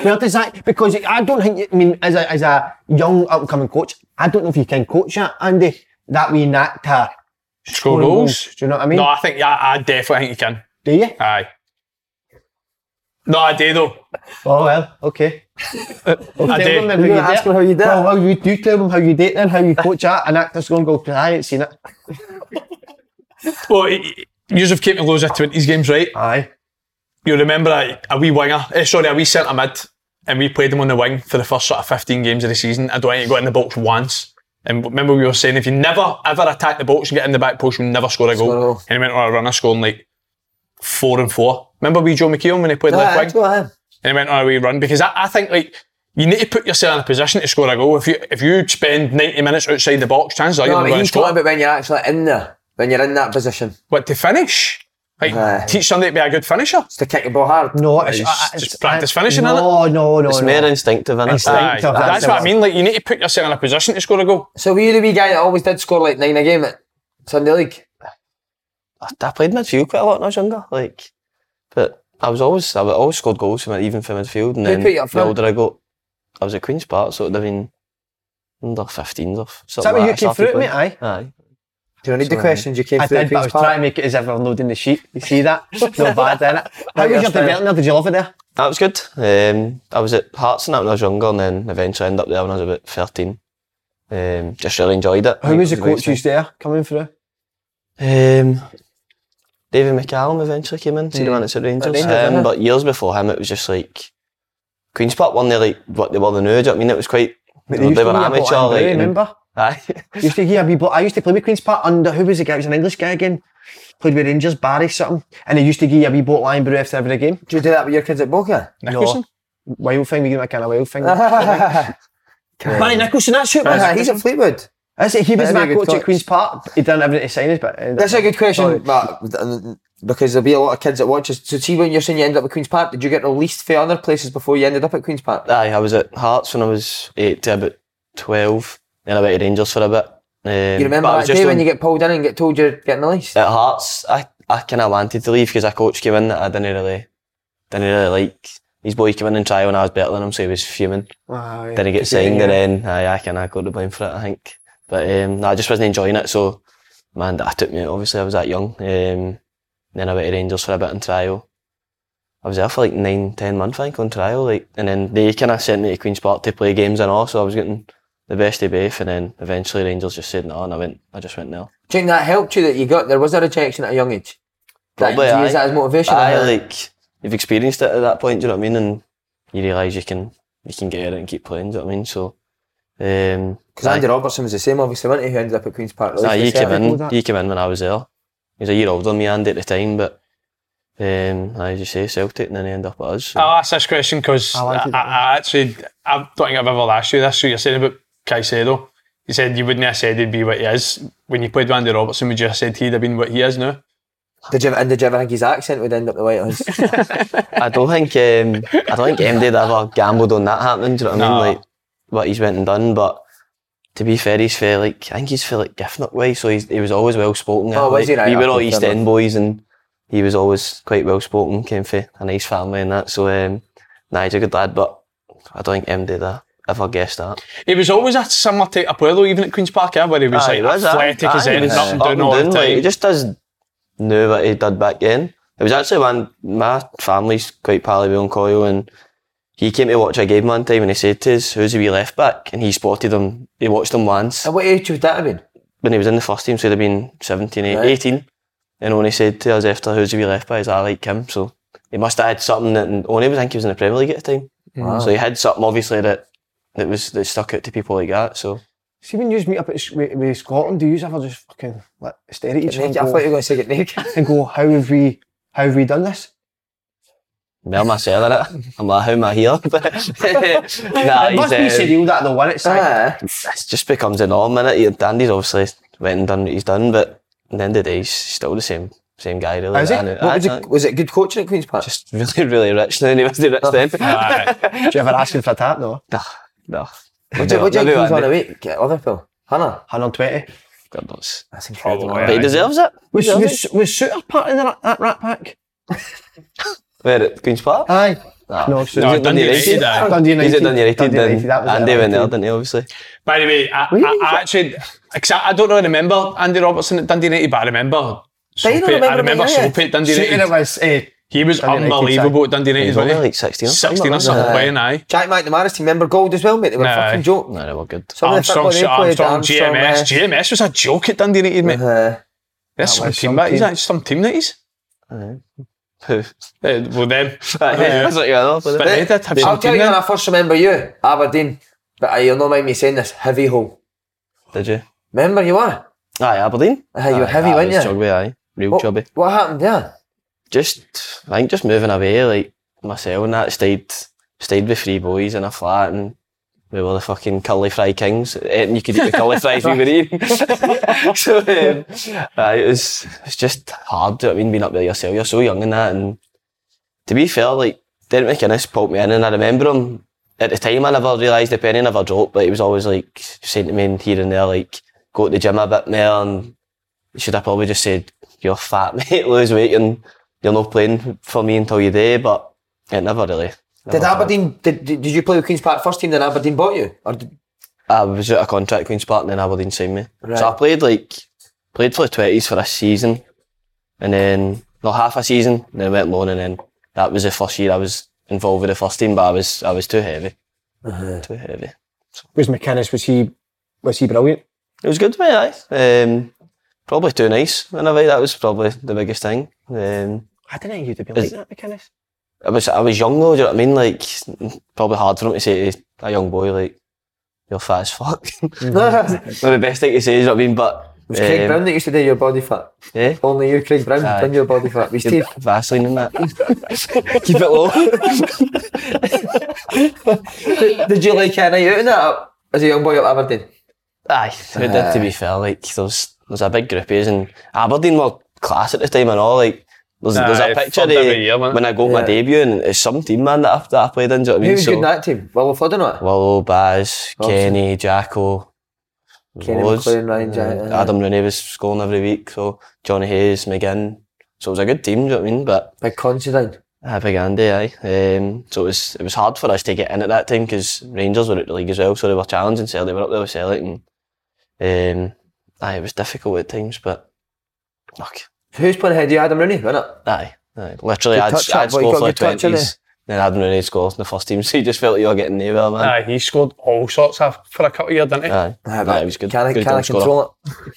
Speaker 2: Where does that? Because I don't think. you- I mean, as a as a young upcoming coach, I don't know if you can coach that, Andy. That wee knack to
Speaker 3: Score
Speaker 2: scoring
Speaker 3: goals.
Speaker 2: Do you know what I mean?
Speaker 3: No, I think, yeah, I definitely think you can.
Speaker 2: Do you?
Speaker 3: Aye. No, I do though.
Speaker 2: Oh well, okay. Well,
Speaker 3: I
Speaker 2: tell them
Speaker 3: do.
Speaker 2: then how
Speaker 1: You're
Speaker 2: you
Speaker 1: gonna
Speaker 2: date. Oh,
Speaker 1: ask them how you date. [laughs]
Speaker 2: Well, well, you do tell them how you date then, how you coach that, and actors going to go. I ain't seen it.
Speaker 3: Well, you have came to loads of 20s games, right?
Speaker 2: Aye.
Speaker 3: You remember a, a wee winger, eh, sorry, a wee centre mid, and we played him on the wing for the first sort of 15 games of the season. I don't think he got in the box once. And remember, we were saying if you never ever attack the box and get in the back post, you'll never score a goal. And he went on a runner scoring like four and four. Remember, we Joe McKeown when he played left wing? and he went on a wee run because I, I think like you need to put yourself in a position to score a goal. If you if you spend ninety minutes outside the box, chances are
Speaker 1: no,
Speaker 3: you're
Speaker 1: I
Speaker 3: not
Speaker 1: mean,
Speaker 3: going to
Speaker 1: he's
Speaker 3: score.
Speaker 1: talking about when you're actually in there, when you're in that position.
Speaker 3: What to finish? Like teach somebody to be a good finisher. Just
Speaker 1: to kick the ball hard.
Speaker 2: No,
Speaker 3: it's, just practice
Speaker 2: I-
Speaker 3: finishing.
Speaker 2: uh, No, no, no.
Speaker 4: It's
Speaker 2: no.
Speaker 4: mere instinctive, innit?
Speaker 3: Aye, that's what I mean. Like you need to put yourself in a position to score a goal.
Speaker 1: So were you the wee guy that always did score like nine a game at Sunday League?
Speaker 4: I played midfield quite a lot when I was younger, like, but I was always I was- always scored goals from it, even from midfield. And
Speaker 1: Who
Speaker 4: then
Speaker 1: put you up
Speaker 4: the
Speaker 1: front?
Speaker 4: older I got, I was at Queens Park, so it'd have been under 15s or something.
Speaker 2: that where
Speaker 4: like
Speaker 2: you came
Speaker 4: I started
Speaker 2: through it,
Speaker 4: playing.
Speaker 2: mate?
Speaker 4: Aye.
Speaker 1: Do you need
Speaker 4: the questions? You came
Speaker 2: I
Speaker 4: through
Speaker 2: did,
Speaker 4: the
Speaker 2: but I was
Speaker 4: Queen's Park?
Speaker 2: trying to make it as if I'm loading the sheet. You see
Speaker 1: [laughs]
Speaker 2: that? No bad, innit? How was
Speaker 4: Right,
Speaker 2: your
Speaker 4: that's
Speaker 2: development there? Did you love it there?
Speaker 4: That was good. Um, I was at Hearts and that when I was younger, and then eventually I ended up there when I was about 13. Um, just really enjoyed it.
Speaker 2: Who was the coach
Speaker 4: coach?
Speaker 2: used there coming through?
Speaker 4: Um, David McCallum eventually came in, see the man that's at
Speaker 1: Oh,
Speaker 4: Rangers.
Speaker 2: Rangers,
Speaker 4: um,
Speaker 2: yeah.
Speaker 1: uh-huh.
Speaker 4: but years before him, it was just like Queen's Park weren't they like what they were the new? Do you know what I mean? It was quite.
Speaker 2: But
Speaker 4: you know,
Speaker 2: used
Speaker 4: they
Speaker 2: to
Speaker 4: were
Speaker 2: be a
Speaker 4: amateur.
Speaker 2: bottom
Speaker 4: Like,
Speaker 2: grey,
Speaker 4: and-
Speaker 2: remember?
Speaker 4: [laughs] Aye.
Speaker 2: used to, yeah, we,
Speaker 4: Ah,
Speaker 2: bought- I used to play with Queen's Park under, who was the guy? He was an English guy again. Played with Rangers, Barry something. And they used to give you a wee boat line brew after every game.
Speaker 1: Do you do that with your kids at Boca?
Speaker 2: No. Wild thing, we give them a kind of wild thing.
Speaker 1: Uh-huh. Barry
Speaker 2: Nicholson, that's who it was.
Speaker 1: He's at [laughs] Fleetwood.
Speaker 2: That's it, he was
Speaker 1: That'd be
Speaker 2: my
Speaker 1: a good
Speaker 2: coach,
Speaker 1: coach.
Speaker 2: at Queen's Park. He didn't have anything to sign us, but... uh,
Speaker 1: That's a good question,
Speaker 2: sorry.
Speaker 1: but um, because there'll be a lot of kids that watch us. So see, when you're saying you ended up at Queens Park, did you get released for other places before you ended up at Queens Park?
Speaker 4: Aye, I was at Hearts when I was eight to about twelve. Then I went to Rangers for a bit. Um,
Speaker 1: you remember
Speaker 4: but I
Speaker 1: that
Speaker 4: was just
Speaker 1: day when
Speaker 4: on-
Speaker 1: you get pulled in and get told you're getting released?
Speaker 4: at Hearts? I, I kind of wanted to leave because a coach came in that I didn't really, didn't really like. His boy came in and tried when I was better than him, so he was fuming.
Speaker 2: Wow, [laughs] yeah.
Speaker 4: Then he
Speaker 2: Keep
Speaker 4: gets signed,
Speaker 2: getting
Speaker 4: and then aye, I kind of got the blame for it, I think. But um, no, I just wasn't enjoying it, so man, that took me. out. Obviously, I was that young. Um, then I went to Rangers for a bit on trial. I was there for like nine, ten months, I think, on trial. Like, and then they kind of sent me to Queen's Park to play games and all, so I was getting the best of both. And then eventually Rangers just said no, and I went, I just went there.
Speaker 1: Do you think that helped you that you got there was a rejection at a young age? That,
Speaker 4: Probably,
Speaker 1: do you use
Speaker 4: aye.
Speaker 1: that as motivation?
Speaker 4: Aye,
Speaker 1: or not?
Speaker 4: like you've experienced it at that point. Do you know what I mean? And you realise you can you can get at it and keep playing. Do you know what I mean? So, um,
Speaker 1: Because Andy Robertson was the same, obviously, wasn't he, who ended up at Queen's Park?
Speaker 4: nah,
Speaker 1: Like,
Speaker 4: you
Speaker 1: they
Speaker 4: came
Speaker 1: said.
Speaker 4: in. You came in when I was there. He was a year older than me, Andy, at the time. But um, as you say, Celtic, and then he ended up at us. so-
Speaker 3: I'll ask this question because I, I, I actually I don't think I've ever asked you this. So you're saying about Caicedo. You said you wouldn't have said he'd be what he is. When you played with Andy Robertson, would you have said he'd have been what he is now?
Speaker 1: Did you, and did you ever think his accent would end up the way it was?
Speaker 4: [laughs] I don't think um, I don't think MD ever gambled on that happening. Do you know what I mean? Like what he's went and done. But to be fair, he's fair. Like I think he's fair like Giffnock way. So he's, he was always well spoken.
Speaker 1: Oh, was
Speaker 4: like,
Speaker 1: he? Right,
Speaker 4: We were
Speaker 1: okay,
Speaker 4: all
Speaker 1: fair
Speaker 4: East End boys, and he was always quite well spoken. Came from a nice family and that. So um, nah, he's a good lad. But I don't think MD that ever guessed that.
Speaker 3: He was always a similar type of player, though, even at Queen's Park, eh, where he was
Speaker 4: Aye,
Speaker 3: like
Speaker 4: he was, aye.
Speaker 3: athletic as
Speaker 4: Aye, he
Speaker 3: anything,
Speaker 4: was
Speaker 3: up and
Speaker 4: up
Speaker 3: down
Speaker 4: and
Speaker 3: all the
Speaker 4: down, like,
Speaker 3: time.
Speaker 4: he just does knew what he did back then. It was actually when my family's quite pally with Coyle and he came to watch a game one time and he said to us, who's the wee left back? And he spotted him, he watched him once.
Speaker 1: And what age would that have been?
Speaker 4: When he was in the first team, so he'd have been 17, eight- 18. And when he said to us after, who's the wee left back, he's, I like him. So he must have had something that, and only I think he was in the Premier League at the time.
Speaker 2: Wow.
Speaker 4: So he had something obviously that, that was that stuck out to people like that. So
Speaker 2: See, when you meet up at, S- with, with Scotland, do you ever just fucking like, stare at each other?
Speaker 1: Naked. I thought you were going to say get naked.
Speaker 2: And go, how have we, how have we done this?
Speaker 4: Well, myself in it. I'm like, how am I here?
Speaker 1: [laughs]
Speaker 4: But nah,
Speaker 2: it must
Speaker 1: uh,
Speaker 2: be
Speaker 4: he's, um,
Speaker 2: surreal that though, isn't it? It's like,
Speaker 4: it just becomes a norm, innit? He- Andy's obviously went and done what he's done, but at the end of the day, he's still the same same guy, really.
Speaker 1: Is he?
Speaker 4: innit?
Speaker 1: What was,
Speaker 4: Aye,
Speaker 1: it, was it good coaching at Queen's Park?
Speaker 4: Just really, really rich now, and he was the rich then.
Speaker 2: Do you ever ask him for a tap though?
Speaker 4: Nah, nah.
Speaker 1: [laughs] What do you what do you
Speaker 4: Maybe
Speaker 1: think he's
Speaker 4: one
Speaker 1: on a
Speaker 4: day.
Speaker 1: week at Liverpool? Hannah?
Speaker 2: 120.
Speaker 4: God knows.
Speaker 1: That's incredible.
Speaker 4: But he deserves it.
Speaker 2: Was,
Speaker 4: Deserves
Speaker 2: was, was Suter part of that, that rat pack?
Speaker 4: Where at Queen's Park?
Speaker 1: Ah,
Speaker 2: Aye.
Speaker 4: Nah.
Speaker 2: No,
Speaker 4: he's
Speaker 2: Suter.
Speaker 4: at Dundee United.
Speaker 2: aye. Dundee
Speaker 4: He's
Speaker 2: United.
Speaker 4: at Dundee United,
Speaker 2: Dundee United,
Speaker 4: then
Speaker 2: that was it,
Speaker 4: Andy
Speaker 2: that
Speaker 4: went there,
Speaker 2: was it.
Speaker 4: didn't he, obviously?
Speaker 3: By the way, I, I, I actually, cause I, I don't really remember Andy Robertson at Dundee United, but I remember.
Speaker 1: But you don't
Speaker 3: Soapy- I
Speaker 1: remember him,
Speaker 3: remember
Speaker 1: yeah.
Speaker 3: Soapy at Dundee
Speaker 2: Suter
Speaker 3: United.
Speaker 2: it was, eh,
Speaker 3: He was
Speaker 2: Dundee United,
Speaker 3: unbelievable at Dundee
Speaker 4: He
Speaker 3: United,
Speaker 4: was
Speaker 3: wasn't
Speaker 4: only
Speaker 3: he?
Speaker 4: like 16 or something.
Speaker 3: 16 or
Speaker 4: wasn't he?
Speaker 3: something playing, aye.
Speaker 1: Jack McNamara's team member gold as well, mate. They were a
Speaker 3: Nah.
Speaker 1: fucking joke.
Speaker 4: No, they were good.
Speaker 1: Some of the
Speaker 3: Armstrong,
Speaker 1: football they
Speaker 3: Armstrong,
Speaker 1: played,
Speaker 3: GMS.
Speaker 1: Armstrong, eh.
Speaker 4: Uh-huh.
Speaker 3: GMS was a joke at Dundee United, mate.
Speaker 1: Uh,
Speaker 3: There's some team that he's at. Some team that he's.
Speaker 1: Who?
Speaker 3: well, them.
Speaker 4: That's what I'll tell you when I first remember you, Aberdeen. But uh, you'll not mind me saying this, heavy hole.
Speaker 1: Did you?
Speaker 4: Remember you were?
Speaker 1: Aye, Aberdeen.
Speaker 4: Aye, you were heavy,
Speaker 1: I
Speaker 4: weren't
Speaker 1: was
Speaker 4: you?
Speaker 1: Chubby, aye. Real
Speaker 4: What-
Speaker 1: chubby.
Speaker 4: What happened there?
Speaker 1: Just, I think just moving away, like myself and that stayed, stayed with three boys in a flat and we were the fucking curly fry kings. Eh, And you could eat the curly fries we were eating. [laughs] so, um, aye, it was, it's just hard. do you know what I mean, being up there yourself, you're so young and that. And to be fair, like Derek McInnes pulled me in, and I remember him at the time. I never realised the penny never dropped, but he was always like saying to me in here and there, like go to the gym a bit more, and should I probably just said you're fat, [laughs] mate, lose weight, and you're not playing for me until you day. But it never really.
Speaker 4: Did
Speaker 1: never-
Speaker 4: Aberdeen, did, did did you play with Queen's Park first team, then Aberdeen bought you? Or did,
Speaker 1: I was out of contract at Queen's Park and then Aberdeen signed me.
Speaker 4: Right.
Speaker 1: So I played like played for the twenties for a season and then no half a season and then went loan and then that was the first year I was involved with the first team but I was I was too heavy. Too heavy.
Speaker 2: Was McInnes, was he, was he brilliant?
Speaker 1: It was good to me, aye. Um, probably too nice in a way, that was probably the biggest thing. Um,
Speaker 2: I didn't think you'd have been
Speaker 1: Is-
Speaker 2: like that, McInnes.
Speaker 1: I was I was young though, do you know what I mean? Like probably hard for him to say to a young boy like you're fat as fuck. [laughs] Not the best thing to say, do you know what I mean? But
Speaker 4: Mm-hmm. was Craig
Speaker 1: um, Eh?
Speaker 4: Brown that used to do your body fat?
Speaker 1: Yeah.
Speaker 4: Only you, Craig Brown, done your body
Speaker 1: [laughs]
Speaker 4: fat. We
Speaker 1: Keep
Speaker 4: Steve.
Speaker 1: Vaseline
Speaker 4: [laughs]
Speaker 1: in that. Keep it low.
Speaker 4: did, did you like any out in that up- as a young boy at Aberdeen?
Speaker 1: Aye, it
Speaker 4: Uh.
Speaker 1: did to be fair. Like there was, there was a big group of us and Aberdeen were class at the time and all. Like there's, there's
Speaker 3: Aye,
Speaker 1: a picture
Speaker 3: third
Speaker 1: of
Speaker 3: every year, wasn't it?
Speaker 1: when I got my
Speaker 3: Yeah.
Speaker 1: debut and it's some team man that I, that I played in. Do you know what I
Speaker 4: Who
Speaker 1: mean?
Speaker 4: was good in that team? Willow Flood or not?
Speaker 1: Willow, Baz,
Speaker 4: Robson.
Speaker 1: Kenny, Jacko,
Speaker 4: Kenny
Speaker 1: loads.
Speaker 4: McLean, Ryan Jack-
Speaker 1: Uh,
Speaker 4: aye.
Speaker 1: Adam Rooney was scoring every week. So Johnny Hayes, McGinn. So it was a good team. Do you know what I mean? But
Speaker 4: big uh, Considine.
Speaker 1: Aye, big Andy, aye. Um, so it was it was hard for us to get in at that time because Rangers were at the league as well, so they were challenging Celtic. They were up there with Celtic, and um, aye, it was difficult at times. But look,
Speaker 4: Who's playing ahead of you? Adam Rooney, wasn't it?
Speaker 1: aye, aye. literally,
Speaker 4: Good
Speaker 1: I'd,
Speaker 4: touch
Speaker 1: I'd
Speaker 4: up, boy,
Speaker 1: score
Speaker 4: got
Speaker 1: for the
Speaker 4: good touch, innit?
Speaker 1: twenties, then Adam Rooney scored in the first team, [laughs] so you just felt like you were getting nowhere, man.
Speaker 3: Aye, he scored all sorts of for a couple of years, didn't he?
Speaker 1: Aye,
Speaker 4: aye,
Speaker 1: it was good.
Speaker 4: Can I,
Speaker 1: good
Speaker 4: can I
Speaker 1: goal scorer.
Speaker 4: control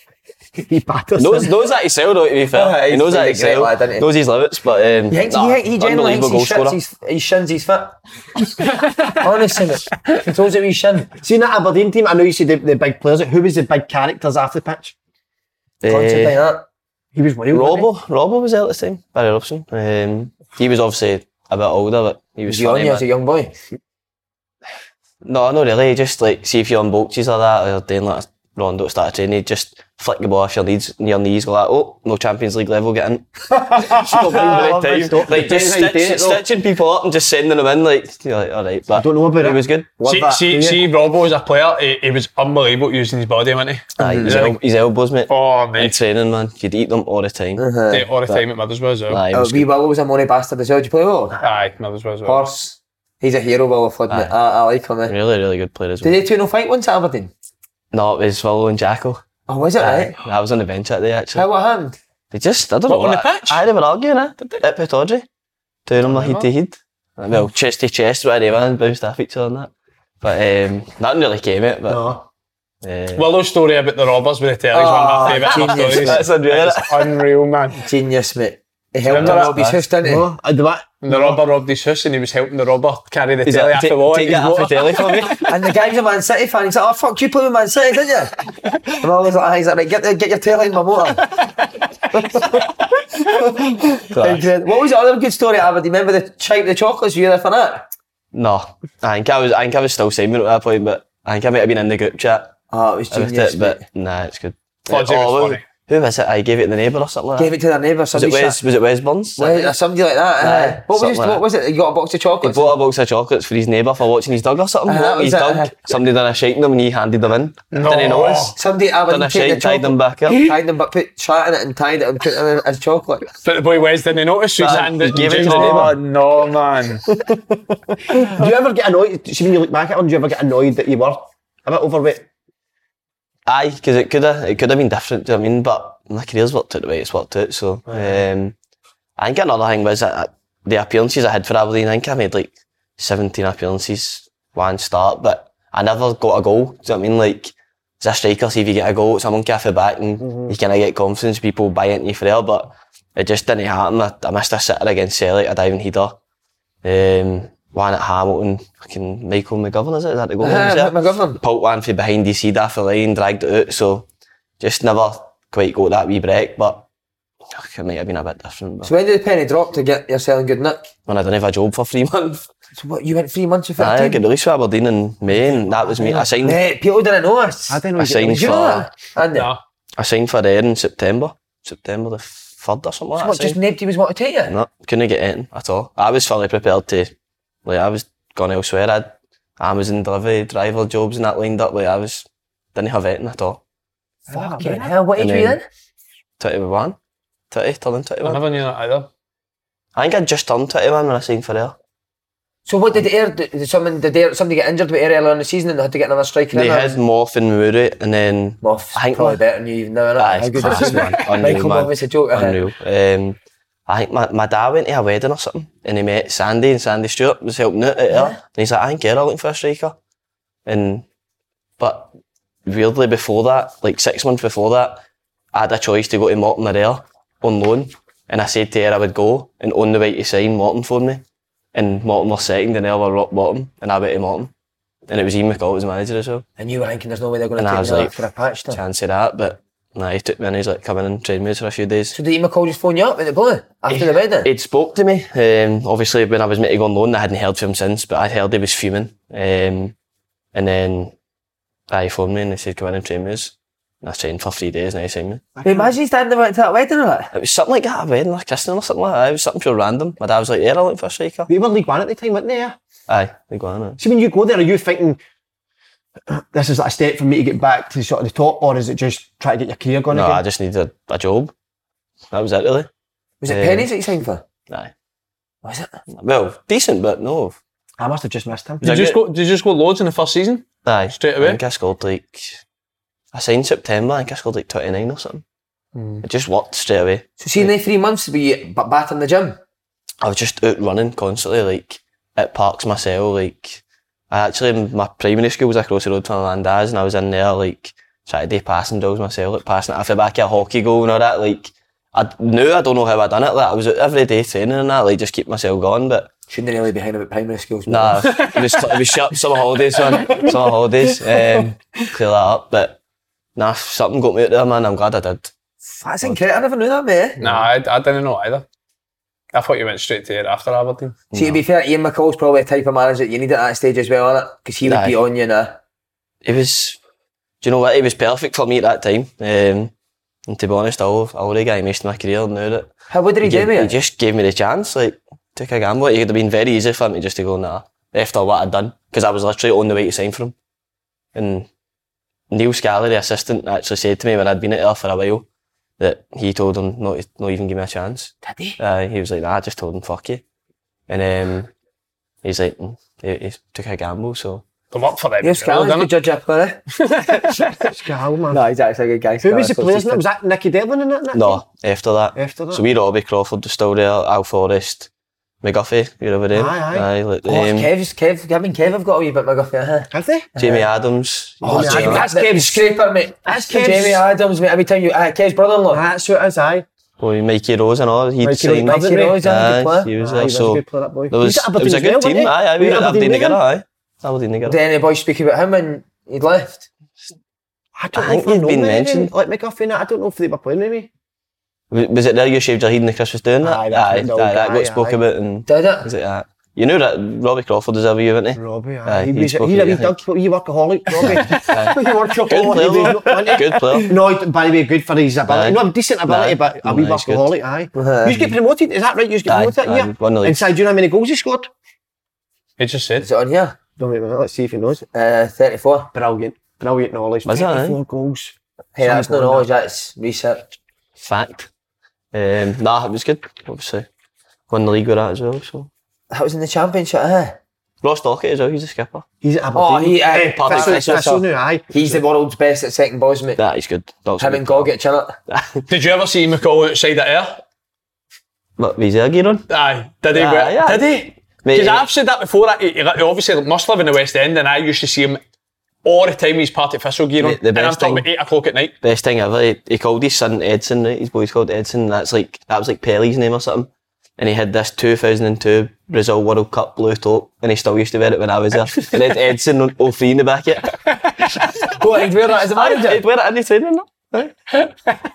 Speaker 2: He batters.
Speaker 1: Knows, knows that he sell though, to be fair.
Speaker 4: Aye,
Speaker 1: he knows
Speaker 4: [laughs] he's
Speaker 1: that
Speaker 4: a
Speaker 1: he
Speaker 4: great
Speaker 1: sell.
Speaker 4: lad, isn't he?
Speaker 1: Knows his limits, but um,
Speaker 4: it? He, thinks,
Speaker 1: nah,
Speaker 4: he, think- he generally thinks
Speaker 1: unbelievable
Speaker 4: he
Speaker 1: goal
Speaker 4: shits,
Speaker 1: scorer.
Speaker 4: he's, he shins his fit. [laughs] Honestly, mate. Controls it with his shin.
Speaker 2: See, in that Aberdeen team, I know you said the, the big players. Who was the big characters after the pitch?
Speaker 4: Considine,
Speaker 1: Eh,
Speaker 4: that.
Speaker 2: He was wild. wasn't he?
Speaker 1: Robbo, Robbo was there at the time, Barry Robson. Um, he was obviously a bit older, but he was
Speaker 4: Was he on
Speaker 1: funny.
Speaker 4: you as a
Speaker 1: man.
Speaker 4: young boy?
Speaker 1: No, not really. Just like see if you're on bulkies or that, or you're doing like a rondo at start of training, just flick the ball off your knees, your knees, go like, oh, no Champions League level, get in. [laughs] Stop
Speaker 4: [laughs]
Speaker 2: love
Speaker 1: wasting
Speaker 2: this.
Speaker 1: the time. Like [laughs] just
Speaker 2: How you doing
Speaker 1: stitch,
Speaker 2: it, though?
Speaker 1: stitching people up and just sending them in. Like you're like, all right, but
Speaker 2: I don't know about
Speaker 1: it
Speaker 2: it.
Speaker 1: was good.
Speaker 3: See, see, see, Robbo as a player, he, he was unbelievable using his body, wasn't he?
Speaker 1: Aye, his,
Speaker 3: Yeah.
Speaker 1: el- his elbows, mate.
Speaker 3: Oh,
Speaker 1: In
Speaker 3: mate.
Speaker 1: training, man, you'd eat them all the time.
Speaker 3: Yeah, All the time at Middlesbrough as well.
Speaker 1: Aye, it
Speaker 4: Uh,
Speaker 1: was
Speaker 4: wee
Speaker 1: good.
Speaker 4: Willow was a money bastard as well. Did you play Willow?
Speaker 3: Aye, Middlesbrough as well.
Speaker 4: Horse. He's a hero, Willow Flood, mate. I, I like him, mate.
Speaker 1: Really, really good player as
Speaker 4: Did
Speaker 1: well.
Speaker 4: they two no fight once at Aberdeen?
Speaker 1: No, it was Willow and Jackal.
Speaker 4: Oh, was it,
Speaker 1: Aye,
Speaker 4: right?
Speaker 1: I was on the bench that day actually.
Speaker 4: How what happened?
Speaker 1: They just, I don't
Speaker 3: What,
Speaker 1: know.
Speaker 3: on the
Speaker 1: I-
Speaker 3: pitch?
Speaker 1: Aye, they were arguing, eh? At Petardry. Doing them like head to head. Well, chest to chest, whatever, and bounced off each other and that. But um, nothing really came out, but.
Speaker 2: No.
Speaker 1: eh,
Speaker 3: Willow's story about the robbers with the tellies one
Speaker 4: Oh,
Speaker 3: of my favourite love
Speaker 4: genius.
Speaker 3: stories.
Speaker 1: That's unreal.
Speaker 3: It's unreal, man.
Speaker 4: Genius, mate. He helped him
Speaker 3: remember
Speaker 4: rob his
Speaker 1: that?
Speaker 4: house, didn't he?
Speaker 2: No, I do that.
Speaker 3: And the robber robbed his house and he was helping the robber carry the
Speaker 1: is
Speaker 3: telly
Speaker 1: that,
Speaker 3: after
Speaker 1: take,
Speaker 3: the wall.
Speaker 1: take that off the telly for me.
Speaker 4: [laughs] And the guy's a Man City fan. He's like, oh, fuck, you play with Man City, didn't you? And I was like, ah, he's like, right, get, the, get your tail in my motor. Incredible. What was the other good story at Aberdeen? Remember the chip the chocolates? Were you there for that?
Speaker 1: no, I think I was, I think I was still Simon at that point, but I think I might have been in the group chat
Speaker 4: Oh, it was
Speaker 1: about
Speaker 4: genius.
Speaker 1: it,
Speaker 4: mate.
Speaker 1: but nah, it's good. Oh,
Speaker 3: Fudge, it was
Speaker 1: who-
Speaker 3: funny.
Speaker 1: Who was it? I gave it to the neighbour or something like
Speaker 4: Gave
Speaker 1: that.
Speaker 4: it to their neighbour.
Speaker 1: was it
Speaker 4: Somebody
Speaker 1: Wes?
Speaker 4: sat-
Speaker 1: Was it Wes Burns?
Speaker 4: Wes- or somebody like that. eh?
Speaker 1: Aye,
Speaker 4: what was his,
Speaker 1: something like
Speaker 4: what was it? You got a box of
Speaker 1: He
Speaker 4: chocolates.
Speaker 1: bought a box of chocolates for his neighbour for watching his dog or something.
Speaker 4: Aye, that
Speaker 1: What, his
Speaker 4: was it,
Speaker 1: dog.
Speaker 4: aye.
Speaker 1: Somebody done a shake them and he handed them in.
Speaker 3: No.
Speaker 1: Didn't he notice?
Speaker 4: Somebody at
Speaker 1: Done
Speaker 4: Aberdeen
Speaker 1: a
Speaker 4: took the
Speaker 1: shake, tied them
Speaker 4: chocolate,
Speaker 1: back up.
Speaker 4: tied them, but put chat in it and tied it and put it in as chocolate.
Speaker 3: But the boy Wes didn't notice. So he's
Speaker 1: Nah,
Speaker 3: handed
Speaker 1: he gave it to
Speaker 3: James-
Speaker 1: the neighbour.
Speaker 3: Oh, no, man.
Speaker 2: Do you ever get annoyed? See, when you look back at him, do you ever get annoyed that you were a bit overweight?
Speaker 1: Aye, because it could have it could have been different. Do you know what I mean? But my career's worked out the way it's worked out. So um, I think another thing was that uh, the appearances I had for Aberdeen. I think I made like seventeen appearances, one start, but I never got a goal. Do you know what I mean? Like
Speaker 4: as a striker, see if you get a goal, it's a monkey off the back and
Speaker 2: Mm-hmm.
Speaker 4: you kind of get confidence, people buy into you for there, but it just didn't happen. I, I missed a sitter against Celtic, a diving header. Um, one at Hamilton, fucking Michael McGovern, is it?
Speaker 2: [laughs]
Speaker 4: Is that the goal?
Speaker 1: Aye, Mike
Speaker 4: McGovern. Pulp one from behind the seed off the line, dragged it out, so just never quite got that wee break, but fuck, it might have been a bit different. But
Speaker 1: So when did the penny drop to get yourself in good nick?
Speaker 4: when I didn't have a job for three [laughs] months,
Speaker 1: So what, you went three months with
Speaker 4: Aye, I got
Speaker 1: 15?
Speaker 4: released for Aberdeen in May, and that was me. I signed.
Speaker 1: Mate, people didn't know us. I
Speaker 4: didn't know I you signed
Speaker 1: Did you know
Speaker 4: for-
Speaker 1: that? And
Speaker 4: I signed for there in September, September the third or something. like
Speaker 1: so
Speaker 4: that,
Speaker 1: what,
Speaker 4: I
Speaker 1: just
Speaker 4: signed.
Speaker 1: nobody was wanting to take you?
Speaker 4: No, couldn't get in at all. I was fully prepared to, like, I was gone elsewhere. I'd Amazon delivery driver jobs and that lined up. Like, I was didn't have anything at all.
Speaker 1: Fucking hell, what age
Speaker 4: And
Speaker 1: were you
Speaker 4: then-
Speaker 1: then?
Speaker 4: Twenty-one, twenty, turning
Speaker 3: I
Speaker 4: twenty-one.
Speaker 3: never knew that either.
Speaker 4: I think I would just turned twenty-one when I signed for there.
Speaker 1: So what did the air, did did someone, did air, somebody get injured with air earlier in the season and they had to get another striker
Speaker 4: They
Speaker 1: in?
Speaker 4: had Morph and Moody, and then
Speaker 1: Moff's
Speaker 4: I think
Speaker 1: probably
Speaker 4: Moff-
Speaker 1: better than you even now, innit?
Speaker 4: Aye,
Speaker 1: How good
Speaker 4: class,
Speaker 1: is he?
Speaker 4: man. Unreal,
Speaker 1: Michael
Speaker 4: man.
Speaker 1: Moff's a joke, isn't he?
Speaker 4: Unreal. Um, I think my, my dad went to a wedding or something and he met Sandy and Sandy Stewart was helping out at her. And he's like, I ain't care, I'm looking for a striker. And, but weirdly before that, like six months before that, I had a choice to go to Morton or Ayr on loan. And I said to her I would go and on the way to sign Morton for me. And Morton was second and Ayr were rock bottom and I went to Morton. And it was Ian McCall was the manager as well.
Speaker 1: And you were thinking there's no way they're going
Speaker 4: And
Speaker 1: to
Speaker 4: I
Speaker 1: take
Speaker 4: was
Speaker 1: me like,
Speaker 4: like,
Speaker 1: for a patch now.
Speaker 4: chance of that, but nah, he took me and he's like, come in and train me for a few days.
Speaker 1: So did he McCall just phone you up in the blue after the wedding?
Speaker 4: He'd spoke to me. Um, obviously, when I was meant to go on loan, I hadn't heard from him since, but I'd heard he was fuming. Um, and then I phoned me and he said, come in and train with us. And I trained for three days and he signed me.
Speaker 1: Wait, imagine you standing right to that wedding or that.
Speaker 4: It was something like that, a wedding, like christening or something like that. It was something pure random. My dad was like, yeah, I look for a striker.
Speaker 2: They were League One at the time, weren't they? yeah?
Speaker 4: Aye, they go on eh? it.
Speaker 2: So when you go there, are you thinking this is like a step for me to get back to sort of the top, or is it just try to get your career going
Speaker 4: No,
Speaker 2: again?
Speaker 4: I just needed a, a job. That was it, really.
Speaker 1: Was it
Speaker 4: Yeah.
Speaker 1: pennies that you signed for?
Speaker 4: uh, Aye.
Speaker 1: Was it?
Speaker 4: Well, decent, but no.
Speaker 2: I must have just missed him.
Speaker 4: Was I
Speaker 3: Did you, just
Speaker 4: good?
Speaker 3: go, did you just go loads in the first season?
Speaker 4: Aye.
Speaker 3: Straight
Speaker 4: I
Speaker 3: away?
Speaker 4: think I scored like, I signed September, I think I scored like 29 or something. It just worked straight away.
Speaker 1: So see, in the three months, were you b- back in the gym?
Speaker 4: I was just out running constantly, like at parks myself. Like I actually my primary school was across the road from my nan and dad's, and I was in there like trying to do passing drills myself, like passing it off the back of a hockey goal and all that. Like I knew I don't know how I done it. Like I was out every day training and that, like just keep myself going. But
Speaker 1: Shouldn't really be behind about primary schools.
Speaker 4: nah, it was it was shut summer holidays on summer holidays. Um, clear that up, but nah, something got me out there, man. I'm glad I did.
Speaker 1: That's incredible. I never knew that, mate.
Speaker 3: Nah, I, I didn't know either. I thought you went straight to air after Aberdeen.
Speaker 1: See, to be fair, Ian McCall's probably the type of manager that you need at that stage as well, innit? Because he would be
Speaker 4: Aye.
Speaker 1: on you now.
Speaker 4: it was do you know what it was perfect for me at that time um, and to be honest I'll, I'll the guy missed my career now that
Speaker 1: How what did eh? he, do,
Speaker 4: gave,
Speaker 1: mate?
Speaker 4: he just gave me the chance like took a gamble it would have been very easy for me just to go nah after what I'd done because I was literally on the way to sign for him and Neil Scally the assistant actually said to me when I'd been at there for a while that he told him not, to- not even give me a chance
Speaker 1: did he?
Speaker 4: uh, he was like, nah, I just told him, fuck you. And um, he's like, mm, he, he took a gamble, so.
Speaker 3: I'm up for that.
Speaker 1: Yes, Scallon's a good judge up there.
Speaker 2: Scal, man.
Speaker 1: [laughs] No, he's actually a good guy.
Speaker 2: Who was the players? in it? Was that Nicky Devlin in that? Nicky?
Speaker 4: No, after that.
Speaker 2: After that?
Speaker 4: So we Robbie Crawford was still there, Al Forrest, McGuffey, you know what I mean?
Speaker 2: Aye, aye.
Speaker 4: like,
Speaker 1: Oh,
Speaker 4: um,
Speaker 1: Kev's, Kev, I mean, Kev have got a wee bit McGuffey, huh?
Speaker 2: Have they?
Speaker 4: Jamie Adams.
Speaker 1: Oh,
Speaker 4: you know,
Speaker 1: Jamie, that's Kev's scraper, mate. That's
Speaker 2: Kev's-
Speaker 1: Jamie Adams, mate. Every time you, uh, Kev's brother-in-law.
Speaker 2: That's what it is, aye.
Speaker 4: Well, Mikey Rose and all, he'd
Speaker 2: Mikey
Speaker 4: signed.
Speaker 2: Rose,
Speaker 1: Mikey Rose, aye, good
Speaker 4: Aye,
Speaker 1: player.
Speaker 4: he was
Speaker 2: Aye,
Speaker 4: there,
Speaker 2: he was a
Speaker 4: so.
Speaker 2: good player, that boy.
Speaker 4: There was,
Speaker 2: He was at
Speaker 4: it was a
Speaker 2: Aberdeen as
Speaker 4: good
Speaker 2: well,
Speaker 4: team,
Speaker 2: wasn't he?
Speaker 4: aye, aye, we
Speaker 2: He
Speaker 4: were
Speaker 2: was
Speaker 4: at
Speaker 2: at
Speaker 4: Aberdeen
Speaker 2: Aberdeen
Speaker 4: together, aye. Aberdeen
Speaker 1: Did
Speaker 4: together.
Speaker 1: any boys speak about him when he'd left?
Speaker 2: I don't
Speaker 4: I
Speaker 2: know
Speaker 4: think
Speaker 2: if I
Speaker 4: he'd
Speaker 2: know
Speaker 4: been
Speaker 2: maybe.
Speaker 4: mentioned.
Speaker 2: Like McGuffey and that, I don't know if they were playing maybe.
Speaker 4: Was was it there you shaved your head in the Christmas doing that?
Speaker 2: Aye, that's the old
Speaker 4: that
Speaker 2: guy,
Speaker 4: got spoke
Speaker 2: aye.
Speaker 4: about and.
Speaker 1: Did
Speaker 4: Was
Speaker 1: it?
Speaker 4: it that? You knew that Robbie Crawford was ever you, wasn't he?
Speaker 2: Robbie, aye.
Speaker 4: Aye,
Speaker 2: he
Speaker 4: he
Speaker 2: was,
Speaker 4: spoke
Speaker 2: he's
Speaker 4: to
Speaker 2: a wee
Speaker 4: you, I
Speaker 2: dog, wee workaholic,
Speaker 4: [laughs]
Speaker 2: [laughs] Robbie. he worked your
Speaker 4: Good
Speaker 2: whole
Speaker 4: player,
Speaker 2: he [laughs] was
Speaker 4: though.
Speaker 2: not- wasn't he?
Speaker 4: Good player.
Speaker 2: No, by the way, good for his ability.
Speaker 4: Aye.
Speaker 2: No, decent ability,
Speaker 4: Aye.
Speaker 2: but a
Speaker 4: No,
Speaker 2: wee
Speaker 4: he's good.
Speaker 2: workaholic, aye.
Speaker 1: Um,
Speaker 2: You get promoted, is that right? You get
Speaker 4: Aye,
Speaker 2: promoted
Speaker 4: aye,
Speaker 2: that year?
Speaker 4: won the league.
Speaker 2: Inside, do you know how many goals he scored?
Speaker 3: He just said.
Speaker 1: Is it on here?
Speaker 2: Don't wait a minute, let's see if he knows.
Speaker 1: Uh, 34.
Speaker 2: Brilliant. Brilliant knowledge.
Speaker 4: Was that, eh?
Speaker 2: 24 goals.
Speaker 1: Hey, that's not
Speaker 2: Something
Speaker 1: knowledge,
Speaker 2: like
Speaker 1: that's research.
Speaker 4: Fact. Um, nah, it was good, obviously. Won the league with that as well, so.
Speaker 1: That was in the championship, eh? huh?
Speaker 4: Ross Dockett as well, he's a skipper.
Speaker 2: He's at Aberdeen.
Speaker 1: Oh, he, uh,
Speaker 2: Eh,
Speaker 1: Patrick
Speaker 2: Thistle-
Speaker 1: Thistle.
Speaker 2: Thistle now, aye.
Speaker 1: He's the world's best at second balls, mate.
Speaker 4: That is good. Doc's
Speaker 1: Him
Speaker 4: good.
Speaker 1: and Gogic, innit?
Speaker 3: Did you ever see McCall outside at air?
Speaker 4: What, was he a gear on?
Speaker 3: Aye. Did he?
Speaker 4: Aye,
Speaker 3: wear-
Speaker 4: aye.
Speaker 3: Did he?
Speaker 4: Mate, eh,
Speaker 3: Because I've said that before. He, he obviously must live in the West End, and I used to see him all the time he's part of official gear on.
Speaker 4: The- the
Speaker 3: and I'm
Speaker 4: best
Speaker 3: talking
Speaker 4: thing-
Speaker 3: about eight o'clock at night.
Speaker 4: Best thing ever. He, he called his son Edson, right? His boy's called Edson. and That's like that was like Pele's name or something. And he had this 2002 Brazil World Cup blue top, and he still used to wear it when I was there. and it had Edson 03 in the back of
Speaker 1: [laughs]
Speaker 4: it.
Speaker 1: What, he'd wear that as a manager?
Speaker 4: He'd wear it in the training.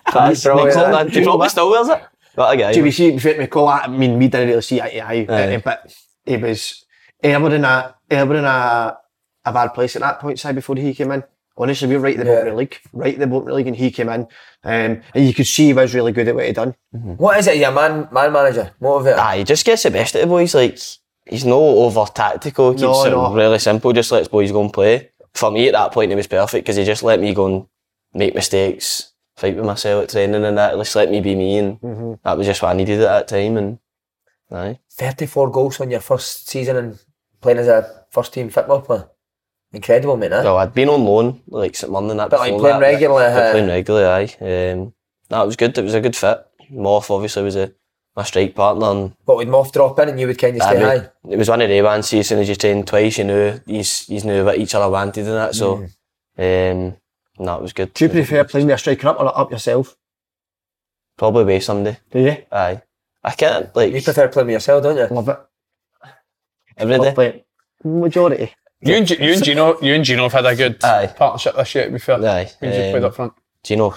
Speaker 4: Class.
Speaker 2: Bro,
Speaker 4: Next
Speaker 2: yeah.
Speaker 4: up, man. He probably still wears it. What a guy.
Speaker 2: Do we see if we call that? I mean, we didn't really see eye to eye,
Speaker 4: Aye.
Speaker 2: eh, but he was ever in a ever in a a bad place at that point. Say before he came in, honestly, we were right at the bottom of the league, right at the bottom of the league, and he came in, um, and you could see he was really good at what he done.
Speaker 1: What is it? Yeah, man, man manager, motivator.
Speaker 4: Aye, he just gets the best of the boys. Like he's no over tactical. Keeps
Speaker 1: No,
Speaker 4: it
Speaker 1: no.
Speaker 4: really simple. Just lets boys go and play. For me, at that point, it was perfect because he just let me go and make mistakes, fight with myself at training and that. Just let me be me, and
Speaker 1: Mhm.
Speaker 4: that was just what I needed at that time. And aye,
Speaker 1: 34 goals on your first season and playing as a first team football player. Incredible, mate. That.
Speaker 4: well, I'd been on loan like St Mirren and that.
Speaker 1: But, like,
Speaker 4: before
Speaker 1: playing
Speaker 4: that,
Speaker 1: regular,
Speaker 4: but
Speaker 1: uh,
Speaker 4: playing regularly, aye. Um, no, it was good. It was a good fit. Morph obviously was a my strike partner and
Speaker 1: But would Moff drop in and you would kind of
Speaker 4: I
Speaker 1: stay
Speaker 4: knew-
Speaker 1: high?
Speaker 4: It was one of the ones, see, as soon as you trained twice, you knew, he's, he's knew what each other wanted and that, so,
Speaker 1: Mm.
Speaker 4: um, no, it was good.
Speaker 2: Do you prefer playing with a striker up or up yourself?
Speaker 4: Probably way someday.
Speaker 2: Do you?
Speaker 4: Aye. I can't, like...
Speaker 1: You prefer playing with yourself, don't you?
Speaker 2: Love it.
Speaker 4: Every day.
Speaker 2: Majority.
Speaker 3: You and, G- you and Gino, you and Gino have had a good partnership this year. To be fair,
Speaker 4: Aye. um,
Speaker 3: When you played up front.
Speaker 4: Gino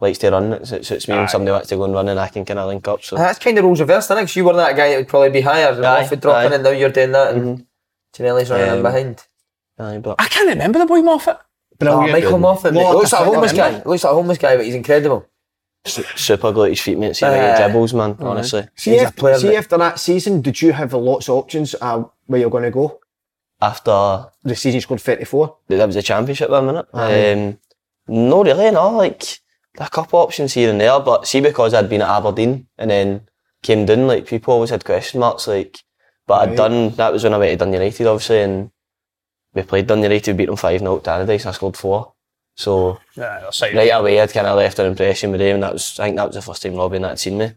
Speaker 4: likes to run, it suits suits me when somebody wants to go and run and I can kind of link up, so...
Speaker 1: That's kind of rules reversed, isn't it? 'Cause you were that guy that would probably be higher. and Moff would drop in and now you're doing that and Ginelli's running in
Speaker 4: Um,
Speaker 1: behind.
Speaker 4: Aye, but...
Speaker 3: I can't remember the boy Moffat.
Speaker 1: Oh,
Speaker 4: Brilliant.
Speaker 1: Michael Moffat, mate.
Speaker 4: What a
Speaker 1: Looks like a
Speaker 4: fucking
Speaker 1: homeless guy.
Speaker 4: man.
Speaker 1: Looks like a homeless guy, but he's incredible.
Speaker 4: Su- Super glue at his feet, mate, see how
Speaker 1: Aye.
Speaker 4: he dribbles, man,
Speaker 1: Aye.
Speaker 4: honestly.
Speaker 2: See, if, see after that season, did you have lots of options uh, where you're going to go?
Speaker 4: After...
Speaker 2: The season scored 34.
Speaker 4: That was the championship one, wasn't it?
Speaker 2: Aye.
Speaker 4: Um, no, really, no. Like, a couple options here and there, but see, because I'd been at Aberdeen and then came down, like, people always had question marks, like, but
Speaker 2: Right.
Speaker 4: I'd done, that was when I went to Dun United, obviously, and we played Dun United, beat them 5 0 at Tannadice, and I scored four. So,
Speaker 3: Yeah, that's it.
Speaker 4: right away, I'd kind of left an impression with them, and that was, I think that was the first time Robin had seen me.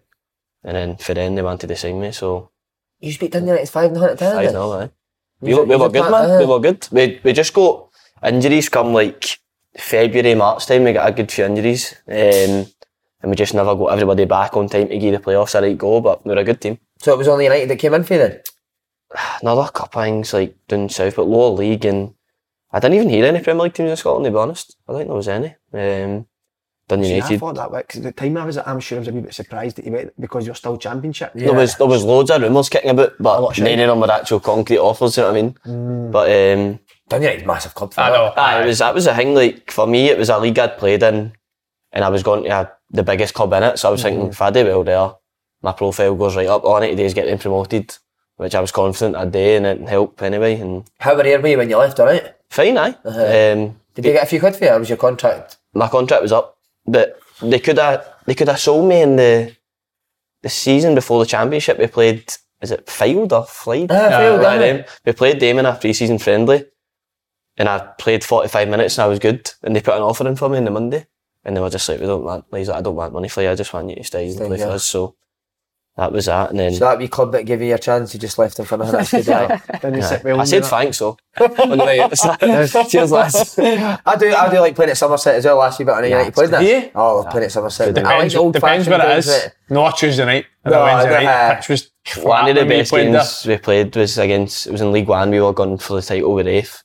Speaker 4: And then for then, they wanted to sign me, so
Speaker 1: You speak Dundee United's 5 and 100
Speaker 4: I
Speaker 1: times.
Speaker 4: know, aye.
Speaker 1: He's
Speaker 4: We,
Speaker 1: a-
Speaker 4: were, we
Speaker 1: he's a
Speaker 4: were good,
Speaker 1: plant,
Speaker 4: man.
Speaker 1: aye.
Speaker 4: We were good. We, we just got injuries come like February, March time. We got a good few injuries. Um, and we just never got everybody back on time to give the playoffs a right go, but we were a good team.
Speaker 1: So it was only United that came in for you then?
Speaker 4: [sighs] Another couple of things like down south, but lower league, and I didn't even hear any Premier League teams in Scotland, to be honest. I don't think there was any. Um, Dun
Speaker 2: See, I
Speaker 4: United.
Speaker 2: thought that way, because the time I was at, I'm sure I was a wee bit surprised that he went because you're still championship.
Speaker 4: There was there was loads of rumours kicking about, but
Speaker 2: shite.
Speaker 4: none of them were actual concrete offers, you know what I mean?
Speaker 1: Mm.
Speaker 4: But um
Speaker 1: Dun United's massive club for
Speaker 4: I
Speaker 1: that.
Speaker 4: know. Aye, it was that was a thing, like for me it was a league I'd played in and I was going to a, the biggest club in it, so I was
Speaker 1: Mm-hmm.
Speaker 4: thinking if I do well there, my profile goes right up. All I need to do is get them promoted, which I was confident I'd do and it'd help anyway and
Speaker 1: How were you were you when you left, alright?
Speaker 4: fine aye. Um
Speaker 1: Did you get a few quid for you or was your contract?
Speaker 4: my contract was up, but they could have they could have sold me in the the season before the championship. We played is it Field or Flyde?
Speaker 1: Ah, Fylde,
Speaker 4: One of
Speaker 1: aye.
Speaker 4: them. We played them in a pre-season friendly, and I played forty five minutes and I was good. And they put an offer in for me on the Monday, and they were just like, "We don't want," he's like, "I don't want money for you. I just want you to stay and
Speaker 1: Stay,
Speaker 4: play for
Speaker 1: yeah.
Speaker 4: us." So that was that, and then.
Speaker 1: So that wee club that gave you your chance, you just left them for nothing. That's good,
Speaker 4: Aye. [laughs]
Speaker 1: aye.
Speaker 2: Didn't
Speaker 4: Aye.
Speaker 2: sit well
Speaker 4: I
Speaker 2: in
Speaker 4: said
Speaker 2: that.
Speaker 1: [laughs]
Speaker 4: thanks, so. on the way out. Cheers, lads.
Speaker 1: I do, I do like playing at Somerset as well. Last year, but I know United played that.
Speaker 3: Yeah.
Speaker 1: Oh, I love playing at Somerset. I like
Speaker 3: Depends,
Speaker 1: the old
Speaker 3: depends
Speaker 1: fashioned
Speaker 3: where it
Speaker 1: days,
Speaker 3: is.
Speaker 1: mate.
Speaker 3: No, a Tuesday night and
Speaker 1: No,
Speaker 3: a Wednesday
Speaker 1: uh,
Speaker 3: night. Pitch was flat
Speaker 4: One of the
Speaker 3: when we
Speaker 4: best
Speaker 3: played there.
Speaker 4: games we played was against, it was in League One, we were going for the title with Rafe.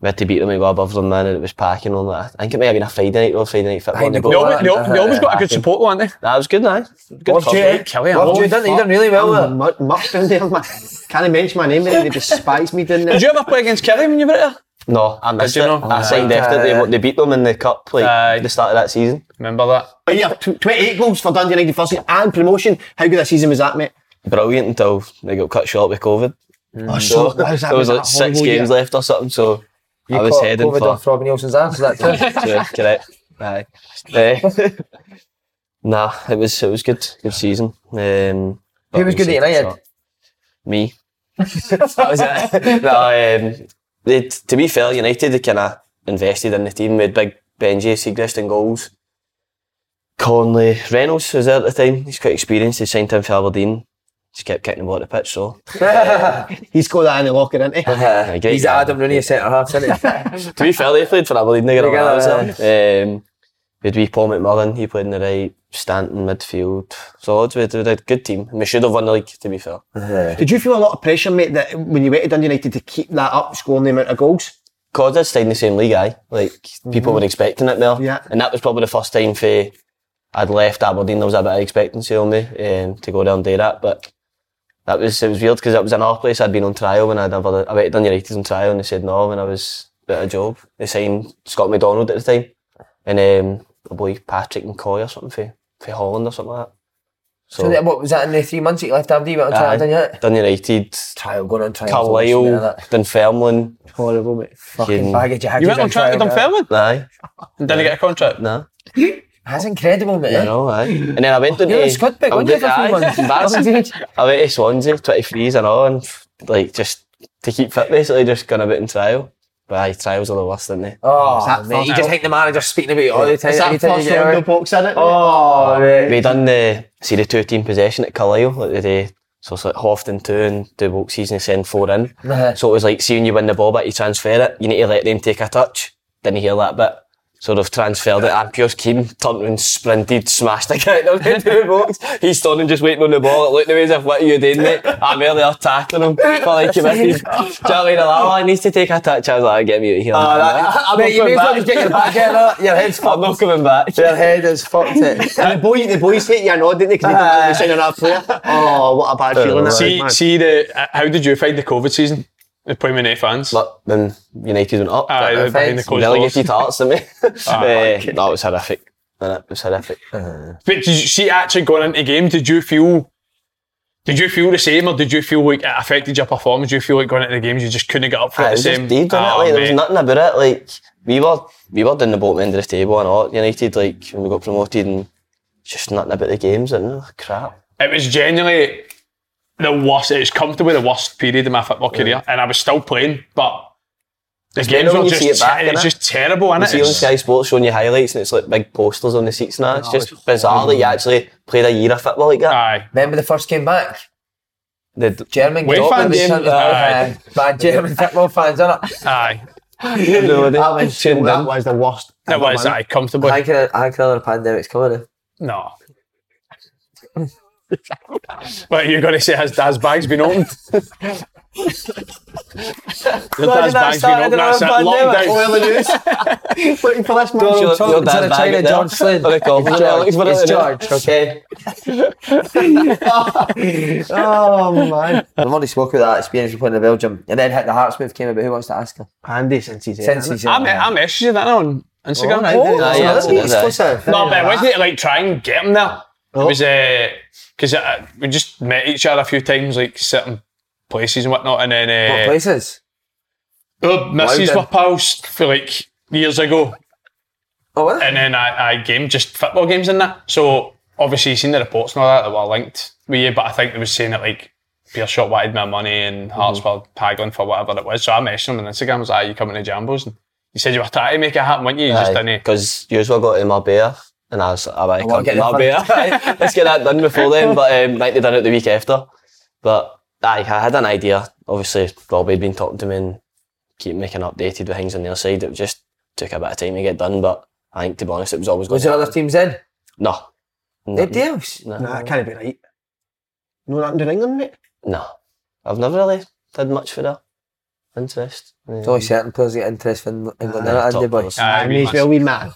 Speaker 4: We had to beat them, we were above them, man, and it was packing on that. I think it may have been a Friday night or Friday night football.
Speaker 1: Behind the
Speaker 4: and they
Speaker 3: They
Speaker 1: goal,
Speaker 4: got-
Speaker 3: always, they, al- they
Speaker 4: uh,
Speaker 3: always got a good support, weren't they?
Speaker 4: That was good, man. Good
Speaker 1: Loved
Speaker 4: cover.
Speaker 1: you.
Speaker 3: Killian.
Speaker 1: Loved you, didn't you? You done really well.
Speaker 2: I'm
Speaker 4: uh,
Speaker 1: there.
Speaker 2: mucked mucked down there, man. Can't mention my name, they despise me down there.
Speaker 3: Did you ever play against Kerry when you were there?
Speaker 4: No, I missed
Speaker 3: you
Speaker 4: it.
Speaker 3: know?
Speaker 4: I signed
Speaker 1: Aye.
Speaker 4: after they, they beat them in the cup, like
Speaker 3: Aye.
Speaker 4: the start of that season.
Speaker 3: Remember that?
Speaker 2: But yeah, tw- 28 goals for Dundee United first season and promotion. How good a season was that, mate?
Speaker 4: Brilliant until they got cut short with COVID. uh,
Speaker 2: Oh, so, that was, that
Speaker 4: there was
Speaker 2: was
Speaker 4: like
Speaker 2: a
Speaker 4: six
Speaker 2: horrible year.
Speaker 4: games left or something, so
Speaker 1: You
Speaker 4: I was
Speaker 1: caught
Speaker 4: heading
Speaker 1: COVID
Speaker 4: for.
Speaker 1: off Robin Nielsen's arse, is
Speaker 4: [laughs]
Speaker 1: that true?
Speaker 4: Yeah, correct. Aye. Eh, [laughs] nah, it was it was good. Good season. Um, but
Speaker 1: Who was good at United?
Speaker 4: so- Me.
Speaker 1: [laughs]
Speaker 4: that was it. no, um, they, to be fair, United they kind of invested in the team with big Benji, Seagrist in goals. Conley Reynolds was there at the time. He's quite experienced. They signed him for Aberdeen. just kept kicking the ball to pitch. So
Speaker 2: he's got that in the locker, isn't
Speaker 4: he?
Speaker 1: He's Adam Rooney, centre half, isn't he?
Speaker 4: [laughs] to be fair, they played for Aberdeen together when I was there. Um, we had wee Paul McMullen, he played in the right, Stanton midfield. So odds we had we had a good team. And we should have won the league, to be fair.
Speaker 2: Did you feel a lot of pressure, mate, that when you went to Dundee United to keep that up, scoring the amount of goals?
Speaker 4: Cordis stayed in the same league, aye. Like, people
Speaker 1: Mm-hmm.
Speaker 2: Mhm.
Speaker 4: were expecting it there. Yeah. And that was probably the first time for I'd left Aberdeen, there was a bit of expectancy on me um, to go down and do that. But that was, it was weird because it was another place I'd been on trial when I'd never, I went to Dundee United on trial and they said no when I was at a job. They signed Scott McDonald at the time and um, a boy Patrick McCoy or something for, for Holland or something like that.
Speaker 1: So, that- what was that in the three months that you left Aberdeen? What,
Speaker 4: Aye.
Speaker 1: I'm trying to
Speaker 4: Dundee United. Trial
Speaker 1: going on trial. Something
Speaker 4: Carlisle,
Speaker 1: like
Speaker 4: Dunfermline.
Speaker 2: Horrible, mate.
Speaker 4: Fucking
Speaker 1: baggage of You went on trial to Dunfermline?
Speaker 4: Aye.
Speaker 3: Did he get a contract?
Speaker 4: No.
Speaker 1: That's incredible, mate.
Speaker 4: I
Speaker 1: [clears throat]
Speaker 4: know, aye. And then I went to
Speaker 1: You're a squad pick,
Speaker 4: I
Speaker 1: weren't you,
Speaker 4: went to-
Speaker 1: for
Speaker 4: [laughs]
Speaker 1: a few
Speaker 4: aye,
Speaker 1: months? [laughs]
Speaker 4: embarrassing. I went to Swansea, 23s and all, and like just to keep fit, basically, just going a bit in trial. But aye, trials are the worst, aren't they?
Speaker 1: Oh, mate, you just think the manager's speaking about it all the time.
Speaker 2: Is
Speaker 1: every
Speaker 2: that
Speaker 1: time you
Speaker 2: first
Speaker 1: get
Speaker 2: round
Speaker 1: around.
Speaker 2: of box in it?
Speaker 1: Oh, mate.
Speaker 4: We done the see the two team possession at Carlisle like the day. So it's like Hofton two and the box season they send four in.
Speaker 1: Aye.
Speaker 4: So it was like see when you win the ball but you transfer it, you need to let them take a touch. Didn't hear that bit. So they've transferred it and Pierce came, turned and sprinted, smashed the guy down into the box. He's standing just waiting on the ball. It looked at me as if what are you doing mate? I'm early up tackling
Speaker 1: [laughs]
Speaker 4: him. But like you know what I mean? Do you know what I mean? I'm like, oh, he needs to take a touch. I was like, get me out of here.
Speaker 1: Oh, that-
Speaker 4: I'm
Speaker 1: mate,
Speaker 4: not
Speaker 1: you may
Speaker 4: coming
Speaker 1: as well just get your back in, look. Your head's
Speaker 4: [laughs] I'm not coming back. Your
Speaker 1: head is fucked eh?
Speaker 4: [laughs]
Speaker 1: it.
Speaker 2: And the, boy, the boys hate you, I know, didn't they? Because they didn't want to sign on that player.
Speaker 1: Ah.
Speaker 2: Oh, what a bad feeling that
Speaker 3: see,
Speaker 2: is, man.
Speaker 3: see the uh, how did you find the COVID season? The playing with no fans.
Speaker 4: then United went up.
Speaker 3: Aye, they're behind the closed
Speaker 4: Relegated to
Speaker 3: doors.
Speaker 4: Hearts to me.
Speaker 3: [laughs] Ah,
Speaker 4: [laughs] Eh, no, it was horrific. No, It was horrific.
Speaker 3: But did you see actually going into the game? Did you feel? Did you feel the same, or did you feel like it affected your performance? Do you feel like going into the games you just couldn't get up for it the
Speaker 4: Aye, it was
Speaker 3: same?
Speaker 4: just deep, didn't
Speaker 3: Ah,
Speaker 4: it? Like, there was
Speaker 3: mate.
Speaker 4: nothing about it. Like we were, we were down the bottom end of the table and all at United. Like when we got promoted, and just nothing about the games and oh, crap.
Speaker 3: It was genuinely the worst. It was comfortably the worst period of my football career, and I was still playing, but the
Speaker 4: It's
Speaker 3: games
Speaker 4: better
Speaker 3: were
Speaker 4: when you
Speaker 3: just
Speaker 4: see it back,
Speaker 3: ter- it's
Speaker 4: innit?
Speaker 3: just terrible,
Speaker 4: You
Speaker 3: and
Speaker 4: see on Sky Sports showing you highlights, and it's like big posters on the seats and that. It's just bizarre that you actually played a year of football like that.
Speaker 3: Aye.
Speaker 1: Remember the first game back?
Speaker 4: The
Speaker 1: German
Speaker 4: Wait, fan game.
Speaker 1: Aye.
Speaker 4: Aye.
Speaker 1: um, Bad German football fans,
Speaker 4: [laughs]
Speaker 1: innit?
Speaker 3: Aye.
Speaker 2: No, that was- that was the worst.
Speaker 3: It was, aye, comfortably.
Speaker 1: I can, I can another pandemic's coming in.
Speaker 3: No. But you're going to say has Daz bag's been opened? Your dad's
Speaker 1: Imagine
Speaker 3: bag's
Speaker 1: that
Speaker 3: been
Speaker 1: started
Speaker 3: opened. That's it.
Speaker 1: another pandemic.
Speaker 2: [laughs]
Speaker 3: Lockdown.
Speaker 2: Waiting for this man.
Speaker 1: Donald
Speaker 4: Your-
Speaker 1: Trump
Speaker 4: your
Speaker 1: instead
Speaker 4: dad
Speaker 1: of
Speaker 4: bag
Speaker 1: China,
Speaker 4: it there.
Speaker 1: George Flynn. [laughs]
Speaker 4: What they call him,
Speaker 1: It's
Speaker 4: Alex,
Speaker 1: George,
Speaker 4: what
Speaker 1: it's
Speaker 4: it is.
Speaker 1: George, [laughs] okay?
Speaker 2: oh, man.
Speaker 1: I've already spoken about that experience with playing in Belgium. And then hit the Hearts move came about who wants to ask her?
Speaker 2: Andy, since he's
Speaker 1: Since he's
Speaker 3: I, me- I messaged you that on Instagram.
Speaker 1: Oh, right, there you go.
Speaker 4: yeah,
Speaker 1: That's
Speaker 4: yeah, yeah.
Speaker 1: exclusive.
Speaker 3: No, but wasn't it like try and get him there? It
Speaker 1: Oh.
Speaker 3: was because uh, we just met each other a few times, like certain places and whatnot, and then uh,
Speaker 1: What places?
Speaker 3: Oh, misses
Speaker 1: Loudon.
Speaker 3: were pals for like years ago.
Speaker 1: Oh,
Speaker 3: and then I, I game just football games in that. So obviously you seen the reports and all that that were linked with you, but I think they was saying that like Pearshot wanted my money and Hearts were haggling for whatever it was. So I messaged him on Instagram, I was like, "Are you coming to Jambos?" And he said you were trying to make it happen, weren't you? You just didn't.
Speaker 4: Because usually I got to Marbella and I was like, I
Speaker 3: I
Speaker 4: might
Speaker 3: wanna
Speaker 4: come
Speaker 3: get
Speaker 4: to Marbella. [laughs] Let's get that done before then. But um, like they done it the week after. But aye, I had an idea. Obviously, Robbie had been talking to me and keep making updated with things on their side. It just took a bit of time to get done. But I think, to be honest, it was always going
Speaker 1: Was there other teams in?
Speaker 4: No.
Speaker 1: Nobody else?
Speaker 4: No.
Speaker 2: [laughs] Nah, that can't be right. No, nothing to do with England, mate.
Speaker 4: No. I've never really did much for that. Interest. Um,
Speaker 1: There's only certain players that get interest in England,
Speaker 4: Aye,
Speaker 1: innit, Andy,
Speaker 4: top
Speaker 1: boy?
Speaker 4: players. Aye,
Speaker 2: May as well be [laughs] mad.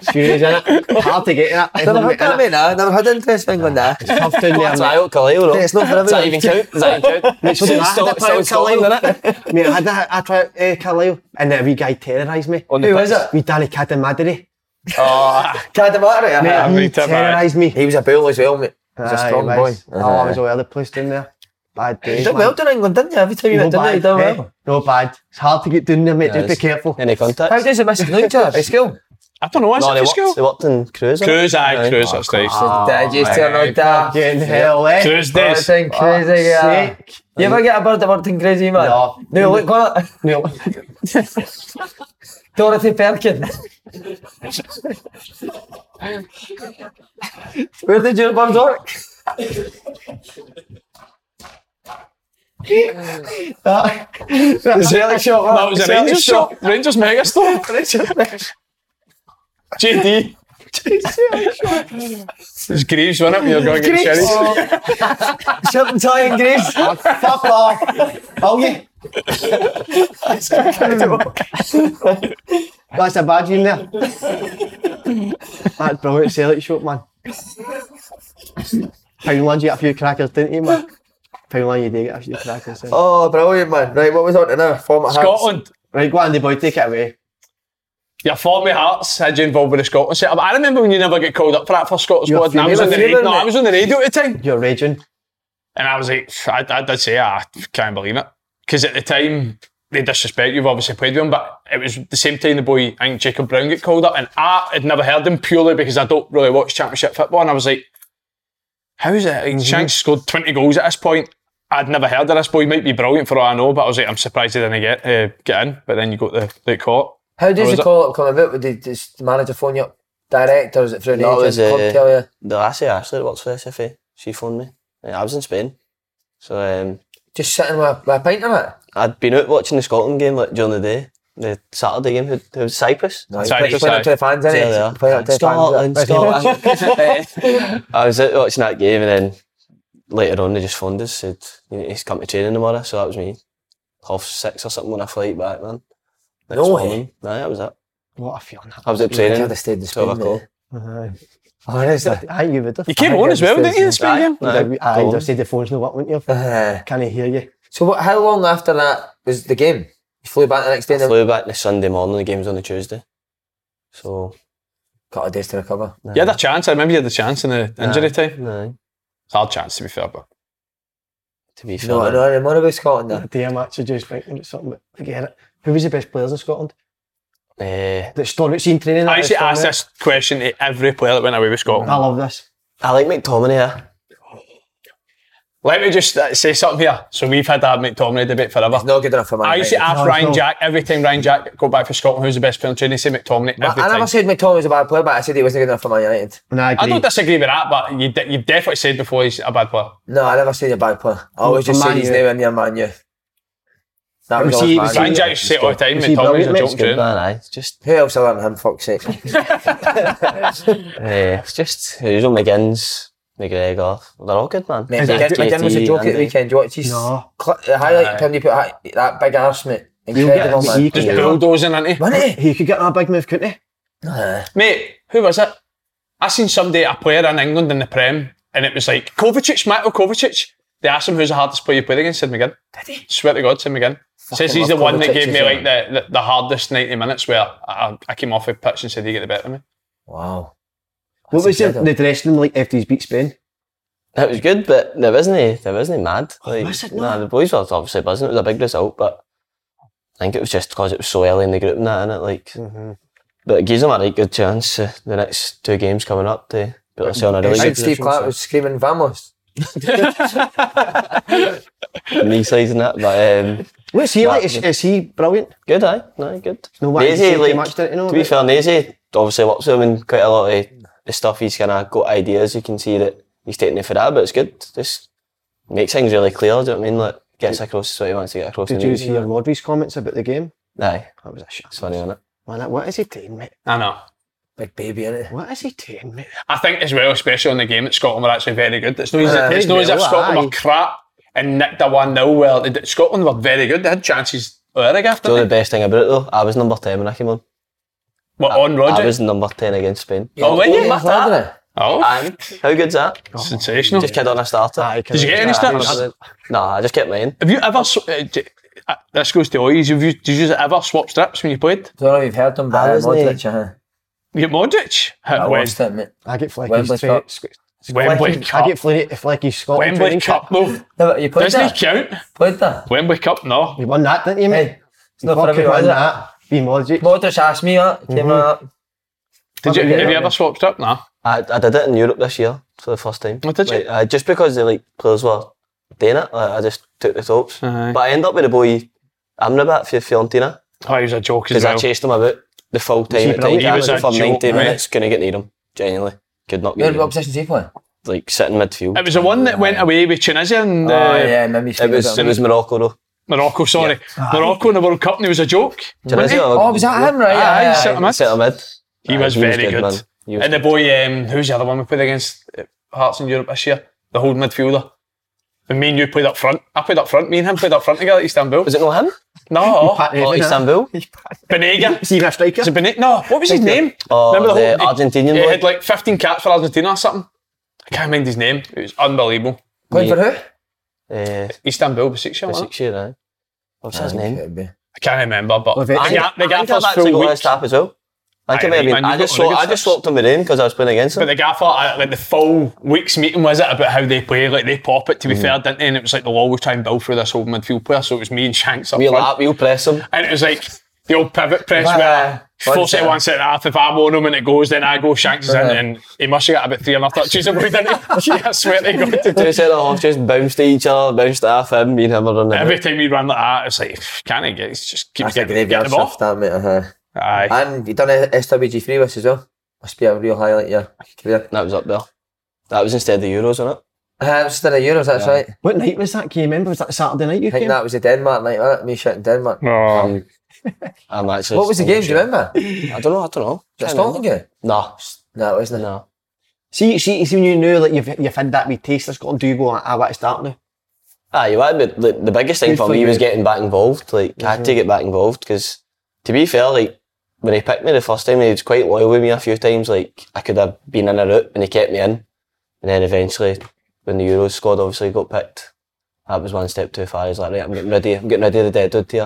Speaker 2: Serious, innit? Hard to get in it.
Speaker 1: Never had that, mate, nah. Never had interest in England, nah.
Speaker 2: Tough down there, mate.
Speaker 4: Trial at Carlisle, no?
Speaker 1: It's not for
Speaker 4: Does that
Speaker 1: everyone.
Speaker 4: even count? Does that even count?
Speaker 2: Mate, so did I.
Speaker 4: Still-
Speaker 2: I had a
Speaker 4: still
Speaker 2: try
Speaker 4: in
Speaker 2: at Carlisle,
Speaker 4: Scotland, innit?
Speaker 2: mate, I had that. I tried uh, Carlisle, and that wee guy terrorised me.
Speaker 4: On the Who pitch. was
Speaker 1: it?
Speaker 2: Wee Danny Cadamadri.
Speaker 1: Cadamatri,
Speaker 2: Mate,
Speaker 1: aye.
Speaker 2: he terrorised me.
Speaker 1: He was a bull as well, mate. He was a
Speaker 2: Aye,
Speaker 1: strong
Speaker 2: he
Speaker 1: boy.
Speaker 2: was. Oh, I was all over the place down there. Bad
Speaker 1: You
Speaker 2: days,
Speaker 1: did
Speaker 2: man.
Speaker 1: well down in England, didn't you? Every time you went down there, you did
Speaker 2: eh?
Speaker 1: well.
Speaker 2: No bad. It's hard to get down there, mate. Just be
Speaker 4: it's-
Speaker 2: careful.
Speaker 4: Any contact?
Speaker 1: How does it miss the job? It's
Speaker 4: [laughs]
Speaker 1: cool.
Speaker 3: I don't know. Is
Speaker 4: No,
Speaker 3: it
Speaker 4: they
Speaker 3: for
Speaker 4: worked,
Speaker 3: school?
Speaker 4: they worked in Cruise. innit?
Speaker 3: Cruise, aye, cruise. That's the
Speaker 4: Oh,
Speaker 1: Dad, you still know that.
Speaker 2: Getting hell, eh?
Speaker 3: Cruise days.
Speaker 1: Everything crazy, yeah.
Speaker 2: Sick.
Speaker 1: You ever get a bird that worked in crazy, man?
Speaker 2: No.
Speaker 1: No, look, got it.
Speaker 2: No.
Speaker 1: Dorothy Perkins. Where did your bird work?
Speaker 3: Zellig shot. That was a
Speaker 2: Celtic
Speaker 3: Rangers
Speaker 2: shot.
Speaker 3: shot. Rangers megastore. [laughs] Rangers [laughs] JD. It's Greaves, Oh, wasn't it? You're going to get
Speaker 2: Greaves.
Speaker 3: Sherry.
Speaker 2: Shut and tie and Graves. Fuck off. Oh yeah.
Speaker 1: [laughs]
Speaker 2: That's a bad in there. That's brilliant Celtic shot, man. Poundland, you get a few crackers, didn't you, man? Poundland, you did get a few crackers. eh?
Speaker 1: Oh, brilliant, man. Right, what was on to now? Form at Hearts.
Speaker 3: Scotland.
Speaker 2: Right, go on, the boy, take it away.
Speaker 3: Your former hearts had you involved with the Scotland setup. I remember when you never get called up for that first Scotland
Speaker 2: You're
Speaker 3: squad. And I was on the
Speaker 2: feeling
Speaker 3: radio.
Speaker 2: it.
Speaker 3: No, I was on the radio at the time.
Speaker 2: You're raging.
Speaker 3: And I was like, I, I did say, "Ah, I can't believe it. Because at the time, they disrespect you. You've obviously played with him, but it was the same time the boy, I think Jacob Brown, get called up. And I had never heard him purely because I don't really watch Championship football. And I was like, how is it? Like,
Speaker 2: Mm-hmm.
Speaker 3: Shanks scored 20 goals at this point. I'd never heard of this boy. He might be brilliant for all I know, but I was like, I'm surprised he didn't get, uh, get in. But then you got the, the caught.
Speaker 1: How does
Speaker 3: Or is
Speaker 1: the
Speaker 3: it-
Speaker 1: call up come about? Did does the manager phone you up direct or is it through an
Speaker 4: No, it
Speaker 1: agent?
Speaker 4: was
Speaker 1: Club
Speaker 4: uh,
Speaker 1: tell you?
Speaker 4: the lassie Ashley that works for SFA. She phoned me. er Yeah, I was in Spain, so um,
Speaker 1: Just sitting with a, with a pint in it?
Speaker 4: I'd been out watching the Scotland game like during the day, the Saturday game. Who, who was Cyprus?
Speaker 1: No,
Speaker 3: Sorry,
Speaker 1: you're
Speaker 3: just
Speaker 1: playing
Speaker 3: aye.
Speaker 1: up to the fans,
Speaker 4: Yeah, they
Speaker 1: innit?
Speaker 4: are.
Speaker 1: Playing up to the
Speaker 4: Scotland,
Speaker 1: fans.
Speaker 4: Scotland.
Speaker 1: [laughs]
Speaker 4: [laughs] I was out watching that game, and then later on they just phoned us, said you need to come to training tomorrow. So that was me, half six or something when I flight back, man. Next
Speaker 1: No way.
Speaker 4: morning. Aye, that was it.
Speaker 2: What a feeling.
Speaker 4: I was out
Speaker 1: I'd
Speaker 4: training.
Speaker 1: have stayed in
Speaker 4: Twelve
Speaker 1: Spain,
Speaker 4: o'clock.
Speaker 1: mate.
Speaker 2: Aye.
Speaker 1: Honestly.
Speaker 2: Aye, you would have.
Speaker 3: You came on as well, didn't you, in Spain game?
Speaker 4: Aye,
Speaker 2: Aye,
Speaker 4: aye,
Speaker 2: I'd
Speaker 4: gone.
Speaker 2: have said the phone's not working, wouldn't you?
Speaker 1: Aye.
Speaker 2: Can I hear you?
Speaker 1: Uh, So what, how long after that was the game? You flew back the next day and
Speaker 4: Flew back the Sunday morning. The game's on the Tuesday. So
Speaker 1: got a day to recover.
Speaker 3: You had a chance. I remember you had the chance in the injury time.
Speaker 4: no,
Speaker 3: Hard chance, to be fair, but
Speaker 4: to be fair,
Speaker 1: No, no, I'm on about Scotland
Speaker 2: That
Speaker 1: there.
Speaker 2: day I'm actually just thinking about something, but again, who was the best players in Scotland?
Speaker 4: eh,
Speaker 2: That Stornoway seen training.
Speaker 3: I
Speaker 2: at
Speaker 3: actually
Speaker 2: Stornoway?
Speaker 3: asked this question to every player that went away with Scotland.
Speaker 2: I love this.
Speaker 4: I like McTominay. eh?
Speaker 3: Let me just uh, say something here. So we've had that McTominay debate forever.
Speaker 1: It's not good enough for my
Speaker 3: I used to ask
Speaker 2: No, it's
Speaker 3: Ryan
Speaker 2: not.
Speaker 3: Jack every time Ryan Jack go back for Scotland, who's the best player in training? They say McTominay every
Speaker 1: I
Speaker 3: time.
Speaker 1: never said McTominay was a bad player, but I said he wasn't good enough for Man United.
Speaker 2: And I
Speaker 3: I
Speaker 2: agree.
Speaker 3: don't disagree with that, but you de- you've definitely said before he's a bad player.
Speaker 1: No, I never said he's a bad player. I always
Speaker 2: For
Speaker 1: just
Speaker 2: Man
Speaker 1: said he's
Speaker 2: U.
Speaker 1: nowhere near Man U. That
Speaker 2: We
Speaker 1: was
Speaker 2: see-
Speaker 1: always
Speaker 2: we
Speaker 1: my
Speaker 2: see-
Speaker 1: argument.
Speaker 3: Ryan Jack used to say it all the time,
Speaker 4: Is he
Speaker 3: McTominay's a
Speaker 4: brilliant?
Speaker 3: joke
Speaker 4: It's good,
Speaker 3: to
Speaker 4: man. Aye, it's just
Speaker 1: Who else other than him,
Speaker 2: [laughs]
Speaker 1: fuck's sake?
Speaker 4: Yeah, eh, it's just usual McGinn's, McGregor. They're all good, man.
Speaker 1: Mate,
Speaker 2: Is
Speaker 1: McGinn,
Speaker 2: it-
Speaker 1: McGinn was a
Speaker 4: JT,
Speaker 1: joke at the
Speaker 4: Andy.
Speaker 1: weekend. You watched his
Speaker 2: No.
Speaker 1: cl- the highlight time he put that, that big arse, mate.
Speaker 2: You'll get
Speaker 1: Incredible,
Speaker 2: it. He
Speaker 1: man.
Speaker 2: could
Speaker 3: Just
Speaker 2: get on-
Speaker 3: bulldozing, isn't he?
Speaker 1: Wasn't he?
Speaker 2: He could get on a big move, couldn't he?
Speaker 1: Nah.
Speaker 3: Mate, who was it? I seen somebody, a player in England in the Prem, and it was like Kovacic, Matt Kovacic. They asked him who's the hardest player you played against, said McGinn. Did he? Swear to God, said McGinn. Says he's the
Speaker 1: love
Speaker 3: one that
Speaker 1: Kovacic,
Speaker 3: gave me
Speaker 1: isn't
Speaker 3: like
Speaker 1: he?
Speaker 3: the, the, the hardest 90 minutes where I, I came off the pitch and said, You get the better of me.
Speaker 1: Wow.
Speaker 2: What was the,
Speaker 1: incredible.
Speaker 2: the dressing room like after he's beat Spain?
Speaker 4: It was good, but there wasn't he. There wasn't he mad.
Speaker 1: Oh,
Speaker 4: Like,
Speaker 2: was it
Speaker 4: Nah, the boys were obviously buzzing. It was a big result, but I think it was just because it was so early in the group and that, innit? Like,
Speaker 1: Mm-hmm.
Speaker 4: but it gives them a right good chance uh, the next two games coming up to put us on a really
Speaker 1: And
Speaker 4: good
Speaker 1: Steve
Speaker 4: position.
Speaker 1: Clark was screaming Vamos.
Speaker 4: [laughs] knee size and that, but um,
Speaker 2: What's he
Speaker 4: Yeah.
Speaker 2: like? Is, is he brilliant?
Speaker 4: good, aye, no, good.
Speaker 2: No, what, you
Speaker 4: Nazy,
Speaker 2: said
Speaker 4: like,
Speaker 2: too much, didn't you know?
Speaker 4: to be
Speaker 2: about-
Speaker 4: fair, Nazy obviously works with him in quite a lot of the stuff. He's kind of got ideas. You can see that he's taking it for that, but it's good. Just makes things really clear. Do you know what I mean? Like gets across what he wants to get across.
Speaker 2: Did
Speaker 4: in
Speaker 2: you
Speaker 4: the
Speaker 2: hear Rodri's comments about the game?
Speaker 4: Aye,
Speaker 2: That was a shit.
Speaker 4: it's funny, isn't it?
Speaker 2: Man, that- what is he doing, mate?
Speaker 3: I know.
Speaker 1: Big baby, innit?
Speaker 2: What is he doing, mate?
Speaker 3: I think as well, especially in the game that Scotland were actually very good. It's no as,
Speaker 1: Uh,
Speaker 3: it's no as if
Speaker 2: well,
Speaker 3: Scotland
Speaker 2: aye.
Speaker 3: were crap and nicked a 1 0. Well, they did- Scotland were very good. They had chances Oh, there
Speaker 4: Do you know
Speaker 3: after
Speaker 4: the best thing about it though? I was number ten when I came on.
Speaker 3: But on
Speaker 4: I
Speaker 3: Roger.
Speaker 4: was number ten against Spain.
Speaker 3: oh, when you?
Speaker 1: Yeah, Ferdinand.
Speaker 3: Oh,
Speaker 4: And how good's that?
Speaker 2: Oh.
Speaker 3: sensational.
Speaker 4: Just kid on a starter.
Speaker 3: Did you get any stats?
Speaker 4: No, I just kept mine.
Speaker 3: Have you ever. sw- Uh, j- uh, this goes to all yous. Have you, did you ever swap strips when you played?
Speaker 1: I don't know if you've heard him, but
Speaker 4: Ah,
Speaker 1: uh,
Speaker 4: wasn't he?
Speaker 1: Modric, uh,
Speaker 3: You Modric?
Speaker 1: I
Speaker 3: How- when?
Speaker 1: watched it, mate.
Speaker 2: I get Flecky's
Speaker 1: Wembley
Speaker 2: tra-
Speaker 1: Cup.
Speaker 2: squ-
Speaker 3: Wembley
Speaker 2: Flecky's- I
Speaker 3: Cup.
Speaker 2: get Fle- Flecky's Scotland training
Speaker 3: Wembley Cup, though.
Speaker 1: No, but you played
Speaker 3: Doesn't he
Speaker 1: that?
Speaker 3: count?
Speaker 1: Played that?
Speaker 3: Wembley Cup, no.
Speaker 2: You won that, didn't you, mate?
Speaker 1: Hey, it's not for
Speaker 2: Fucking
Speaker 1: everyone,
Speaker 2: won
Speaker 1: is it?
Speaker 2: that. Be Modric.
Speaker 1: Modric asked me that.
Speaker 2: Mm-hmm.
Speaker 1: Came out.
Speaker 3: Did you,
Speaker 2: Yeah.
Speaker 3: have you ever swapped strip? Nah.
Speaker 4: I, I did it in Europe this year for the first time.
Speaker 3: Oh, did you?
Speaker 4: Like, uh, just because the like players were doing it, like, I just took the tops.
Speaker 3: Aye.
Speaker 4: But I end up with a boy Amrabat for Fiorentina
Speaker 3: Oh, he was a joke as
Speaker 4: because
Speaker 3: well.
Speaker 4: I chased him about the full time.
Speaker 2: he
Speaker 4: at
Speaker 2: brilliant?
Speaker 4: Tiger
Speaker 3: He was a
Speaker 4: for
Speaker 3: joke,
Speaker 4: 90
Speaker 3: mate.
Speaker 4: minutes. Couldn't get near him. Genuinely, could
Speaker 1: Where
Speaker 4: not get
Speaker 1: what
Speaker 4: near him.
Speaker 1: position did he play?
Speaker 4: like sitting midfield.
Speaker 3: It was the one that went away with Tunisia and uh,
Speaker 4: Oh, yeah, maybe it was, it was Morocco though.
Speaker 3: Morocco, sorry. Morocco in the World Cup and it was a joke.
Speaker 4: Tunisia.
Speaker 3: wasn't it?
Speaker 4: Oh, was that him, right?
Speaker 3: Aye,
Speaker 4: Aye, aye,
Speaker 3: centre
Speaker 4: aye.
Speaker 3: mid.
Speaker 4: Centre mid.
Speaker 3: He
Speaker 4: Aye,
Speaker 3: was
Speaker 4: he was
Speaker 3: very
Speaker 4: good,
Speaker 3: good.
Speaker 4: man. He was
Speaker 3: and the boy, um, who's the other one we played against at Hearts in Europe this year? The whole midfielder. And me and you played up front. I played up front. Me and him played up front together at Istanbul. Was
Speaker 4: it not him?
Speaker 3: No.
Speaker 1: Eh,
Speaker 4: Oh,
Speaker 1: [laughs]
Speaker 4: Istanbul.
Speaker 3: Benega.
Speaker 4: [laughs]
Speaker 3: Is he a striker? No, what was his
Speaker 4: Thank you.
Speaker 3: name?
Speaker 4: Oh, the
Speaker 3: he-
Speaker 4: Argentinian
Speaker 3: He
Speaker 4: boy?
Speaker 3: had like 15 caps for Argentina or something. I can't mind his name. It was unbelievable.
Speaker 4: Played for who? Eh,
Speaker 3: Istanbul, Basiccia. wasn't it?
Speaker 4: Basiccia,
Speaker 1: Ah,
Speaker 4: aye. What's his name?
Speaker 3: I can't remember, but
Speaker 4: I
Speaker 3: the
Speaker 4: think-
Speaker 3: gap, the
Speaker 4: I think
Speaker 3: gaffer's
Speaker 4: I've actually
Speaker 3: full
Speaker 4: got
Speaker 3: week.
Speaker 4: his tap as well. I think
Speaker 3: Aye,
Speaker 4: it may have been-
Speaker 3: man, you've
Speaker 4: I just
Speaker 3: got really
Speaker 4: swapped- I
Speaker 3: good
Speaker 4: just swapped him with him because I was playing against him.
Speaker 3: But the gaffer, uh, like the full week's meeting was it about how they play? Like they pop it to be
Speaker 4: Mhm.
Speaker 3: fair, didn't they? And it was like they'll always try and build through this whole midfield player. So it was me and Shanks up
Speaker 4: We'll
Speaker 3: front.
Speaker 4: up, we'll press him.
Speaker 3: And it was like the old pivot press
Speaker 4: Right,
Speaker 3: where
Speaker 4: right.
Speaker 3: four set
Speaker 4: Right.
Speaker 3: one set and a half. If I'm on him and it goes, then I go. Shanks is in,
Speaker 4: Right.
Speaker 3: and he must have got about three and a half touches away, didn't he? [laughs] I swear to God.
Speaker 4: Two centre halves just bounced at each other, bounced at him, me and him were running.
Speaker 3: Every
Speaker 4: about.
Speaker 3: time we ran like that, it's like can't he get? It's just keep
Speaker 1: That's a
Speaker 3: getting, getting the
Speaker 1: graveyard
Speaker 3: ball.
Speaker 1: shift, that mate. Uh-huh.
Speaker 3: Aye.
Speaker 1: And you done a SWG3 with us as well. Must be a real highlight, yeah. Career.
Speaker 4: That was up there. That was instead of the Euros, wasn't
Speaker 1: it? Uh, it was instead of Euros, that's
Speaker 4: Yeah.
Speaker 1: right.
Speaker 2: What night was that? Can you remember? Was that Saturday night you
Speaker 1: I think
Speaker 2: came?
Speaker 1: that was the Denmark night, wasn't it? Me shooting Denmark.
Speaker 4: Oh.
Speaker 3: Um,
Speaker 4: I'm actually.
Speaker 1: what was the game, do you remember?
Speaker 4: I don't know, I don't know.
Speaker 1: Was it Scotland game?
Speaker 4: No.
Speaker 1: No, it wasn't.
Speaker 4: No.
Speaker 2: See, see, see when you knew like you've you've had that wee taste of Scotland, do you go? I, I want to start now.
Speaker 4: Ah, you had but the, the biggest thing
Speaker 2: Good
Speaker 4: for
Speaker 2: for
Speaker 4: me
Speaker 2: you.
Speaker 4: was getting back involved. Like I had
Speaker 1: Mm-hmm.
Speaker 4: to
Speaker 2: Mhm.
Speaker 4: get back involved because, to be fair, like when he picked me the first time, he was quite loyal with me a few times. Like I could have been in a route, and he kept me in. And then eventually, when the Euros squad obviously got picked, that was one step too far. He's like, right, I'm getting ready. I'm getting ready of the dead
Speaker 1: [laughs]
Speaker 4: dude here.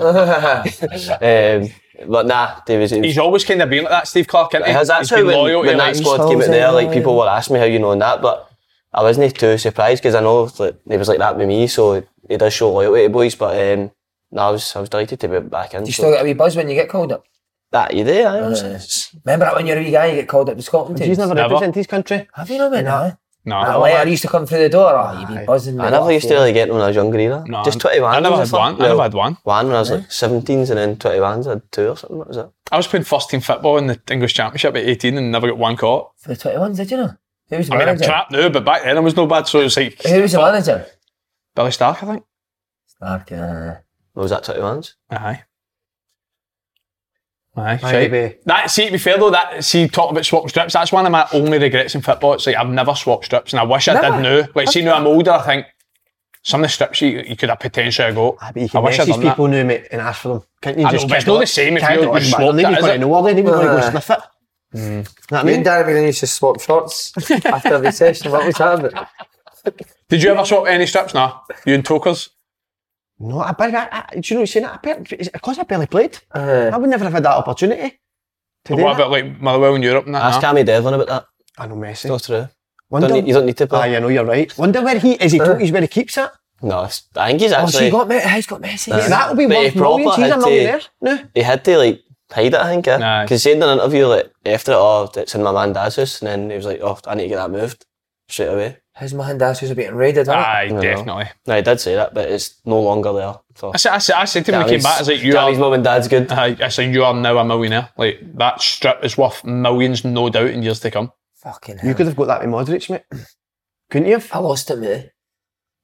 Speaker 4: [laughs] um, but nah, there was. it was-
Speaker 3: He's always kind of been like that, Steve Clark. Isn't he?
Speaker 4: Because
Speaker 3: He's
Speaker 4: that's how
Speaker 3: been
Speaker 4: when,
Speaker 3: loyal
Speaker 4: when
Speaker 3: to
Speaker 4: that
Speaker 3: like-
Speaker 4: squad came out there, like people were asking me how you know and that, but I wasn't too surprised because I know like, it was like that with me, so it does show loyalty to boys. But um, no, I was I was delighted to be back in.
Speaker 1: Do you
Speaker 4: so-
Speaker 1: still get a wee buzz when you get called up?
Speaker 4: that you do. I
Speaker 1: Remember that when you're a wee guy, you get called up to Scotland.
Speaker 2: He's never, represented his country.
Speaker 1: Have you not been? No.
Speaker 3: No.
Speaker 1: I, like, I used to come through the door. Oh, you'd be buzzing.
Speaker 4: I never used to really get them when I was younger either.
Speaker 1: No,
Speaker 4: Just
Speaker 1: I-
Speaker 4: 21.
Speaker 1: I never
Speaker 4: was
Speaker 1: had
Speaker 4: I think.
Speaker 1: one. I never
Speaker 4: No,
Speaker 1: had
Speaker 3: one.
Speaker 4: One when I was like 17s and then 21s, I had two or something, that was it.
Speaker 3: I was playing first team football in the English Championship at 18 and never got one caught.
Speaker 1: For the 21s, did you know? Who was the
Speaker 3: I mean, I'm
Speaker 1: manager?
Speaker 3: crap now, but back then I was no bad, so it was like
Speaker 1: Who was the manager?
Speaker 3: Billy Stark, I think.
Speaker 1: Stark, uh,
Speaker 4: Was that 21s?
Speaker 3: Aye. Aye,
Speaker 4: Aye,
Speaker 3: shite.
Speaker 4: baby.
Speaker 3: That see to be fair though, that see talking about swap strips, that's one of my only regrets in football. It's like I've never swapped strips and I wish I
Speaker 2: Never?
Speaker 3: did now. Like see now I'm older, I think some of the strips you, you could have potentially got.
Speaker 2: But you
Speaker 3: I
Speaker 2: can
Speaker 3: wish I'd
Speaker 2: message
Speaker 3: done that.
Speaker 2: people now, mate, and ask for them. Can't you
Speaker 3: I
Speaker 2: just?
Speaker 3: know, but it's
Speaker 2: kick
Speaker 3: not
Speaker 2: it
Speaker 3: the same if
Speaker 2: Kick
Speaker 3: you're
Speaker 2: it on
Speaker 3: just
Speaker 2: back. They'll
Speaker 3: swapped it,
Speaker 2: Even
Speaker 3: is
Speaker 2: put it
Speaker 3: it?
Speaker 2: in the word. They even want to go
Speaker 1: Uh,
Speaker 2: sniff it. Know what I
Speaker 1: Me
Speaker 2: mean?
Speaker 1: and Darren McGinn used to swap shorts [laughs] after every session. What was that about?
Speaker 3: Did you ever swap any strips? Nah. You and Tokers?
Speaker 2: No, I, but I, I, do you know what you're saying? I barely, of course, I barely played.
Speaker 1: Uh.
Speaker 2: I would never have had that opportunity. to
Speaker 3: But
Speaker 2: do
Speaker 3: what
Speaker 2: that.
Speaker 3: about like Motherwell in Europe and that?
Speaker 4: Ask
Speaker 3: nah?
Speaker 4: Cammy Devlin about that.
Speaker 2: I know Messi.
Speaker 4: Not true. Don't need- you don't need to play.
Speaker 2: Aye, I know you're right. Wonder where he
Speaker 1: Uh.
Speaker 2: is. He told where he keeps it.
Speaker 4: No, it's- I think he's
Speaker 2: Oh, so
Speaker 4: actually.
Speaker 2: you got me. He's got Messi.
Speaker 1: Uh.
Speaker 4: Aye.
Speaker 2: That'll be
Speaker 4: But he
Speaker 2: worth
Speaker 4: proper
Speaker 2: millions. He's
Speaker 4: had
Speaker 2: a
Speaker 4: to-
Speaker 2: millionaire. No.
Speaker 4: he had to like hide it, I think. Because he had done an interview like after it, oh, it's in my man dad's house, and then he was like, oh, I need to get that moved straight away.
Speaker 1: His man and dad's was being raided.
Speaker 3: Aye, definitely.
Speaker 4: No, he did say that, but it's no longer there. So.
Speaker 3: I said, I said, I said to him when he came
Speaker 4: Gary's-
Speaker 3: back, I was like, you
Speaker 4: Gary's
Speaker 3: are.
Speaker 4: mum and dad's good.
Speaker 2: Ah,
Speaker 3: I, I said, you are now a millionaire. Like, that strip is worth millions, no doubt, in years to come.
Speaker 1: Fucking
Speaker 2: You could have got that with Modric, mate. Couldn't you have?
Speaker 1: I lost it, mate.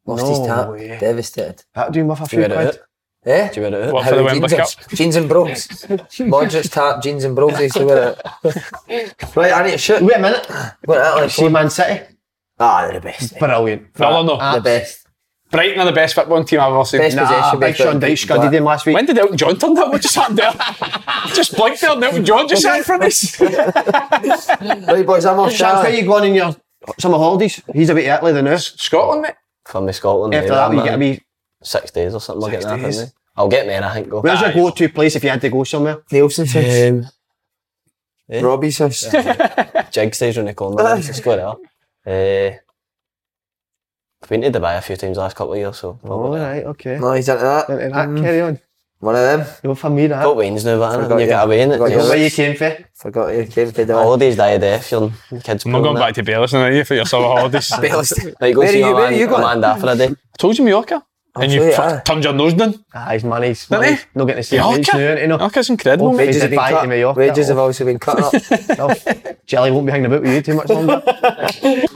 Speaker 1: Lost his
Speaker 2: No
Speaker 1: tap.
Speaker 2: way.
Speaker 1: Devastated.
Speaker 2: That'd do him worth a few quid. [laughs]
Speaker 1: Yeah?
Speaker 4: Eh? Do you wear it out?
Speaker 1: How jeans and- [laughs] Jeans and brogues. Modric tap, jeans and brogues. I used to wear it. right, I need to shoot.
Speaker 2: Wait a minute.
Speaker 1: What, that like,
Speaker 2: See Man City.
Speaker 1: Ah, they're the best.
Speaker 2: Brilliant.
Speaker 3: No, no,
Speaker 2: Absolutely.
Speaker 3: no.
Speaker 1: The best.
Speaker 3: Brighton are the best football team I've ever seen.
Speaker 1: Best Nah, possession,
Speaker 2: Big Sean Dyche scudded him last week.
Speaker 3: When did Elton John turn up? What just happened there? just blinked there and Elton John just sat in front of us.
Speaker 1: Right, boys, I'm off
Speaker 2: Shanks, where
Speaker 1: shower.
Speaker 2: you going in your summer holidays? He's a bit Italy than us.
Speaker 3: Scotland, mate.
Speaker 4: From Scotland.
Speaker 2: After
Speaker 4: yeah,
Speaker 2: that,
Speaker 4: I'm
Speaker 2: you get a
Speaker 4: in
Speaker 2: wee.
Speaker 4: Six days or something. I'll get
Speaker 2: Six
Speaker 4: that,
Speaker 2: days.
Speaker 4: haven't I? I'll get there, I think. Go.
Speaker 2: Where's your
Speaker 4: Aye.
Speaker 2: go-to place if you had to go somewhere?
Speaker 1: Nielsen's house.
Speaker 4: Um, eh?
Speaker 1: Robbie's house.
Speaker 4: Jig stays round the corner. It's a square up. Uh, I've been to Dubai a few times the last couple of years, so
Speaker 2: All
Speaker 4: probably.
Speaker 2: right, okay.
Speaker 1: [laughs] No, he's into that.
Speaker 2: Into that, Carry on.
Speaker 1: One of them.
Speaker 2: No, for me, that.
Speaker 4: Got Wayne's now, but
Speaker 1: Forgot
Speaker 4: you
Speaker 1: you.
Speaker 4: get away in
Speaker 1: Forgot you.
Speaker 2: Where
Speaker 4: it.
Speaker 2: you came for?
Speaker 1: Forgot you came to the [laughs]
Speaker 4: Holidays die of death, your kids.
Speaker 3: I'm not going back to Bellis, are you, for your summer holidays? I
Speaker 1: Bellis.
Speaker 4: Right, go
Speaker 1: Where
Speaker 4: see
Speaker 1: are you-
Speaker 4: my
Speaker 1: where are
Speaker 4: man,
Speaker 1: you
Speaker 4: my
Speaker 1: going?
Speaker 4: man Daff er for a day.
Speaker 3: told you Mallorca. and you
Speaker 4: Absolutely,
Speaker 3: f-
Speaker 4: aye.
Speaker 3: turned your nose down.
Speaker 4: Ah, his money's
Speaker 3: Didn't he?
Speaker 4: money's not getting the same wage
Speaker 3: Yorker.
Speaker 4: now, ain't he, no?
Speaker 3: Yorker's incredible.
Speaker 4: Oh,
Speaker 3: Wages
Speaker 4: wages
Speaker 3: have been
Speaker 4: back
Speaker 3: cut-
Speaker 4: in Mallorca.
Speaker 3: wages have
Speaker 8: obviously been cut
Speaker 4: up. Jelly won't be hanging about with you too much longer.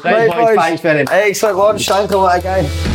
Speaker 4: right, boys, thanks very much.
Speaker 8: Excellent launch, thank you, what a guy.